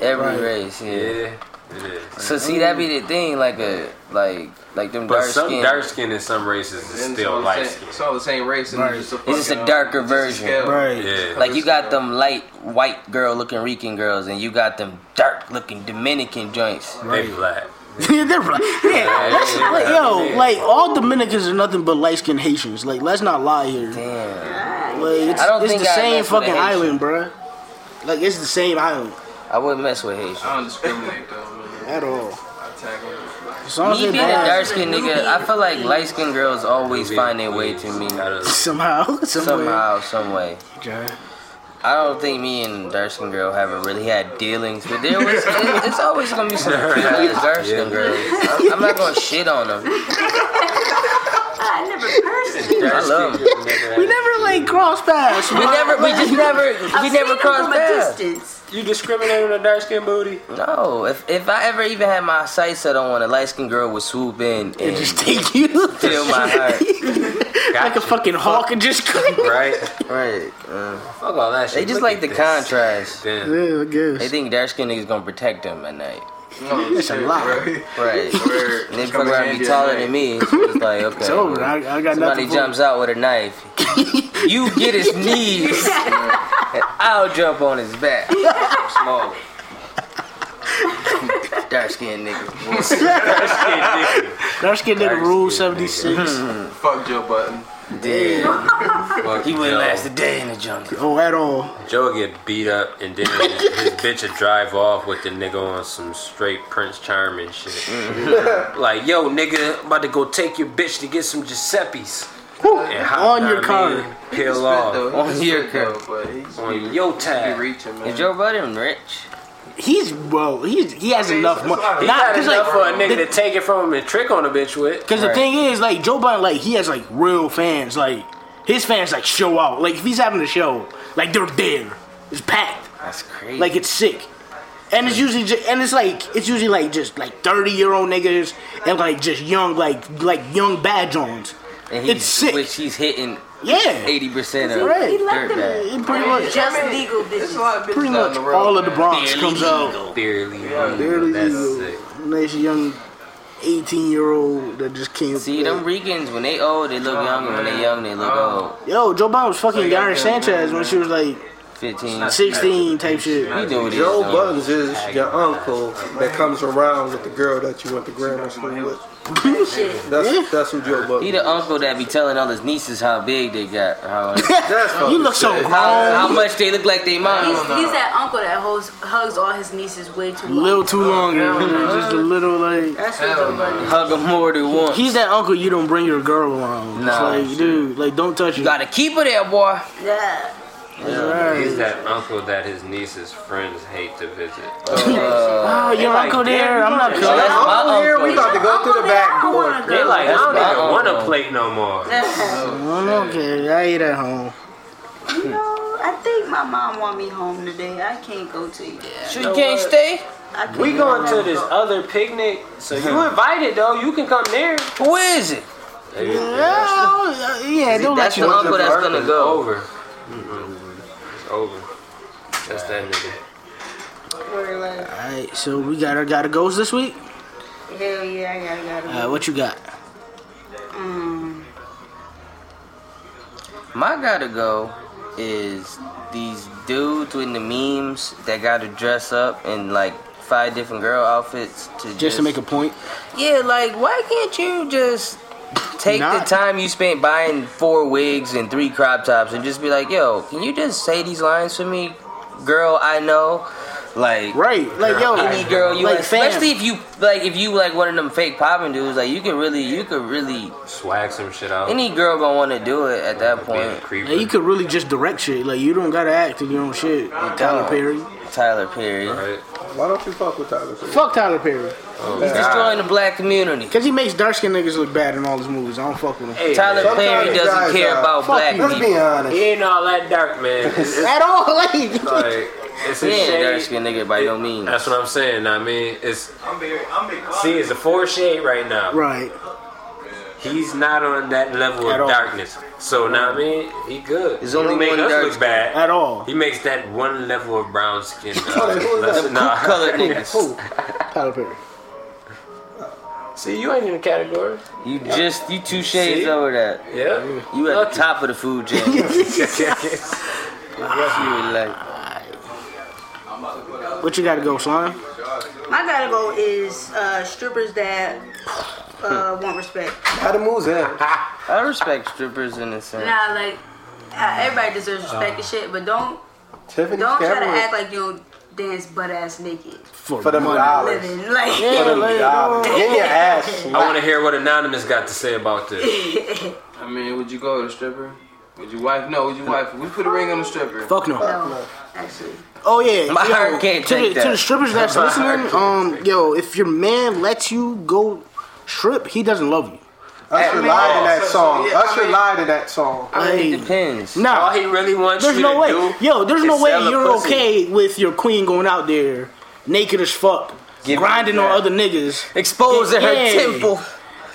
[SPEAKER 3] Every
[SPEAKER 1] Right.
[SPEAKER 3] race, yeah.
[SPEAKER 10] It is.
[SPEAKER 3] So see, that be the thing, like a like like them
[SPEAKER 10] But
[SPEAKER 3] dark
[SPEAKER 10] some
[SPEAKER 3] skin.
[SPEAKER 10] dark skin in some races is
[SPEAKER 1] And it's
[SPEAKER 10] still
[SPEAKER 1] all the
[SPEAKER 10] light
[SPEAKER 1] same-
[SPEAKER 10] skin.
[SPEAKER 1] It's all the same race. And it's just a,
[SPEAKER 3] It's just
[SPEAKER 1] fucking,
[SPEAKER 3] a
[SPEAKER 1] um,
[SPEAKER 3] darker
[SPEAKER 1] just a
[SPEAKER 3] version.
[SPEAKER 1] scale.
[SPEAKER 10] Yeah.
[SPEAKER 3] Like you got them light white girl looking Rican girls, and you got them dark looking Dominican joints.
[SPEAKER 10] They black.
[SPEAKER 2] They're right. Yeah, that's, like, yo, like all Dominicans are nothing but light skinned Haitians. Like, let's not lie here.
[SPEAKER 3] Damn.
[SPEAKER 2] Like, it's,
[SPEAKER 3] I don't
[SPEAKER 2] it's
[SPEAKER 3] think
[SPEAKER 2] the
[SPEAKER 3] I
[SPEAKER 2] same
[SPEAKER 3] mess with a
[SPEAKER 2] fucking
[SPEAKER 3] Haitian.
[SPEAKER 2] island, bruh. Like, it's the same island
[SPEAKER 3] I wouldn't mess with Haitians.
[SPEAKER 1] I don't discriminate though. Man.
[SPEAKER 2] at all.
[SPEAKER 1] I tag them.
[SPEAKER 2] As long as
[SPEAKER 3] me
[SPEAKER 2] they
[SPEAKER 3] being a
[SPEAKER 2] bad.
[SPEAKER 3] dark skinned nigga, I feel like light skinned girls always find their way to me.
[SPEAKER 2] Somehow, some way.
[SPEAKER 3] somehow, some way. I don't think me and dark skinned girl haven't really had dealings, but there was. it- it's always gonna be some cute ass dark skinned girls. I'm, I'm not gonna shit on them.
[SPEAKER 4] I never personally.
[SPEAKER 3] I love them.
[SPEAKER 2] We never like cross paths.
[SPEAKER 3] We never, we just never, we
[SPEAKER 4] I've
[SPEAKER 3] never
[SPEAKER 4] seen them
[SPEAKER 3] crossed
[SPEAKER 4] from a
[SPEAKER 3] paths.
[SPEAKER 4] distance.
[SPEAKER 3] You discriminating on a dark skinned booty? No. If if I ever even had my sights set on one, a light skinned girl would swoop in and,
[SPEAKER 2] just take you.
[SPEAKER 3] fill my heart.
[SPEAKER 2] like a fucking hawk and just
[SPEAKER 3] right, right. Fuck all that They
[SPEAKER 2] shit.
[SPEAKER 3] just
[SPEAKER 2] Look
[SPEAKER 3] like
[SPEAKER 2] at
[SPEAKER 3] the
[SPEAKER 2] this.
[SPEAKER 3] contrast.
[SPEAKER 2] Yeah, I guess.
[SPEAKER 3] They think dark skinned niggas gonna protect them at night.
[SPEAKER 5] Oh,
[SPEAKER 1] No,
[SPEAKER 3] That's a
[SPEAKER 1] shit,
[SPEAKER 3] lot.
[SPEAKER 1] Right.
[SPEAKER 3] Right.
[SPEAKER 1] Word.
[SPEAKER 3] And they fuck
[SPEAKER 1] Come
[SPEAKER 3] around and
[SPEAKER 1] handy
[SPEAKER 3] be
[SPEAKER 1] at
[SPEAKER 3] taller
[SPEAKER 1] night.
[SPEAKER 3] than me. So it's like, okay.
[SPEAKER 2] It's over. I- I got
[SPEAKER 3] Somebody
[SPEAKER 2] nothing for
[SPEAKER 3] jumps out with a knife. you get his knees. and I'll jump on his back. Small. Dark skinned nigga.
[SPEAKER 2] Dark skinned nigga rule seventy six.
[SPEAKER 1] Fuck Joe Button.
[SPEAKER 3] Damn.
[SPEAKER 8] Fuck
[SPEAKER 3] he
[SPEAKER 8] Joe.
[SPEAKER 3] wouldn't last a day in the jungle.
[SPEAKER 2] Oh, at all.
[SPEAKER 8] Joe would get beat up and then his bitch would drive off with the nigga on some straight Prince Charming shit.
[SPEAKER 2] Mm-hmm.
[SPEAKER 8] like, yo, nigga, I'm about to go take your bitch to get some Giuseppe's. And hop,
[SPEAKER 2] On
[SPEAKER 8] know
[SPEAKER 2] your
[SPEAKER 8] what I mean?
[SPEAKER 2] card.
[SPEAKER 8] Peel off.
[SPEAKER 3] On your curve.
[SPEAKER 8] On your tab.
[SPEAKER 3] Is Joe Budden rich?
[SPEAKER 2] He's well. He's he has enough money.
[SPEAKER 8] He
[SPEAKER 2] Nah,
[SPEAKER 8] got
[SPEAKER 2] 'cause,
[SPEAKER 8] enough for
[SPEAKER 2] like,
[SPEAKER 8] a nigga
[SPEAKER 2] the-
[SPEAKER 8] to take it from him and trick on a bitch with.
[SPEAKER 2] Because the thing is, like Joe Biden, like he has like real fans. Like his fans like show out. Like if he's having a show, like they're there. It's packed.
[SPEAKER 3] That's crazy.
[SPEAKER 2] Like it's sick. And it's usually just, and it's like it's usually like just like thirty year old niggas and like just young like like young bad Jones.
[SPEAKER 3] and he's,
[SPEAKER 2] It's sick.
[SPEAKER 3] Which he's hitting
[SPEAKER 2] Yeah.
[SPEAKER 3] 80% of
[SPEAKER 2] Right. He
[SPEAKER 3] dirt bag.
[SPEAKER 2] It pretty much
[SPEAKER 4] Just legal bitches.
[SPEAKER 2] pretty much all of the Bronx comes out.
[SPEAKER 8] Barely.
[SPEAKER 2] Barely
[SPEAKER 8] That's
[SPEAKER 2] legal.
[SPEAKER 8] sick.
[SPEAKER 2] And there's a young eighteen year old that just came.
[SPEAKER 3] See, them Regans, when they old, they
[SPEAKER 1] Oh,
[SPEAKER 3] look young, and when they young, they look
[SPEAKER 2] Yo, Joe Biden was fucking Yara Sanchez when she was like
[SPEAKER 3] old. 15.
[SPEAKER 2] 16 type shit.
[SPEAKER 3] He do what he
[SPEAKER 5] Joe
[SPEAKER 3] do.
[SPEAKER 5] Buttons is your uncle that comes around with the girl that you went to grammar school with. That's that's who Joe
[SPEAKER 3] He
[SPEAKER 5] Buttons.
[SPEAKER 3] the uncle that be telling all his nieces how big they got, how,
[SPEAKER 5] That's
[SPEAKER 2] You
[SPEAKER 5] fucking
[SPEAKER 2] look so
[SPEAKER 5] sick.
[SPEAKER 2] grown.
[SPEAKER 3] how, how much they look like they
[SPEAKER 4] He's,
[SPEAKER 3] mom.
[SPEAKER 4] he's that uncle that holds, hugs all his nieces way too
[SPEAKER 2] A
[SPEAKER 4] long.
[SPEAKER 2] little too long. Just a little like.
[SPEAKER 4] That's what Joe Budden.
[SPEAKER 3] Hug them more than once.
[SPEAKER 2] He's that uncle you don't bring your girl around. It's
[SPEAKER 3] Nah,
[SPEAKER 2] like, dude, like don't touch
[SPEAKER 3] You
[SPEAKER 2] it.
[SPEAKER 3] gotta keep her there, boy.
[SPEAKER 4] Yeah.
[SPEAKER 8] He's that uncle that his niece's friends hate to visit.
[SPEAKER 2] Oh, your uncle there. I'm not
[SPEAKER 3] Oh,
[SPEAKER 2] cool.
[SPEAKER 3] that's my
[SPEAKER 5] Uncle here, we
[SPEAKER 3] uncle.
[SPEAKER 5] about to go through the back door.
[SPEAKER 8] They like, I
[SPEAKER 3] That's
[SPEAKER 8] don't
[SPEAKER 3] my
[SPEAKER 8] even want to
[SPEAKER 3] uncle.
[SPEAKER 8] plate no more.
[SPEAKER 2] I'm okay. I eat at home.
[SPEAKER 4] You know, I think my mom want me home today. I can't go to you.
[SPEAKER 3] She can't stay.
[SPEAKER 4] I can't
[SPEAKER 8] We
[SPEAKER 4] go
[SPEAKER 8] going to
[SPEAKER 4] home.
[SPEAKER 8] this other picnic, so you invited though. You can come there.
[SPEAKER 3] Who is it?
[SPEAKER 2] Yeah, I don't- Oh, yeah. Don't
[SPEAKER 3] That's
[SPEAKER 2] let
[SPEAKER 3] the
[SPEAKER 2] you.
[SPEAKER 3] uncle that's gonna go.
[SPEAKER 8] Over. It's over. That's that nigga.
[SPEAKER 4] Word, like,
[SPEAKER 2] Alright, so we got our gotta goes this week.
[SPEAKER 4] Hell yeah, I gotta, gotta Mm.
[SPEAKER 2] Uh, what you got?
[SPEAKER 3] My gotta go is these dudes with the memes that gotta dress up in like five different girl outfits to just,
[SPEAKER 2] Just to make a point.
[SPEAKER 3] Yeah, like why can't you just take the
[SPEAKER 2] Not-
[SPEAKER 3] time you spent buying four wigs and three crop tops and just be like, yo, can you just say these lines for me, girl? I know, like.
[SPEAKER 2] Right. Like yo.
[SPEAKER 3] Any girl you
[SPEAKER 2] like,
[SPEAKER 3] like, especially if you like, if you like one of them fake popping dudes, like you could really, you could really,
[SPEAKER 8] Swag some shit out.
[SPEAKER 3] any girl gonna want to do it at that
[SPEAKER 8] Being a
[SPEAKER 3] point.
[SPEAKER 8] creeper.
[SPEAKER 2] Like, you could really just direct shit. Like you don't gotta act in your own shit. Tyler Perry.
[SPEAKER 3] Tyler Perry.
[SPEAKER 8] Right? Oh,
[SPEAKER 5] Why don't you fuck with Tyler? Perry?
[SPEAKER 2] Fuck Tyler Perry.
[SPEAKER 3] He's destroying the black community.
[SPEAKER 2] Cause he makes dark skinned niggas look bad in all his movies. I don't fuck with him.
[SPEAKER 8] Hey,
[SPEAKER 3] Tyler
[SPEAKER 8] man,
[SPEAKER 3] Perry
[SPEAKER 5] Sometimes guys
[SPEAKER 3] doesn't care
[SPEAKER 5] are-
[SPEAKER 3] about
[SPEAKER 2] Fuck
[SPEAKER 3] black
[SPEAKER 2] you.
[SPEAKER 5] Let's
[SPEAKER 3] people.
[SPEAKER 5] be honest.
[SPEAKER 8] he ain't all that dark, man. It's, it's
[SPEAKER 2] At all, like.
[SPEAKER 8] like it's a
[SPEAKER 3] He ain't a dark
[SPEAKER 8] shade.
[SPEAKER 3] skinned nigga by no means.
[SPEAKER 8] That's what I'm saying. I mean, it's see, it's a four shade right now.
[SPEAKER 2] Right.
[SPEAKER 8] He's not on that level
[SPEAKER 2] At
[SPEAKER 8] of
[SPEAKER 2] all.
[SPEAKER 8] darkness. So now I mean, he good.
[SPEAKER 3] There's
[SPEAKER 8] he
[SPEAKER 3] only
[SPEAKER 8] don't make
[SPEAKER 3] one
[SPEAKER 8] us
[SPEAKER 3] dark
[SPEAKER 8] look
[SPEAKER 3] skin.
[SPEAKER 8] bad
[SPEAKER 2] At all.
[SPEAKER 8] He makes that one level of brown skin.
[SPEAKER 5] Hold on, who is that?
[SPEAKER 8] That's not
[SPEAKER 3] Colored niggas.
[SPEAKER 2] Who? Tyler Perry.
[SPEAKER 8] See, you ain't in the category.
[SPEAKER 3] You just you two shades
[SPEAKER 8] See?
[SPEAKER 3] over that.
[SPEAKER 8] Yeah.
[SPEAKER 3] You at the top of the food chain. That's you would like.
[SPEAKER 2] What you gotta go, slime?
[SPEAKER 4] My gotta go is uh, strippers that uh, want respect.
[SPEAKER 5] How the moves at?
[SPEAKER 3] I respect strippers in a sense.
[SPEAKER 4] Nah, like uh, everybody deserves respect and shit, but don't
[SPEAKER 5] Tiffany
[SPEAKER 4] don't try to
[SPEAKER 5] Cameron.
[SPEAKER 4] act like you dance butt ass naked.
[SPEAKER 2] For,
[SPEAKER 5] them
[SPEAKER 4] money.
[SPEAKER 5] dollars.
[SPEAKER 4] Living, like-
[SPEAKER 5] For them
[SPEAKER 4] Yeah, like,
[SPEAKER 5] dollars.
[SPEAKER 4] no.
[SPEAKER 5] Get your ass.
[SPEAKER 8] I want to hear what Anonymous got to say about this.
[SPEAKER 1] I mean, would you go to the stripper? Would your wife? No, would your wife? We put a ring on the stripper.
[SPEAKER 2] Fuck no.
[SPEAKER 4] Actually.
[SPEAKER 2] Oh yeah,
[SPEAKER 1] My
[SPEAKER 2] yo,
[SPEAKER 1] heart can't
[SPEAKER 2] to,
[SPEAKER 1] take
[SPEAKER 2] the,
[SPEAKER 1] that.
[SPEAKER 2] to the strippers that's
[SPEAKER 1] My heart
[SPEAKER 2] listening. Um, yo, if your man lets you go strip, he doesn't love you.
[SPEAKER 5] Usher lied in that song. Usher lied in that song.
[SPEAKER 2] Like,
[SPEAKER 3] depends.
[SPEAKER 2] Nah,
[SPEAKER 8] All he really wants
[SPEAKER 2] there's
[SPEAKER 8] you
[SPEAKER 2] no
[SPEAKER 8] to
[SPEAKER 2] way.
[SPEAKER 8] do
[SPEAKER 2] Yo, there's no
[SPEAKER 8] is
[SPEAKER 2] way
[SPEAKER 8] sell the
[SPEAKER 2] you're
[SPEAKER 8] pussy.
[SPEAKER 2] okay with your queen going out there naked as fuck, grinding on other niggas,
[SPEAKER 3] exposing
[SPEAKER 8] her temple.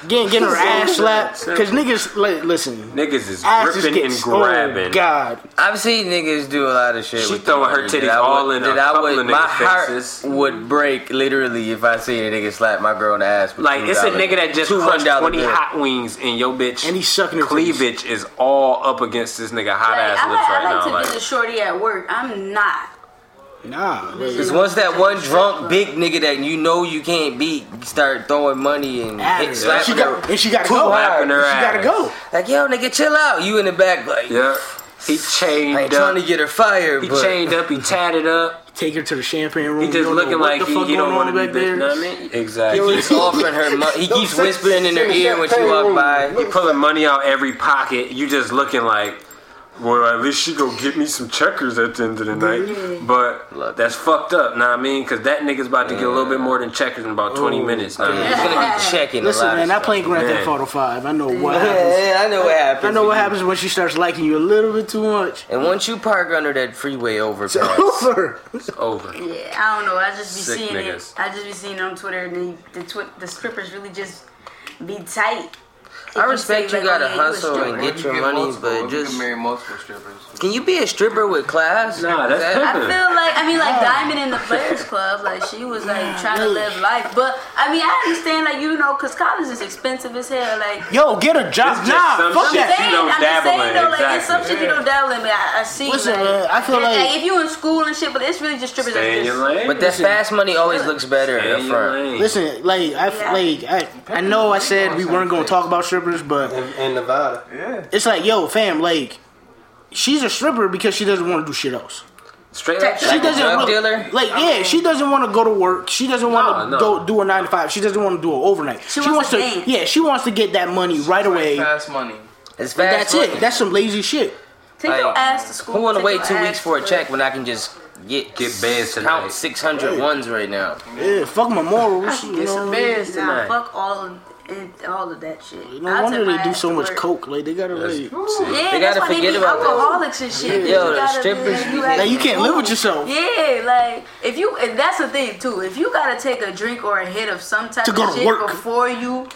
[SPEAKER 2] getting getting her ass slapped. Because niggas, like, listen,
[SPEAKER 8] Niggas is
[SPEAKER 2] ass just
[SPEAKER 8] ripping
[SPEAKER 2] gets
[SPEAKER 8] and grabbing.
[SPEAKER 2] Oh, God,
[SPEAKER 3] I've seen niggas do a lot of shit.
[SPEAKER 8] She
[SPEAKER 3] with
[SPEAKER 8] throwing
[SPEAKER 3] the
[SPEAKER 8] her
[SPEAKER 3] money
[SPEAKER 8] titties
[SPEAKER 3] that I
[SPEAKER 8] all in a
[SPEAKER 3] that I
[SPEAKER 8] couple
[SPEAKER 3] would-
[SPEAKER 8] of
[SPEAKER 3] My
[SPEAKER 8] niggas'
[SPEAKER 3] heart
[SPEAKER 8] faces.
[SPEAKER 3] would break literally if I seen a nigga slap my girl in the ass. with
[SPEAKER 8] Like it's a
[SPEAKER 3] $2.
[SPEAKER 8] nigga that just
[SPEAKER 3] Two
[SPEAKER 8] crushed
[SPEAKER 3] $1
[SPEAKER 8] twenty
[SPEAKER 3] bill.
[SPEAKER 8] hot wings and yo bitch.
[SPEAKER 2] And he's sucking her
[SPEAKER 8] cleavage is all up against this nigga hot
[SPEAKER 4] Like,
[SPEAKER 8] ass
[SPEAKER 4] I
[SPEAKER 8] lips
[SPEAKER 4] like,
[SPEAKER 8] right
[SPEAKER 4] I like
[SPEAKER 8] now.
[SPEAKER 4] to
[SPEAKER 8] Like
[SPEAKER 4] be the shorty at work. I'm not.
[SPEAKER 2] nah.
[SPEAKER 3] Because once that one drunk big nigga that you know you can't beat start throwing money and
[SPEAKER 2] At her.
[SPEAKER 3] hit slapping
[SPEAKER 2] She got-
[SPEAKER 3] her,
[SPEAKER 2] and she gotta
[SPEAKER 3] too
[SPEAKER 2] go.
[SPEAKER 3] hard.
[SPEAKER 8] Slapping her She gotta ass. go.
[SPEAKER 3] Like yo, nigga, chill out. You in the back, like
[SPEAKER 8] yeah, he chained
[SPEAKER 3] I ain't
[SPEAKER 8] up.
[SPEAKER 3] trying to get her fired.
[SPEAKER 8] he
[SPEAKER 3] but
[SPEAKER 8] chained up. He tatted up.
[SPEAKER 2] Take her to the champagne room.
[SPEAKER 8] He
[SPEAKER 2] you
[SPEAKER 8] just
[SPEAKER 2] don't know
[SPEAKER 8] looking
[SPEAKER 2] what
[SPEAKER 8] like
[SPEAKER 2] the
[SPEAKER 8] he,
[SPEAKER 2] fuck
[SPEAKER 8] he don't
[SPEAKER 2] going on
[SPEAKER 8] want to
[SPEAKER 2] back
[SPEAKER 8] be bitch.
[SPEAKER 2] there.
[SPEAKER 8] know what I mean? Exactly.
[SPEAKER 3] He keeps offering her money. He keeps whispering in her ear when she walk by.
[SPEAKER 8] He pulling money out every pocket. You just looking like, well, at least she go get me some checkers at the end of the night. But that's fucked up. Know what I mean? Because that nigga's about to get a little bit more than checkers in about twenty minutes. Know what I mean?
[SPEAKER 3] He's gonna be checking
[SPEAKER 2] Listen,
[SPEAKER 3] a lot. of
[SPEAKER 2] man, I play Grand
[SPEAKER 8] Man.
[SPEAKER 2] Theft Auto Five. I know what
[SPEAKER 3] Yeah,
[SPEAKER 2] happens.
[SPEAKER 3] yeah, I know what happens.
[SPEAKER 2] I know what happens when she starts liking you a little bit too much.
[SPEAKER 3] And once you park under that freeway overpass,
[SPEAKER 2] Over.
[SPEAKER 3] it's over.
[SPEAKER 4] Yeah, I don't know. I just be
[SPEAKER 3] Sick
[SPEAKER 4] seeing
[SPEAKER 3] niggas.
[SPEAKER 4] it. I just be seeing it on Twitter, and then the twi- the strippers really just be tight.
[SPEAKER 3] I respect you gotta hustle and get your money,
[SPEAKER 1] multiple,
[SPEAKER 3] but
[SPEAKER 1] if you
[SPEAKER 3] just
[SPEAKER 1] can marry multiple strippers.
[SPEAKER 3] can you be a stripper with class?
[SPEAKER 8] Nah, that's
[SPEAKER 3] That-
[SPEAKER 4] I feel like I mean like Diamond in the Players Club, like she was like trying to live life, but I mean I understand like you know because college is expensive as hell. Like
[SPEAKER 2] Yo, get a job.
[SPEAKER 8] It's just
[SPEAKER 2] Nah,
[SPEAKER 8] some
[SPEAKER 2] fuck
[SPEAKER 8] shit
[SPEAKER 2] that.
[SPEAKER 8] you don't
[SPEAKER 4] I'm just
[SPEAKER 8] dabble
[SPEAKER 4] saying
[SPEAKER 8] in,
[SPEAKER 4] though, like it's some
[SPEAKER 8] exactly.
[SPEAKER 4] shit you don't dabble in, but I, I see.
[SPEAKER 2] Listen,
[SPEAKER 4] like,
[SPEAKER 2] man, I feel
[SPEAKER 4] and,
[SPEAKER 2] like-
[SPEAKER 4] if you in school and shit, but it's really just strippers.
[SPEAKER 8] Stay in
[SPEAKER 4] Like
[SPEAKER 8] your
[SPEAKER 4] just,
[SPEAKER 8] lane.
[SPEAKER 3] But that fast money always looks better
[SPEAKER 8] Stay
[SPEAKER 3] up
[SPEAKER 8] in your
[SPEAKER 3] front.
[SPEAKER 8] lane.
[SPEAKER 2] Listen, like I like I, I know I said we weren't gonna talk about strippers, but
[SPEAKER 5] In, in Nevada.
[SPEAKER 1] Yeah.
[SPEAKER 2] it's like yo, fam, like she's a stripper because she doesn't want to do shit else.
[SPEAKER 8] Straight up.
[SPEAKER 2] She
[SPEAKER 3] Like a
[SPEAKER 2] doesn't
[SPEAKER 3] drug
[SPEAKER 2] look-
[SPEAKER 3] dealer?
[SPEAKER 2] like yeah. she doesn't want to go to work. She doesn't want to
[SPEAKER 8] No, no.
[SPEAKER 2] go do a nine to five. She doesn't want to do an overnight. She,
[SPEAKER 4] wants to dance.
[SPEAKER 2] yeah. She wants to get that money right away.
[SPEAKER 1] Fast money.
[SPEAKER 3] It's fast
[SPEAKER 2] That's
[SPEAKER 3] money.
[SPEAKER 2] it. That's some lazy shit.
[SPEAKER 4] Take your
[SPEAKER 3] Like,
[SPEAKER 4] ass to school.
[SPEAKER 3] Who want to
[SPEAKER 4] take
[SPEAKER 3] wait
[SPEAKER 4] your
[SPEAKER 3] two
[SPEAKER 4] ass
[SPEAKER 3] weeks for a
[SPEAKER 4] to-
[SPEAKER 3] check when I can just get
[SPEAKER 8] Get bands tonight.
[SPEAKER 3] count 600 ones right now?
[SPEAKER 2] Yeah, fuck my morals. You
[SPEAKER 3] Get
[SPEAKER 2] know,
[SPEAKER 3] some bands
[SPEAKER 4] Nah,
[SPEAKER 3] tonight.
[SPEAKER 4] fuck all of it- all of that shit.
[SPEAKER 2] no
[SPEAKER 4] I'll
[SPEAKER 2] wonder
[SPEAKER 4] take my
[SPEAKER 2] they do
[SPEAKER 4] ass
[SPEAKER 2] so
[SPEAKER 4] to
[SPEAKER 2] much
[SPEAKER 4] work.
[SPEAKER 2] coke. Like they gotta like,
[SPEAKER 3] They
[SPEAKER 4] Yeah, that's
[SPEAKER 3] gotta
[SPEAKER 4] why
[SPEAKER 3] forget
[SPEAKER 4] they be
[SPEAKER 3] about that.
[SPEAKER 4] alcoholics and shit.
[SPEAKER 3] Yo,
[SPEAKER 4] You
[SPEAKER 3] the
[SPEAKER 4] gotta be-
[SPEAKER 3] strippers
[SPEAKER 4] you
[SPEAKER 3] be-
[SPEAKER 4] gotta
[SPEAKER 2] like you
[SPEAKER 4] be
[SPEAKER 2] can't live with
[SPEAKER 4] cool.
[SPEAKER 2] yourself.
[SPEAKER 4] Yeah, like if you and that's the thing too. If you gotta take a drink or a hit of some type
[SPEAKER 2] To go
[SPEAKER 4] of
[SPEAKER 2] to
[SPEAKER 4] shit
[SPEAKER 2] work.
[SPEAKER 4] before you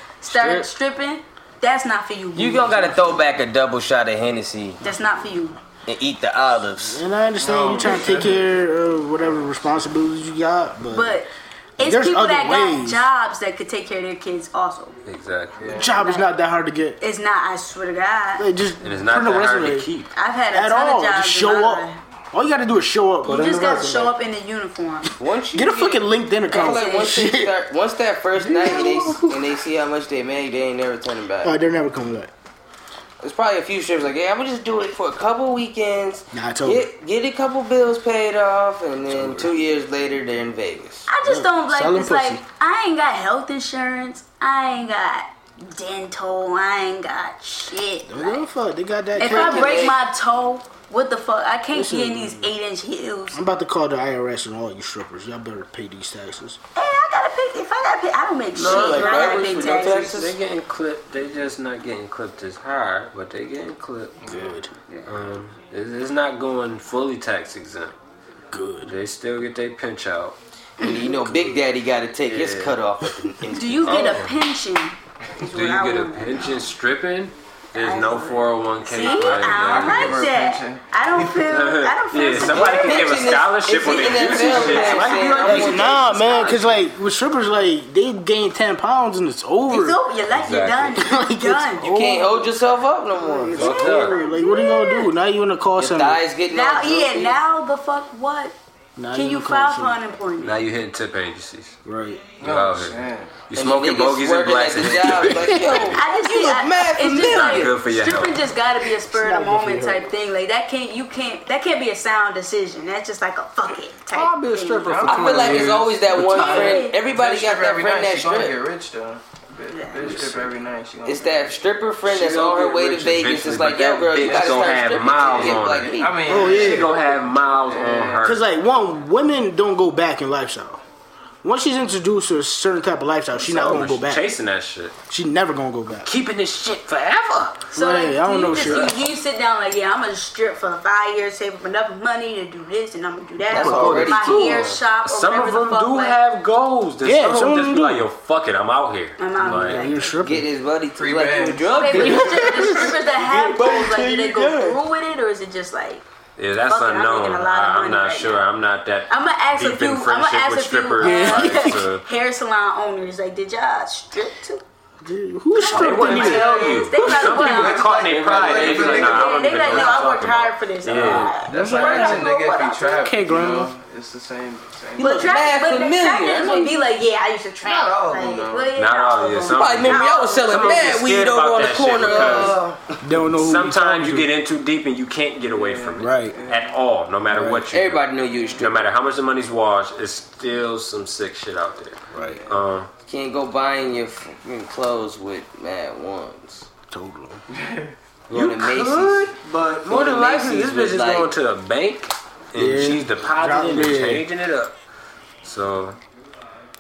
[SPEAKER 3] Strip.
[SPEAKER 4] start stripping, that's not for you.
[SPEAKER 3] You
[SPEAKER 4] boo.
[SPEAKER 3] gonna gotta throw back a double shot of Hennessy
[SPEAKER 4] That's not for you.
[SPEAKER 3] and eat the olives.
[SPEAKER 2] And I understand you trying to take care of whatever responsibilities you got, but,
[SPEAKER 4] But it's
[SPEAKER 2] There's
[SPEAKER 4] people
[SPEAKER 2] other
[SPEAKER 4] that
[SPEAKER 2] ways.
[SPEAKER 4] got jobs that could take care of their kids. Also,
[SPEAKER 8] Exactly.
[SPEAKER 2] job is not that hard to get.
[SPEAKER 4] it's not. I swear to God,
[SPEAKER 2] Like, just
[SPEAKER 8] And it's not
[SPEAKER 2] put in a
[SPEAKER 8] that hard to
[SPEAKER 2] resume.
[SPEAKER 8] keep.
[SPEAKER 4] I've had a
[SPEAKER 2] at
[SPEAKER 4] ton
[SPEAKER 2] all.
[SPEAKER 4] of jobs.
[SPEAKER 2] Just
[SPEAKER 4] in
[SPEAKER 2] show
[SPEAKER 4] my
[SPEAKER 2] up.
[SPEAKER 4] life.
[SPEAKER 2] All you gotta do is show up.
[SPEAKER 5] Put
[SPEAKER 4] You
[SPEAKER 5] in
[SPEAKER 4] just
[SPEAKER 5] the
[SPEAKER 4] gotta
[SPEAKER 5] resume.
[SPEAKER 4] show up in the uniform.
[SPEAKER 3] Once you
[SPEAKER 2] Get a fucking LinkedIn
[SPEAKER 3] I feel
[SPEAKER 2] account.
[SPEAKER 3] like once, they
[SPEAKER 2] Shit.
[SPEAKER 3] start, once that first night and they, and they see how much they made, they ain't never turning back.
[SPEAKER 2] Oh, they're never coming back.
[SPEAKER 3] There's probably a few strips like, yeah, I'm gonna just do it for a couple weekends.
[SPEAKER 2] Nah, it's over.
[SPEAKER 3] get, get a couple bills paid off, and then two years later they're in Vegas.
[SPEAKER 4] I just don't like
[SPEAKER 2] selling
[SPEAKER 4] it's like
[SPEAKER 2] pussy.
[SPEAKER 4] I ain't got health insurance. I ain't got dental. I ain't got shit.
[SPEAKER 2] Don't give a fuck. They got that.
[SPEAKER 4] If
[SPEAKER 2] crack.
[SPEAKER 4] I break my toe, what the fuck? I can't
[SPEAKER 2] Listen.
[SPEAKER 4] get in these eight inch heels.
[SPEAKER 2] I'm about to call the IRS and all you strippers. Y'all better pay these taxes.
[SPEAKER 4] Hey, I gotta pay. If I gotta pay, I don't
[SPEAKER 8] No,
[SPEAKER 4] make shit.
[SPEAKER 8] like
[SPEAKER 4] I gotta
[SPEAKER 8] rappers
[SPEAKER 4] pay
[SPEAKER 8] with no
[SPEAKER 4] taxes.
[SPEAKER 8] taxes, they getting clipped. They just not getting clipped as hard, but they getting clipped.
[SPEAKER 2] Good.
[SPEAKER 8] Um, it's, it's not going fully tax exempt.
[SPEAKER 2] Good.
[SPEAKER 8] They still get their pinch out.
[SPEAKER 3] And you know, Big Daddy gotta take his cut off. At the
[SPEAKER 4] Do you get
[SPEAKER 10] Oh.
[SPEAKER 8] Oh.
[SPEAKER 4] a pension? Is
[SPEAKER 8] Do
[SPEAKER 4] what I
[SPEAKER 8] you get a
[SPEAKER 4] want.
[SPEAKER 8] pension stripping? There's no
[SPEAKER 4] See,
[SPEAKER 8] 401k
[SPEAKER 4] I don't
[SPEAKER 8] plan.
[SPEAKER 1] I can give
[SPEAKER 4] like
[SPEAKER 1] her a
[SPEAKER 4] that.
[SPEAKER 1] pension.
[SPEAKER 4] I don't feel. I don't feel.
[SPEAKER 8] Yeah, somebody can give a
[SPEAKER 3] Pension is-
[SPEAKER 8] scholarship
[SPEAKER 3] is
[SPEAKER 8] when they
[SPEAKER 3] the
[SPEAKER 8] do some
[SPEAKER 3] NFL
[SPEAKER 8] shit.
[SPEAKER 3] man
[SPEAKER 8] Somebody can be
[SPEAKER 3] saying
[SPEAKER 8] like,
[SPEAKER 3] that
[SPEAKER 8] "Hey,
[SPEAKER 3] was-
[SPEAKER 2] Nah, man, because like with strippers, like they gain ten pounds and it's over.
[SPEAKER 4] It's over. Your life, you're done. You're done.
[SPEAKER 3] You can't hold yourself up no more.
[SPEAKER 8] fuck up.
[SPEAKER 2] Like what are you gonna do? Now you in the call
[SPEAKER 3] Your
[SPEAKER 2] center.
[SPEAKER 3] thighs getting
[SPEAKER 4] Now,
[SPEAKER 3] all droopy.
[SPEAKER 4] yeah, now the fuck what?
[SPEAKER 2] Not
[SPEAKER 4] Can
[SPEAKER 2] even
[SPEAKER 4] you file
[SPEAKER 2] close
[SPEAKER 4] for
[SPEAKER 2] enough.
[SPEAKER 4] unemployment?
[SPEAKER 8] Now you hitting tip agencies.
[SPEAKER 2] Right.
[SPEAKER 8] You out
[SPEAKER 3] Oh,
[SPEAKER 8] here. You smoking
[SPEAKER 3] niggas
[SPEAKER 8] bogeys and
[SPEAKER 3] working
[SPEAKER 8] blacks
[SPEAKER 3] at
[SPEAKER 8] and
[SPEAKER 3] the job,
[SPEAKER 8] hitting tip
[SPEAKER 3] like, yo,
[SPEAKER 8] agencies.
[SPEAKER 4] I just think I- it's just like
[SPEAKER 8] Good for your
[SPEAKER 4] stripping
[SPEAKER 8] health.
[SPEAKER 4] just gotta be a spur
[SPEAKER 2] It's
[SPEAKER 4] of
[SPEAKER 2] not
[SPEAKER 4] the
[SPEAKER 2] good for
[SPEAKER 4] moment
[SPEAKER 2] your
[SPEAKER 4] type thing. Like that can't you can't that can't be a sound decision. That's just like a fuck it type.
[SPEAKER 2] I'll be a
[SPEAKER 4] thing.
[SPEAKER 2] stripper for
[SPEAKER 3] I feel like it's always that one
[SPEAKER 4] Retired.
[SPEAKER 3] friend. Everybody
[SPEAKER 1] Strip
[SPEAKER 3] got that
[SPEAKER 1] every
[SPEAKER 3] friend
[SPEAKER 1] night,
[SPEAKER 3] that
[SPEAKER 1] she gonna get
[SPEAKER 3] strip.
[SPEAKER 1] rich though. Bitch, bitch strip every night. She gonna
[SPEAKER 3] It's
[SPEAKER 1] get
[SPEAKER 3] that stripper friend
[SPEAKER 1] She
[SPEAKER 3] that's
[SPEAKER 1] gonna
[SPEAKER 3] on her
[SPEAKER 1] get
[SPEAKER 3] way to
[SPEAKER 1] rich
[SPEAKER 3] Vegas.
[SPEAKER 1] eventually,
[SPEAKER 3] It's
[SPEAKER 1] but
[SPEAKER 3] like, yo, girl, you
[SPEAKER 8] bitch
[SPEAKER 3] gotta
[SPEAKER 8] gonna
[SPEAKER 3] start
[SPEAKER 8] have
[SPEAKER 3] stripping
[SPEAKER 8] miles
[SPEAKER 3] to get
[SPEAKER 8] on
[SPEAKER 3] like
[SPEAKER 8] it.
[SPEAKER 3] me.
[SPEAKER 1] I mean,
[SPEAKER 2] Oh, yeah.
[SPEAKER 8] She gonna have miles on her.
[SPEAKER 2] Because like one, women don't go back in lifestyle. Once she's introduced to a certain type of lifestyle, she's not gonna go back.
[SPEAKER 8] Chasing that shit.
[SPEAKER 2] She never gonna go back.
[SPEAKER 8] Keeping this shit forever.
[SPEAKER 4] So
[SPEAKER 2] Right, I
[SPEAKER 4] like,
[SPEAKER 2] don't
[SPEAKER 4] do you
[SPEAKER 2] know
[SPEAKER 4] just,
[SPEAKER 2] shit.
[SPEAKER 4] you, you sit down like, yeah, I'm gonna strip for five years, save up enough money to do this, and I'm gonna do that.
[SPEAKER 3] That's
[SPEAKER 4] or
[SPEAKER 3] already
[SPEAKER 4] my
[SPEAKER 3] cool.
[SPEAKER 4] hair shop. Or
[SPEAKER 8] Some of
[SPEAKER 4] whatever
[SPEAKER 8] them
[SPEAKER 4] the fuck,
[SPEAKER 8] do
[SPEAKER 4] like,
[SPEAKER 8] have goals. There's
[SPEAKER 2] Yeah,
[SPEAKER 8] some,
[SPEAKER 2] some
[SPEAKER 8] of them
[SPEAKER 2] of
[SPEAKER 8] just
[SPEAKER 2] them
[SPEAKER 8] be
[SPEAKER 2] do.
[SPEAKER 8] like, yo, fuck it, I'm out here.
[SPEAKER 4] I'm out
[SPEAKER 8] Like,
[SPEAKER 4] here.
[SPEAKER 2] You're
[SPEAKER 3] Get
[SPEAKER 2] stripping.
[SPEAKER 3] his buddy to
[SPEAKER 1] Free
[SPEAKER 3] like you a
[SPEAKER 1] bands.
[SPEAKER 3] drug
[SPEAKER 4] Wait, but
[SPEAKER 3] dealer.
[SPEAKER 4] the strip- the strippers that have goals, like, do they go
[SPEAKER 2] yeah.
[SPEAKER 4] through with it, or is it just like?
[SPEAKER 8] Yeah, that's
[SPEAKER 4] Fuck it, I'm
[SPEAKER 8] unknown.
[SPEAKER 4] making a lot of
[SPEAKER 8] I,
[SPEAKER 4] money
[SPEAKER 8] am not
[SPEAKER 4] right
[SPEAKER 8] sure.
[SPEAKER 4] now.
[SPEAKER 8] I'm not that
[SPEAKER 4] I'm gonna ask
[SPEAKER 8] deep
[SPEAKER 4] a few.
[SPEAKER 8] in
[SPEAKER 4] I'm gonna
[SPEAKER 8] friendship
[SPEAKER 4] ask
[SPEAKER 8] with
[SPEAKER 4] a few
[SPEAKER 8] strippers.
[SPEAKER 4] uh,
[SPEAKER 8] to-
[SPEAKER 4] hair salon owners. Like, did y'all strip too?
[SPEAKER 2] Dude, Who's
[SPEAKER 8] They
[SPEAKER 2] stripping
[SPEAKER 8] wouldn't
[SPEAKER 2] either?
[SPEAKER 8] tell you.
[SPEAKER 4] They probably
[SPEAKER 8] Some people
[SPEAKER 4] wouldn't.
[SPEAKER 8] get caught in their pride. They be like, nah, I
[SPEAKER 4] Yeah,
[SPEAKER 8] don't
[SPEAKER 4] they
[SPEAKER 8] even
[SPEAKER 4] like,
[SPEAKER 8] know
[SPEAKER 4] no,
[SPEAKER 8] what I'm
[SPEAKER 4] I worked
[SPEAKER 8] talking about.
[SPEAKER 4] hard for this.
[SPEAKER 8] Yeah.
[SPEAKER 1] That's like
[SPEAKER 4] Where
[SPEAKER 1] rich
[SPEAKER 4] I go,
[SPEAKER 1] nigga
[SPEAKER 4] what
[SPEAKER 1] if
[SPEAKER 4] I
[SPEAKER 1] he trapped.
[SPEAKER 2] Okay,
[SPEAKER 1] you
[SPEAKER 2] grandma.
[SPEAKER 1] know? It's the same. same.
[SPEAKER 4] But
[SPEAKER 3] mad
[SPEAKER 4] track, but the
[SPEAKER 3] familiar.
[SPEAKER 4] trackers would be like, yeah, I used to track.
[SPEAKER 1] Not all of
[SPEAKER 4] like,
[SPEAKER 1] them, though.
[SPEAKER 4] well, yeah,
[SPEAKER 8] Not all of you.
[SPEAKER 4] of
[SPEAKER 8] Some
[SPEAKER 4] them.
[SPEAKER 3] Like, remember, y'all was selling
[SPEAKER 8] Some of them
[SPEAKER 3] mad
[SPEAKER 8] get
[SPEAKER 3] weed
[SPEAKER 8] scared
[SPEAKER 3] over
[SPEAKER 8] about
[SPEAKER 3] on the
[SPEAKER 8] that shit
[SPEAKER 3] corner.
[SPEAKER 8] because-
[SPEAKER 3] Uh,
[SPEAKER 2] They don't know who
[SPEAKER 8] Sometimes you
[SPEAKER 2] talking
[SPEAKER 8] get in too deep and you can't get away from it.
[SPEAKER 2] Right.
[SPEAKER 8] At all, no matter what you do.
[SPEAKER 3] everybody knew you was
[SPEAKER 8] No
[SPEAKER 3] stripping.
[SPEAKER 8] matter how much the money's washed, it's still some sick shit out there.
[SPEAKER 2] Right.
[SPEAKER 8] Um,
[SPEAKER 3] Can't go buying your fucking clothes with mad ones.
[SPEAKER 2] to. Totally.
[SPEAKER 3] Going to Macy's.
[SPEAKER 8] but more than likely, this bitch is
[SPEAKER 3] Like-
[SPEAKER 8] going to the bank and
[SPEAKER 2] Yeah.
[SPEAKER 8] she's depositing and
[SPEAKER 2] Yeah.
[SPEAKER 8] changing it up. So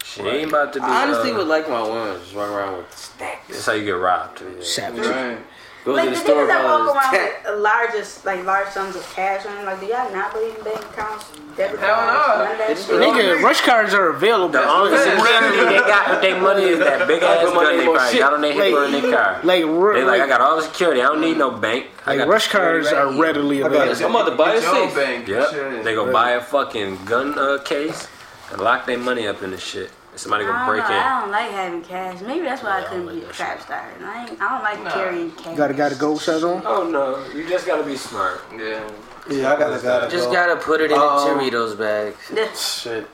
[SPEAKER 8] she ain't about to be.
[SPEAKER 3] I honestly
[SPEAKER 8] uh,
[SPEAKER 3] would like my women just run around with stacks.
[SPEAKER 8] That's how you get robbed. too, yeah.
[SPEAKER 2] Savage.
[SPEAKER 1] Right.
[SPEAKER 3] Go
[SPEAKER 4] Like
[SPEAKER 3] to
[SPEAKER 4] the
[SPEAKER 3] the store
[SPEAKER 4] niggas that walk
[SPEAKER 3] with
[SPEAKER 4] around
[SPEAKER 3] stacks.
[SPEAKER 4] with uh, largest, like large sums of cash on them, like, do y'all not believe in bank accounts? Debit
[SPEAKER 1] Hell no.
[SPEAKER 4] cards, none of that shit?
[SPEAKER 2] Nigga, rush cards are available.
[SPEAKER 8] The only
[SPEAKER 1] That's
[SPEAKER 8] security they got with their money is that big ass
[SPEAKER 3] Like, my
[SPEAKER 8] gun they
[SPEAKER 3] name on
[SPEAKER 8] probably
[SPEAKER 3] shit.
[SPEAKER 8] got on their hip or in their car.
[SPEAKER 2] Like, ru-
[SPEAKER 8] They like, I
[SPEAKER 2] like,
[SPEAKER 8] got all the security. I don't need no bank. I
[SPEAKER 2] like
[SPEAKER 8] got
[SPEAKER 2] rush cards
[SPEAKER 3] right
[SPEAKER 2] are
[SPEAKER 3] here.
[SPEAKER 2] readily available.
[SPEAKER 3] I'm about to buy a
[SPEAKER 1] It's your
[SPEAKER 3] safe.
[SPEAKER 1] bank.
[SPEAKER 8] Yep.
[SPEAKER 1] shit.
[SPEAKER 8] They gonna buy a fucking gun uh, case and lock their money up in the shit. And somebody
[SPEAKER 4] I
[SPEAKER 8] gonna
[SPEAKER 4] don't,
[SPEAKER 8] break in.
[SPEAKER 4] know, Oh, I don't like having cash. Maybe that's why I couldn't be a trap star. And I, ain't, I don't like carrying cash.
[SPEAKER 2] Got a got a gold set on.
[SPEAKER 8] Oh no, you just gotta be smart.
[SPEAKER 1] Yeah.
[SPEAKER 5] Yeah, I gotta gotta
[SPEAKER 3] Just
[SPEAKER 5] go.
[SPEAKER 3] gotta put it in
[SPEAKER 5] Um,
[SPEAKER 3] a Doritos bag.
[SPEAKER 5] shit.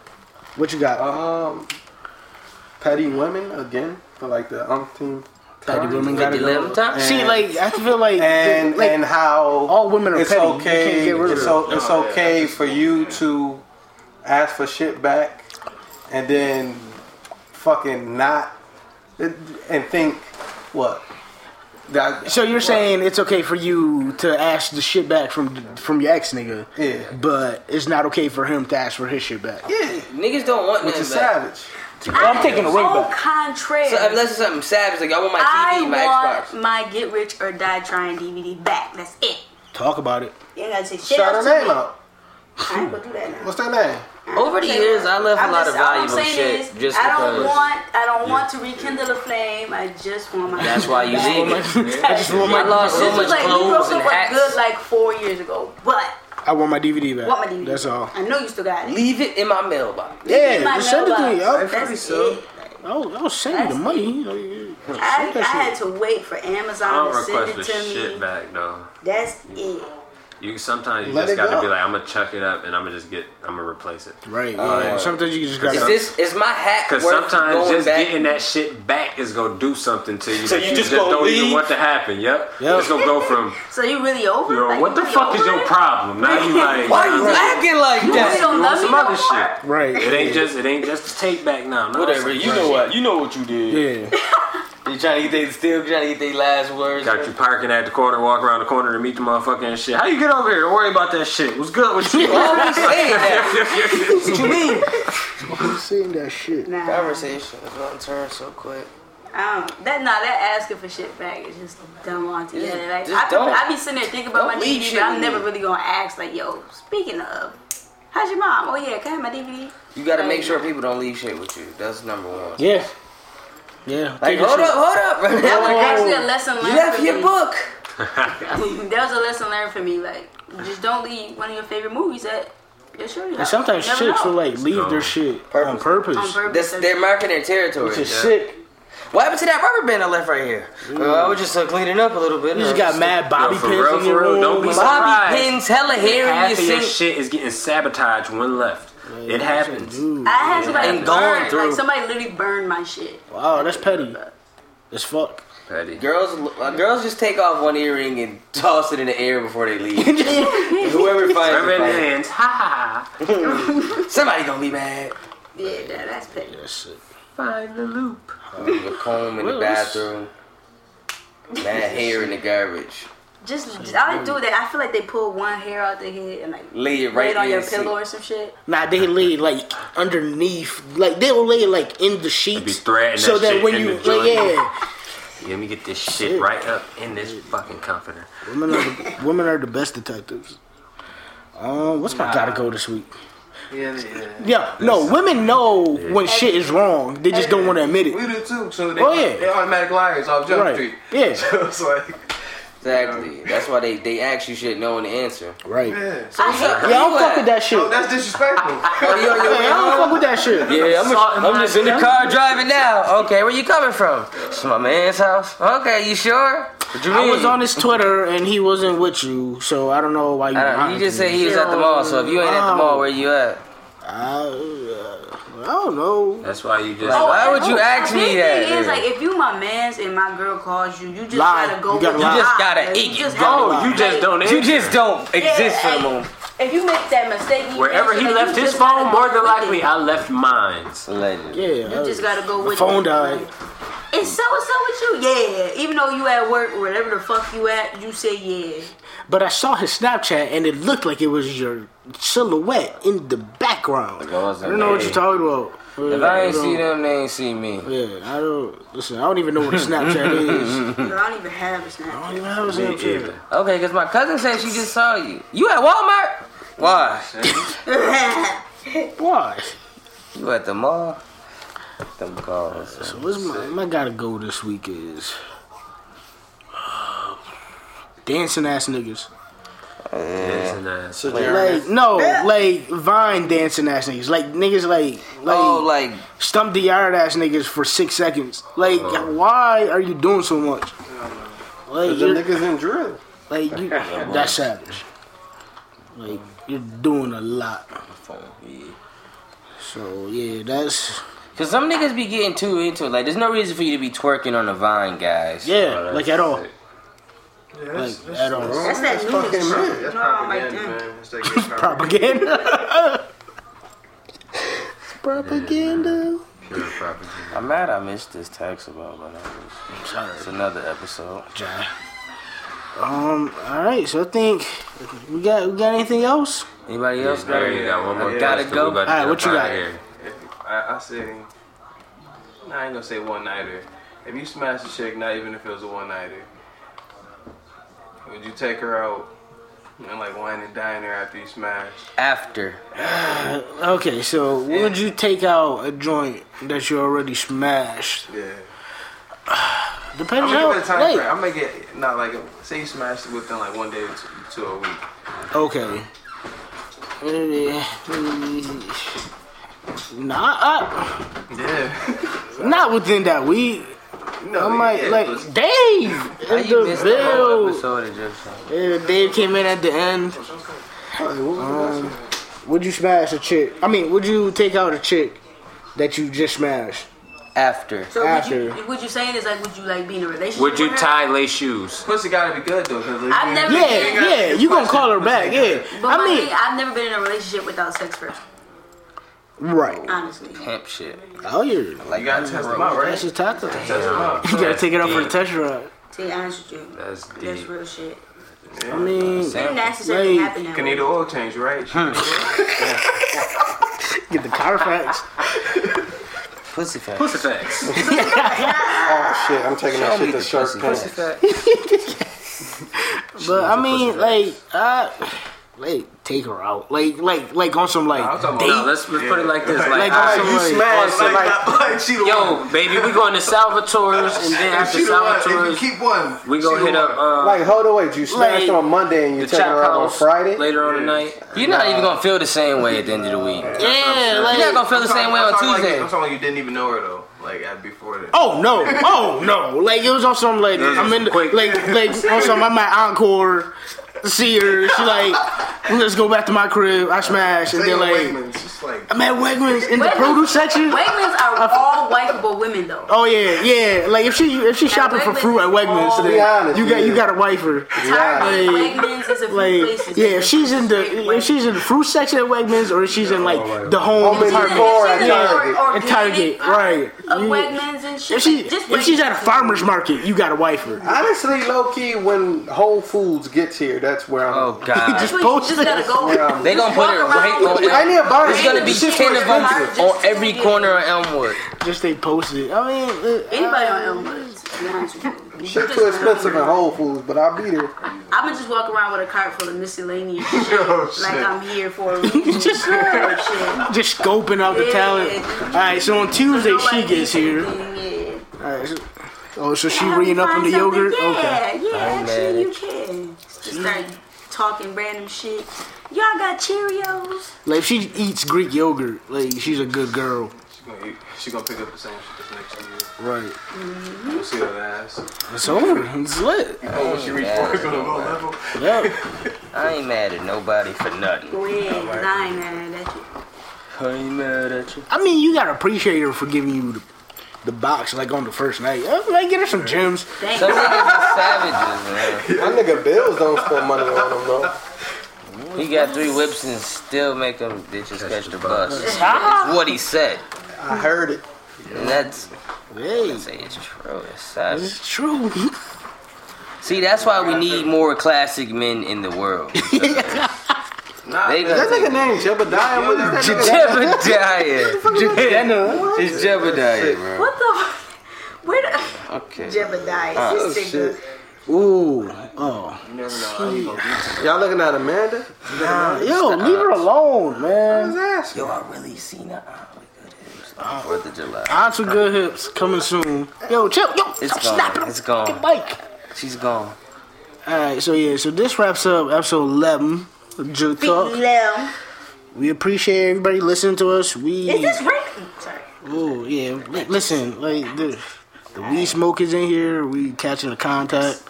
[SPEAKER 2] What you got?
[SPEAKER 5] Um, petty women again for like the umpteenth
[SPEAKER 2] Petty
[SPEAKER 5] time.
[SPEAKER 2] women gotta
[SPEAKER 3] Like
[SPEAKER 2] go.
[SPEAKER 3] eleven times.
[SPEAKER 2] See, like I feel like
[SPEAKER 5] and
[SPEAKER 2] like,
[SPEAKER 5] and how
[SPEAKER 2] all women are
[SPEAKER 5] it's
[SPEAKER 2] petty. You
[SPEAKER 5] okay.
[SPEAKER 2] can't get rid of
[SPEAKER 5] it's,
[SPEAKER 2] it.
[SPEAKER 5] o-
[SPEAKER 4] Oh,
[SPEAKER 5] it's
[SPEAKER 1] No, yeah,
[SPEAKER 5] okay
[SPEAKER 1] that's
[SPEAKER 5] for you to ask for shit back, and then fucking not and think what that.
[SPEAKER 2] So you're saying it's okay for you to ask the shit back from from your ex nigga,
[SPEAKER 5] Yeah.
[SPEAKER 2] but it's not okay for him to ask for his shit back.
[SPEAKER 5] yeah,
[SPEAKER 3] Niggas don't want
[SPEAKER 5] which
[SPEAKER 3] nothing
[SPEAKER 5] is
[SPEAKER 3] back.
[SPEAKER 5] savage.
[SPEAKER 2] I'm taking the ring
[SPEAKER 4] Au
[SPEAKER 2] back.
[SPEAKER 4] contraire.
[SPEAKER 3] So unless it's something savage, like I want my
[SPEAKER 4] I
[SPEAKER 3] TV, my Xbox.
[SPEAKER 4] want my Get Rich or Die Trying DVD back. That's it.
[SPEAKER 2] Talk about it.
[SPEAKER 4] You ain't gotta say shit
[SPEAKER 5] Shout
[SPEAKER 4] else
[SPEAKER 5] her
[SPEAKER 4] to
[SPEAKER 5] name
[SPEAKER 4] me.
[SPEAKER 5] out.
[SPEAKER 4] I ain't gonna do that now.
[SPEAKER 5] What's that name?
[SPEAKER 3] Over the years, I left a
[SPEAKER 4] I'm
[SPEAKER 3] lot
[SPEAKER 4] just-
[SPEAKER 3] of
[SPEAKER 4] all I'm
[SPEAKER 3] valuable
[SPEAKER 4] saying
[SPEAKER 3] shit
[SPEAKER 4] is,
[SPEAKER 3] just
[SPEAKER 4] I don't
[SPEAKER 3] because.
[SPEAKER 4] want, I don't want to rekindle the flame. I just want my.
[SPEAKER 3] That's why you leave. I
[SPEAKER 4] just
[SPEAKER 3] want my lost so much
[SPEAKER 4] like, you
[SPEAKER 3] clothes
[SPEAKER 4] broke
[SPEAKER 3] and
[SPEAKER 4] up like good
[SPEAKER 3] hats.
[SPEAKER 4] like four years ago, but
[SPEAKER 2] I want my DVD back.
[SPEAKER 4] what my DVD?
[SPEAKER 2] That's all.
[SPEAKER 4] I know you still got it.
[SPEAKER 3] Leave it in my mailbox.
[SPEAKER 4] In my
[SPEAKER 2] Yeah, just send it to me.
[SPEAKER 4] mailbox.
[SPEAKER 2] I'll,
[SPEAKER 4] Oh, That's it.
[SPEAKER 2] I'll, I'll send you the money. Like,
[SPEAKER 4] I,
[SPEAKER 2] send
[SPEAKER 4] I had
[SPEAKER 2] that
[SPEAKER 4] to wait for
[SPEAKER 8] I
[SPEAKER 4] Amazon
[SPEAKER 8] don't
[SPEAKER 4] to send
[SPEAKER 8] request the
[SPEAKER 4] it to me.
[SPEAKER 8] shit back though.
[SPEAKER 4] That's it.
[SPEAKER 8] You sometimes you
[SPEAKER 5] Let
[SPEAKER 8] just
[SPEAKER 5] it
[SPEAKER 8] gotta
[SPEAKER 5] go.
[SPEAKER 8] be like, I'm gonna chuck it up and I'm gonna just get, I'm gonna replace it.
[SPEAKER 2] shit. Right. yeah. Sometimes you just gotta.
[SPEAKER 3] Uh, Is this is my hat worth
[SPEAKER 8] Cause sometimes
[SPEAKER 3] going
[SPEAKER 8] just
[SPEAKER 3] back?
[SPEAKER 8] getting that shit back is gonna do something to you.
[SPEAKER 3] So
[SPEAKER 8] that
[SPEAKER 3] you just gonna
[SPEAKER 8] don't even
[SPEAKER 3] leave?
[SPEAKER 8] want to happen. Yep.
[SPEAKER 2] Yep.
[SPEAKER 8] It's gonna go from
[SPEAKER 4] So you really over?
[SPEAKER 8] yo,
[SPEAKER 4] Like,
[SPEAKER 8] what the
[SPEAKER 4] you
[SPEAKER 8] fuck is
[SPEAKER 4] over
[SPEAKER 8] your
[SPEAKER 4] it?
[SPEAKER 8] problem? Now you like,
[SPEAKER 3] Why you acting like
[SPEAKER 8] you
[SPEAKER 4] really
[SPEAKER 8] want,
[SPEAKER 3] that?
[SPEAKER 4] don't
[SPEAKER 8] you want
[SPEAKER 4] love me
[SPEAKER 8] some
[SPEAKER 4] no
[SPEAKER 8] other
[SPEAKER 4] more?
[SPEAKER 8] shit.
[SPEAKER 2] right.
[SPEAKER 8] It ain't just it ain't just the take back now. No,
[SPEAKER 3] Whatever.
[SPEAKER 8] it's
[SPEAKER 3] You
[SPEAKER 8] like,
[SPEAKER 3] know what? You know what you did.
[SPEAKER 2] Yeah.
[SPEAKER 3] You trying to get they still trying to get their last words.
[SPEAKER 8] Got you parking at the corner, walk around the corner to meet the motherfucker and shit. How you get over here? Don't worry about that shit. What's good with you?
[SPEAKER 3] Always saying that. what you mean?
[SPEAKER 2] I'm saying that shit.
[SPEAKER 4] Nah,
[SPEAKER 3] Conversation is going to turn so quick.
[SPEAKER 4] I don't- that nah, that asking for shit back is just dumb altogether.
[SPEAKER 3] Just-
[SPEAKER 4] like
[SPEAKER 3] just
[SPEAKER 4] I, be-
[SPEAKER 3] don't.
[SPEAKER 4] I be sitting there thinking about
[SPEAKER 3] Don't
[SPEAKER 4] my
[SPEAKER 3] leave
[SPEAKER 4] DVD,
[SPEAKER 3] shit
[SPEAKER 4] but I'm
[SPEAKER 3] with
[SPEAKER 4] never
[SPEAKER 3] me.
[SPEAKER 4] really gonna ask like, yo, speaking of, how's your mom? Oh yeah, can I have my DVD?
[SPEAKER 3] You got to make sure people don't leave shit with you. That's number one.
[SPEAKER 2] Yeah. Yeah.
[SPEAKER 3] Like,
[SPEAKER 2] Take your
[SPEAKER 3] hold
[SPEAKER 2] shit.
[SPEAKER 3] up, hold up.
[SPEAKER 4] That was actually a lesson learned.
[SPEAKER 3] You left
[SPEAKER 4] for
[SPEAKER 3] your
[SPEAKER 4] me.
[SPEAKER 3] book.
[SPEAKER 4] that was a lesson learned for me. Like, just don't leave one of your favorite movies at your shorty.
[SPEAKER 2] And
[SPEAKER 4] house.
[SPEAKER 2] sometimes
[SPEAKER 4] Never
[SPEAKER 2] chicks
[SPEAKER 4] know.
[SPEAKER 2] will like leave their
[SPEAKER 8] Purpose.
[SPEAKER 2] shit on
[SPEAKER 3] Purpose.
[SPEAKER 2] purpose.
[SPEAKER 4] on purpose.
[SPEAKER 3] That's, they're marking their territory.
[SPEAKER 2] It's just
[SPEAKER 8] Yeah.
[SPEAKER 2] sick. Mm.
[SPEAKER 3] What happened to that rubber band I left right here? Well, I was just uh, cleaning up a little bit.
[SPEAKER 2] You just got mad Bobby
[SPEAKER 8] Yo, for
[SPEAKER 2] pins
[SPEAKER 8] real,
[SPEAKER 2] in
[SPEAKER 8] for
[SPEAKER 2] your
[SPEAKER 8] real,
[SPEAKER 2] room.
[SPEAKER 8] don't be
[SPEAKER 2] Bobby-
[SPEAKER 8] surprised.
[SPEAKER 3] Bobby pins hella hair and
[SPEAKER 8] Half of
[SPEAKER 3] you
[SPEAKER 8] your
[SPEAKER 3] sing.
[SPEAKER 8] shit is getting sabotaged when left. It happens.
[SPEAKER 4] I had somebody
[SPEAKER 8] And
[SPEAKER 4] burn,
[SPEAKER 8] going through.
[SPEAKER 4] like somebody literally burned my shit.
[SPEAKER 2] Wow, that's petty. As fuck.
[SPEAKER 3] Petty. Girls, uh, girls just take off one earring and toss it in the air before they leave. Whoever finds it,
[SPEAKER 8] Whoever it
[SPEAKER 3] finds
[SPEAKER 8] is, ha
[SPEAKER 3] ha. Somebody gonna be mad.
[SPEAKER 4] Yeah, that, that's petty.
[SPEAKER 2] That's it.
[SPEAKER 8] Find the loop.
[SPEAKER 3] a comb in the
[SPEAKER 4] Well, it's-
[SPEAKER 3] bathroom. Mad hair in the garbage.
[SPEAKER 4] Just I do that. I feel like they pull one hair out their head and like
[SPEAKER 3] Lay it
[SPEAKER 4] lay
[SPEAKER 3] right
[SPEAKER 4] it on
[SPEAKER 3] in
[SPEAKER 4] your
[SPEAKER 3] the seat.
[SPEAKER 4] pillow or some shit.
[SPEAKER 2] Nah, they lay like underneath, like they'll lay like in the sheets.
[SPEAKER 8] Be threading
[SPEAKER 2] so
[SPEAKER 8] that,
[SPEAKER 2] that
[SPEAKER 8] shit
[SPEAKER 2] when
[SPEAKER 8] in
[SPEAKER 2] you,
[SPEAKER 8] the joint.
[SPEAKER 2] like, yeah,
[SPEAKER 8] Let me get this shit right up in this fucking comforter.
[SPEAKER 2] women are the, women are the best detectives. Um, what's my gotta go this week?
[SPEAKER 1] Yeah, yeah.
[SPEAKER 2] Yeah, no, women know when shit is wrong. They just don't want to admit it.
[SPEAKER 1] We do too. So they,
[SPEAKER 2] Oh, yeah.
[SPEAKER 1] they automatic liars off Jump
[SPEAKER 2] Right.
[SPEAKER 1] Street.
[SPEAKER 2] Yeah.
[SPEAKER 1] So it's like,
[SPEAKER 3] Exactly. That's why they, they ask you shit knowing the answer.
[SPEAKER 2] Right.
[SPEAKER 1] yeah.
[SPEAKER 3] So what's up?
[SPEAKER 2] Yeah, I don't
[SPEAKER 3] You
[SPEAKER 2] fuck
[SPEAKER 3] at?
[SPEAKER 2] with
[SPEAKER 8] Oh,
[SPEAKER 2] that shit.
[SPEAKER 1] No, that's disrespectful.
[SPEAKER 3] Oh, yo, yo,
[SPEAKER 2] Yeah, I don't
[SPEAKER 3] yo.
[SPEAKER 2] fuck with that shit.
[SPEAKER 3] Yeah, I'm, a, I'm just in the car driving now. Okay, where you coming from? It's my man's house. Okay, you sure? What you mean?
[SPEAKER 2] I was on his Twitter and he wasn't with you, so I don't know why you.
[SPEAKER 3] I don't,
[SPEAKER 2] lying
[SPEAKER 3] you
[SPEAKER 2] to
[SPEAKER 3] just
[SPEAKER 2] me.
[SPEAKER 3] said Uh, he was at the mall. So if you ain't at the mall, where you at?
[SPEAKER 2] I, uh, I don't know.
[SPEAKER 8] That's why you just.
[SPEAKER 3] Like, why would you ask
[SPEAKER 4] The
[SPEAKER 3] me
[SPEAKER 4] big
[SPEAKER 3] that?
[SPEAKER 4] thing is like
[SPEAKER 3] nigga?
[SPEAKER 4] if you my man's and my girl calls you, you just
[SPEAKER 3] Lie.
[SPEAKER 4] gotta go.
[SPEAKER 3] You gotta
[SPEAKER 4] with
[SPEAKER 3] lie.
[SPEAKER 4] the
[SPEAKER 3] You just
[SPEAKER 4] lie.
[SPEAKER 3] gotta
[SPEAKER 4] Like,
[SPEAKER 3] eat.
[SPEAKER 4] You just
[SPEAKER 3] You gotta
[SPEAKER 4] gotta
[SPEAKER 3] lie.
[SPEAKER 4] lie.
[SPEAKER 8] Oh, You just don't
[SPEAKER 3] You just don't exist for
[SPEAKER 4] Yeah,
[SPEAKER 3] a
[SPEAKER 4] like,
[SPEAKER 3] moment.
[SPEAKER 4] If you make that mistake, you
[SPEAKER 8] Wherever
[SPEAKER 4] make
[SPEAKER 8] he
[SPEAKER 4] it,
[SPEAKER 8] left
[SPEAKER 4] you
[SPEAKER 8] his
[SPEAKER 4] just gotta
[SPEAKER 8] phone,
[SPEAKER 4] go
[SPEAKER 8] more than
[SPEAKER 4] with
[SPEAKER 8] likely
[SPEAKER 4] it.
[SPEAKER 8] I left mine.
[SPEAKER 3] Legend.
[SPEAKER 2] Yeah,
[SPEAKER 4] You just gotta go
[SPEAKER 2] my
[SPEAKER 4] with
[SPEAKER 2] phone
[SPEAKER 4] it.
[SPEAKER 2] died.
[SPEAKER 4] It's so and so with you, yeah. Even though you at work, wherever the fuck you at, you say yeah.
[SPEAKER 2] But I saw his Snapchat and it looked like it was your silhouette in the background.
[SPEAKER 3] I
[SPEAKER 2] I don't know what you're talking about.
[SPEAKER 3] oh, If I ain't
[SPEAKER 2] don't-
[SPEAKER 3] see them, they ain't see me.
[SPEAKER 2] Yeah, I don't. Listen, I don't even know what a Snapchat is.
[SPEAKER 4] Girl, I don't even have a Snapchat.
[SPEAKER 2] I don't even have a Snapchat.
[SPEAKER 3] Okay, because my cousin said she just saw you. You at Walmart? Why?
[SPEAKER 2] Why?
[SPEAKER 3] You at the mall? Them calls.
[SPEAKER 2] So what's my, my gotta go this week is uh, dancing ass niggas.
[SPEAKER 8] Dancing ass.
[SPEAKER 2] Like no, like Vine dancing ass niggas. Like niggas like like,
[SPEAKER 3] Oh, like
[SPEAKER 2] stump the yard ass niggas for six seconds. Like
[SPEAKER 8] Uh-huh.
[SPEAKER 2] why are you doing so much? Like
[SPEAKER 5] The
[SPEAKER 2] you're,
[SPEAKER 5] niggas in drill.
[SPEAKER 2] like you that's savage. Like you're doing a lot. So yeah, that's
[SPEAKER 3] Cause some niggas be getting too into it. Like, there's no reason for you to be twerking on the vine, guys. Oh,
[SPEAKER 2] yeah, like at all. Like at all.
[SPEAKER 4] That's that new
[SPEAKER 5] fucking
[SPEAKER 4] shit.
[SPEAKER 5] man.
[SPEAKER 1] That's
[SPEAKER 4] No, I like
[SPEAKER 1] propaganda,
[SPEAKER 4] that.
[SPEAKER 1] man. That's that good propaganda.
[SPEAKER 2] Propaganda. Propaganda.
[SPEAKER 1] Pure propaganda.
[SPEAKER 3] I'm mad I missed this text about my numbers.
[SPEAKER 2] Sorry.
[SPEAKER 3] It's another episode.
[SPEAKER 2] Jai. Um. All right. So I think we got we got anything else?
[SPEAKER 3] Anybody else got
[SPEAKER 8] There you got one more.
[SPEAKER 1] Yeah.
[SPEAKER 3] Gotta
[SPEAKER 8] question,
[SPEAKER 3] go.
[SPEAKER 8] we about to
[SPEAKER 2] Alright,
[SPEAKER 8] get
[SPEAKER 2] what
[SPEAKER 8] up
[SPEAKER 2] you
[SPEAKER 8] outta
[SPEAKER 2] got?
[SPEAKER 8] here.
[SPEAKER 1] If- I, I say, nah, I ain't gonna say one nighter. If you smash a chick, not even if it was a one nighter, would you take her out and like wine and dine her after you smash?
[SPEAKER 3] after.
[SPEAKER 2] Okay. So would you take out a joint that you already smashed?
[SPEAKER 1] Yeah. I'm
[SPEAKER 2] Depends
[SPEAKER 1] gonna
[SPEAKER 2] how
[SPEAKER 1] give it a time
[SPEAKER 2] late.
[SPEAKER 1] frame. I'm gonna get not like say you smashed it within like one day to, to a week.
[SPEAKER 2] Okay. Eh, Nah, I,
[SPEAKER 1] Yeah.
[SPEAKER 2] not within that week.
[SPEAKER 1] no,
[SPEAKER 2] I might
[SPEAKER 1] yeah,
[SPEAKER 2] like
[SPEAKER 1] but-
[SPEAKER 2] Dave.
[SPEAKER 3] How
[SPEAKER 2] It's
[SPEAKER 3] you missed
[SPEAKER 2] the
[SPEAKER 3] the whole
[SPEAKER 2] bill.
[SPEAKER 3] episode of Jim Show?
[SPEAKER 2] Yeah, Dave came in at the end. Um, would you smash a chick? I mean, would you take out a chick that you just smashed?
[SPEAKER 3] After.
[SPEAKER 4] So would
[SPEAKER 2] After.
[SPEAKER 4] you, would you saying is like, would you like be in a relationship?
[SPEAKER 8] Would you
[SPEAKER 4] with her?
[SPEAKER 8] tie lace shoes?
[SPEAKER 1] Pussy gotta be good though, cause like,
[SPEAKER 4] I've
[SPEAKER 1] you-
[SPEAKER 4] never-
[SPEAKER 2] Yeah,
[SPEAKER 4] Yeah,
[SPEAKER 2] yeah, you gonna call her back? Yeah,
[SPEAKER 4] But my
[SPEAKER 2] I
[SPEAKER 4] thing,
[SPEAKER 2] mean,
[SPEAKER 4] I've never been in a relationship without sex first.
[SPEAKER 2] right?
[SPEAKER 4] Honestly,
[SPEAKER 3] Pimp shit.
[SPEAKER 2] Oh yeah,
[SPEAKER 1] you gotta test them out, right?
[SPEAKER 2] that's your taco.
[SPEAKER 1] Test them out.
[SPEAKER 2] You gotta take it up for the test ride.
[SPEAKER 4] to be honest with you,
[SPEAKER 8] That's
[SPEAKER 4] that's
[SPEAKER 8] deep.
[SPEAKER 4] real shit.
[SPEAKER 2] I mean,
[SPEAKER 4] Didn't necessarily
[SPEAKER 2] Like-
[SPEAKER 4] happen that
[SPEAKER 1] Can
[SPEAKER 4] way.
[SPEAKER 1] need an oil change, right?
[SPEAKER 2] get the Carfax.
[SPEAKER 3] Pussy fat.
[SPEAKER 8] Pussy facts.
[SPEAKER 5] Oh shit, I'm taking that shit to Shark Tank.
[SPEAKER 2] But I mean, like, uh, like take her out, like, like, like on some like
[SPEAKER 1] I'm talking about-
[SPEAKER 8] No,
[SPEAKER 2] date.
[SPEAKER 8] let's, let's put it like this. Like,
[SPEAKER 2] Like,
[SPEAKER 8] I-
[SPEAKER 2] on some,
[SPEAKER 5] You
[SPEAKER 2] like-
[SPEAKER 5] smash it like
[SPEAKER 1] like she the
[SPEAKER 8] yo, baby, we going to Salvatore's, and then
[SPEAKER 1] If
[SPEAKER 8] after
[SPEAKER 1] she the one, if you
[SPEAKER 8] Salvatore's,
[SPEAKER 1] keep one,
[SPEAKER 8] we
[SPEAKER 1] she
[SPEAKER 8] gonna
[SPEAKER 1] the
[SPEAKER 8] hit up
[SPEAKER 1] one.
[SPEAKER 8] uh,
[SPEAKER 5] Like, hold on, wait, you smashed
[SPEAKER 2] Like,
[SPEAKER 5] on Monday and you
[SPEAKER 8] the
[SPEAKER 5] take her
[SPEAKER 8] Chop
[SPEAKER 5] out on
[SPEAKER 8] House
[SPEAKER 5] Friday?
[SPEAKER 8] later on tonight.
[SPEAKER 3] You're not even gonna feel the same way at the end of the week.
[SPEAKER 2] yeah, like,
[SPEAKER 3] You're not gonna feel the same way
[SPEAKER 1] I'm
[SPEAKER 3] on
[SPEAKER 1] talking like-
[SPEAKER 3] Tuesday.
[SPEAKER 1] I'm talking like you didn't even know her though, like at- before that.
[SPEAKER 2] Oh no! Oh no! Like it was on some like I'm in the,
[SPEAKER 8] quick.
[SPEAKER 2] like like on some I'm at encore. See her, she like Let's go back to my crib. I smash and
[SPEAKER 1] Say
[SPEAKER 2] then
[SPEAKER 1] your
[SPEAKER 2] like.
[SPEAKER 1] Wegmans, just like
[SPEAKER 2] I'm at Wegmans in the
[SPEAKER 4] Wegmans-
[SPEAKER 2] produce section.
[SPEAKER 4] Wegmans are all wipeable women though.
[SPEAKER 2] Oh yeah, yeah. Like if she if she shopping for
[SPEAKER 4] Wegmans
[SPEAKER 2] fruit at
[SPEAKER 4] is
[SPEAKER 2] Wegmans,
[SPEAKER 4] all-
[SPEAKER 2] then
[SPEAKER 4] Be honest,
[SPEAKER 2] you got
[SPEAKER 4] yeah.
[SPEAKER 2] you got a wifer.
[SPEAKER 4] Tired of
[SPEAKER 2] Like-
[SPEAKER 4] Wegmans is a few
[SPEAKER 2] Like
[SPEAKER 4] places.
[SPEAKER 2] yeah, if she's in the if she's in the fruit section at Wegmans or if she's in like the home
[SPEAKER 4] Home and
[SPEAKER 2] department
[SPEAKER 4] Store at
[SPEAKER 2] Yeah,
[SPEAKER 4] Target.
[SPEAKER 2] at Target, right?
[SPEAKER 4] Of
[SPEAKER 2] You-
[SPEAKER 4] Wegmans and shit.
[SPEAKER 2] If she
[SPEAKER 4] just
[SPEAKER 2] if she's at a farmer's market, you got a wifer.
[SPEAKER 5] Honestly, low key, when Whole Foods gets here, that's where I'm. Oh
[SPEAKER 3] God. Just
[SPEAKER 4] post it. gotta go.
[SPEAKER 3] They gonna put it right on.
[SPEAKER 5] I need a bar.
[SPEAKER 3] There's gonna be ten of them on every corner of Elmwood.
[SPEAKER 2] Just they posted. I mean,
[SPEAKER 4] anybody on Elmwood. to be honest with you.
[SPEAKER 5] Shit too expensive in Whole Foods, but I'll be there.
[SPEAKER 4] I'ma just walk around with a cart full of miscellaneous shit.
[SPEAKER 5] Oh,
[SPEAKER 4] like
[SPEAKER 5] shit.
[SPEAKER 4] I'm here for a reason.
[SPEAKER 2] Just-
[SPEAKER 4] Like shit.
[SPEAKER 2] Just scoping out the
[SPEAKER 4] Yeah.
[SPEAKER 2] talent. All right, so on Tuesday she gets here.
[SPEAKER 4] Yeah.
[SPEAKER 2] All right. so- oh, so she reading up on the yogurt.
[SPEAKER 4] Yeah,
[SPEAKER 2] Okay.
[SPEAKER 4] yeah, actually you can. Just start
[SPEAKER 2] Mm-hmm.
[SPEAKER 4] talking random shit. Y'all got Cheerios?
[SPEAKER 2] Like if she eats Greek yogurt, like she's a good girl.
[SPEAKER 1] she gonna, eat- she gonna pick up the same shit this next year.
[SPEAKER 2] Right.
[SPEAKER 1] You'll see that ass.
[SPEAKER 2] It's over. It's lit.
[SPEAKER 1] Oh, when she reached for it's gonna go level.
[SPEAKER 2] Yep.
[SPEAKER 3] I ain't mad at nobody for nothing.
[SPEAKER 4] Go ahead, 'cause I ain't mad at you.
[SPEAKER 3] I ain't mad at you.
[SPEAKER 2] I mean, you gotta appreciate her for giving you the, the box like on the first night. Uh, Like, get her some gems.
[SPEAKER 3] Some niggas are savages,
[SPEAKER 5] man. My nigga Bills don't spend money on them, though.
[SPEAKER 3] He got three whips and still make them bitches catch the bus. That's what he said.
[SPEAKER 5] I heard it.
[SPEAKER 3] And that's
[SPEAKER 2] hey.
[SPEAKER 3] say it's true. It's sad.
[SPEAKER 2] It's true.
[SPEAKER 3] See, that's why we need more classic men in the world. They
[SPEAKER 5] that
[SPEAKER 3] gonna
[SPEAKER 5] nigga named Jebediah. What is that? nigga?
[SPEAKER 3] Jebediah.
[SPEAKER 5] Jebediah.
[SPEAKER 3] It's Jebediah, bro.
[SPEAKER 4] What the? Where the?
[SPEAKER 3] Okay.
[SPEAKER 4] Jebediah.
[SPEAKER 5] Ah,
[SPEAKER 4] this
[SPEAKER 5] shit.
[SPEAKER 4] nigga.
[SPEAKER 2] Oh, Ooh. Oh.
[SPEAKER 1] You never know how you gonna get
[SPEAKER 5] Y'all looking at Amanda?
[SPEAKER 2] Yo, leave her alone, man.
[SPEAKER 3] Yo, I really seen her. Fourth of July.
[SPEAKER 2] Aunts with good hips coming soon. Yo, chill. Yo,
[SPEAKER 3] It's
[SPEAKER 2] stop
[SPEAKER 3] gone.
[SPEAKER 2] snapping.
[SPEAKER 3] It's gone.
[SPEAKER 2] Get Mike.
[SPEAKER 3] She's gone.
[SPEAKER 2] All right, so yeah, so this wraps up episode eleven of Juke Talk.
[SPEAKER 4] Lem.
[SPEAKER 2] We appreciate everybody listening to us. We
[SPEAKER 4] Is this Rick? Sorry.
[SPEAKER 2] Oh yeah, li- listen, like the the weed smokers in here, we catching the contact.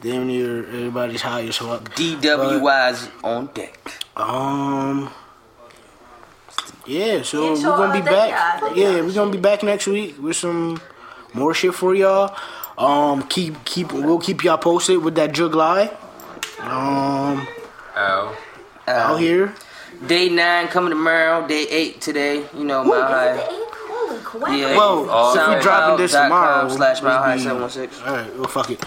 [SPEAKER 2] Damn near everybody's high as fuck.
[SPEAKER 3] DWI's on deck.
[SPEAKER 2] Um. Yeah, so
[SPEAKER 3] Yeah,
[SPEAKER 2] we're
[SPEAKER 3] so,
[SPEAKER 2] gonna be
[SPEAKER 3] uh, they
[SPEAKER 2] back.
[SPEAKER 3] got- they
[SPEAKER 2] yeah, we're gonna be back next week with some more shit for y'all. Um, keep keep we'll keep y'all posted with that jug lie. Um,
[SPEAKER 3] Ow.
[SPEAKER 2] out here.
[SPEAKER 3] Day nine coming tomorrow. Day eight today. You know, my high.
[SPEAKER 4] Holy crap.
[SPEAKER 3] Yeah.
[SPEAKER 2] Well,
[SPEAKER 3] all
[SPEAKER 2] if we dropping this
[SPEAKER 3] SoundCloud.com
[SPEAKER 2] tomorrow,
[SPEAKER 3] slash
[SPEAKER 2] we'll
[SPEAKER 3] mile high
[SPEAKER 2] be-
[SPEAKER 3] 716.
[SPEAKER 2] All right, well, fuck it.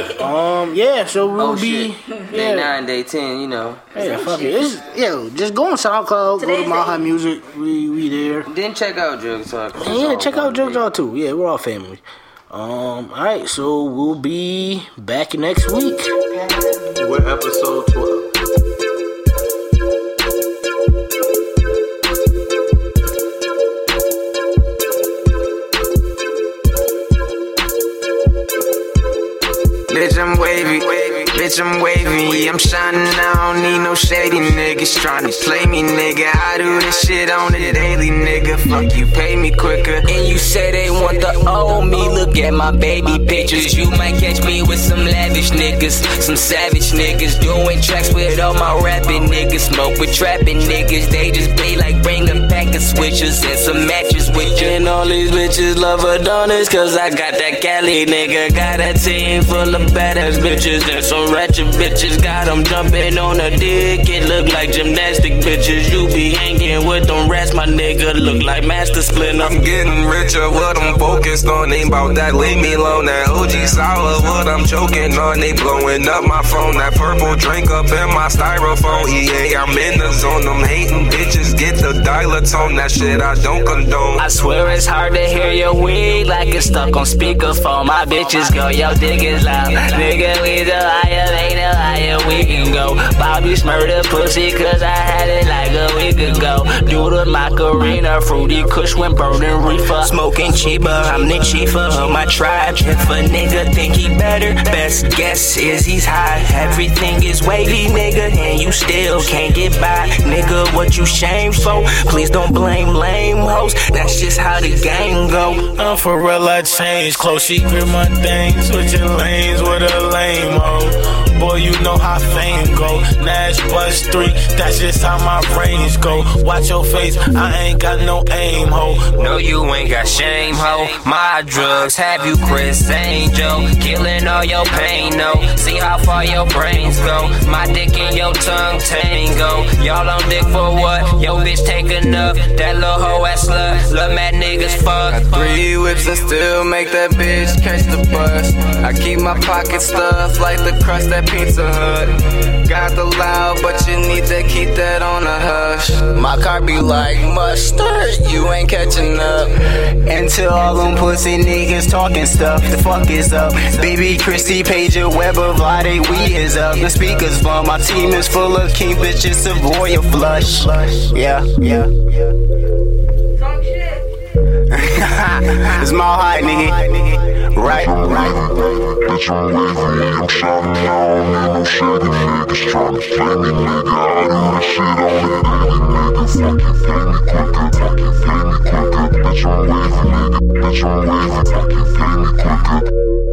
[SPEAKER 2] Um, yeah, so we'll
[SPEAKER 3] Oh,
[SPEAKER 2] be
[SPEAKER 3] shit. Day
[SPEAKER 2] yeah.
[SPEAKER 3] nine, day ten. You know.
[SPEAKER 2] Yeah, fuck it. It's, yo, just go on SoundCloud, go
[SPEAKER 3] Today's
[SPEAKER 2] to Maha Music. We we there.
[SPEAKER 3] Then check out Drug Talk. It's
[SPEAKER 2] Yeah,
[SPEAKER 3] all
[SPEAKER 2] check
[SPEAKER 3] one
[SPEAKER 2] out Joke
[SPEAKER 3] big-
[SPEAKER 2] Jaw too. Yeah, we're all family. Um, all right, so we'll be back next week.
[SPEAKER 5] We're episode 12.
[SPEAKER 15] Bitch, I'm wavy, bitch, I'm wavy. I'm shining, I don't need no shady niggas tryna play me, nigga. I do this shit on the daily, nigga. Fuck you, pay me quicker.
[SPEAKER 9] And you say they want the old me. Look at my baby pictures. You might catch me with some lavish niggas, some savage niggas. Doing tracks with all my rapping niggas. Smoke with trapping niggas. They just play like bring them pack of switches and some matches with you. And all these bitches love Adonis. Cause I got that Cali nigga. Got a team full of badass bitches. And some ratchet bitches. Got them jumping on a dick. It look like gymnastic bitches. You be hanging with them rats, my nigga. Look like master splinter.
[SPEAKER 15] I'm getting richer, what I'm focused on. They bout that, leave me alone. That OG sour, what I'm choking on. They blowing up my phone. That purple drink up in my styrofoam. EA, I'm in the zone. Them hating bitches get the dilatone. That shit I don't condone.
[SPEAKER 9] I swear it's hard to hear your weed like it's stuck on speakerphone. My bitches go, yo, dick is loud. Nigga, we the liar, they the liar, we can go. Bobby smurder pussy, cause I had it like a week ago. Do the Macarena, fruity kush when burning reefer.
[SPEAKER 16] Smoking Chiba, I'm the chief of my tribe. If a nigga think he better, best guess is he's high. Everything is wavy, nigga, and you still can't get by. Nigga, what you shame for? Please don't blame lame hoes. That's just how the game go.
[SPEAKER 17] I'm for real, I change. Close secret, my thing. Switching lanes with a lame hoe. Boy, you know how fame
[SPEAKER 2] go. Nash bust three, that's just how my range go. Watch your face, I ain't got no aim, ho.
[SPEAKER 9] No, you ain't got shame, ho. My drugs have you, Chris Angel. Killing all your pain, no. See how far your brains go. My dick and your tongue tango. Y'all on dick for what? Yo, bitch, take enough. That little hoe ass slut. Love mad niggas, fuck.
[SPEAKER 18] Three whips and still make that bitch catch the bus. I keep my pocket stuffed like the crust at Pizza Hut. Got the loud, but you need to keep that on a hush. My car be like mustard, you ain't catching up.
[SPEAKER 7] Until all them pussy niggas talking stuff, the fuck is up. Baby Christy, Pager, Weber, Vlade, we is up. The speakers bum, my team is full of king bitches, Savoy and flush. Yeah, yeah. it's my high, nigga. Right, right.
[SPEAKER 6] Bitch, I'm wavy, I'm shining down, and I'm shaking niggas trying to play me, nigga. I do this shit on that daily, nigga. Fucking pay me quicker, fucking pay me quicker. Bitch, I'm wavy, nigga. Bitch, I'm wavy, fucking pay me quicker.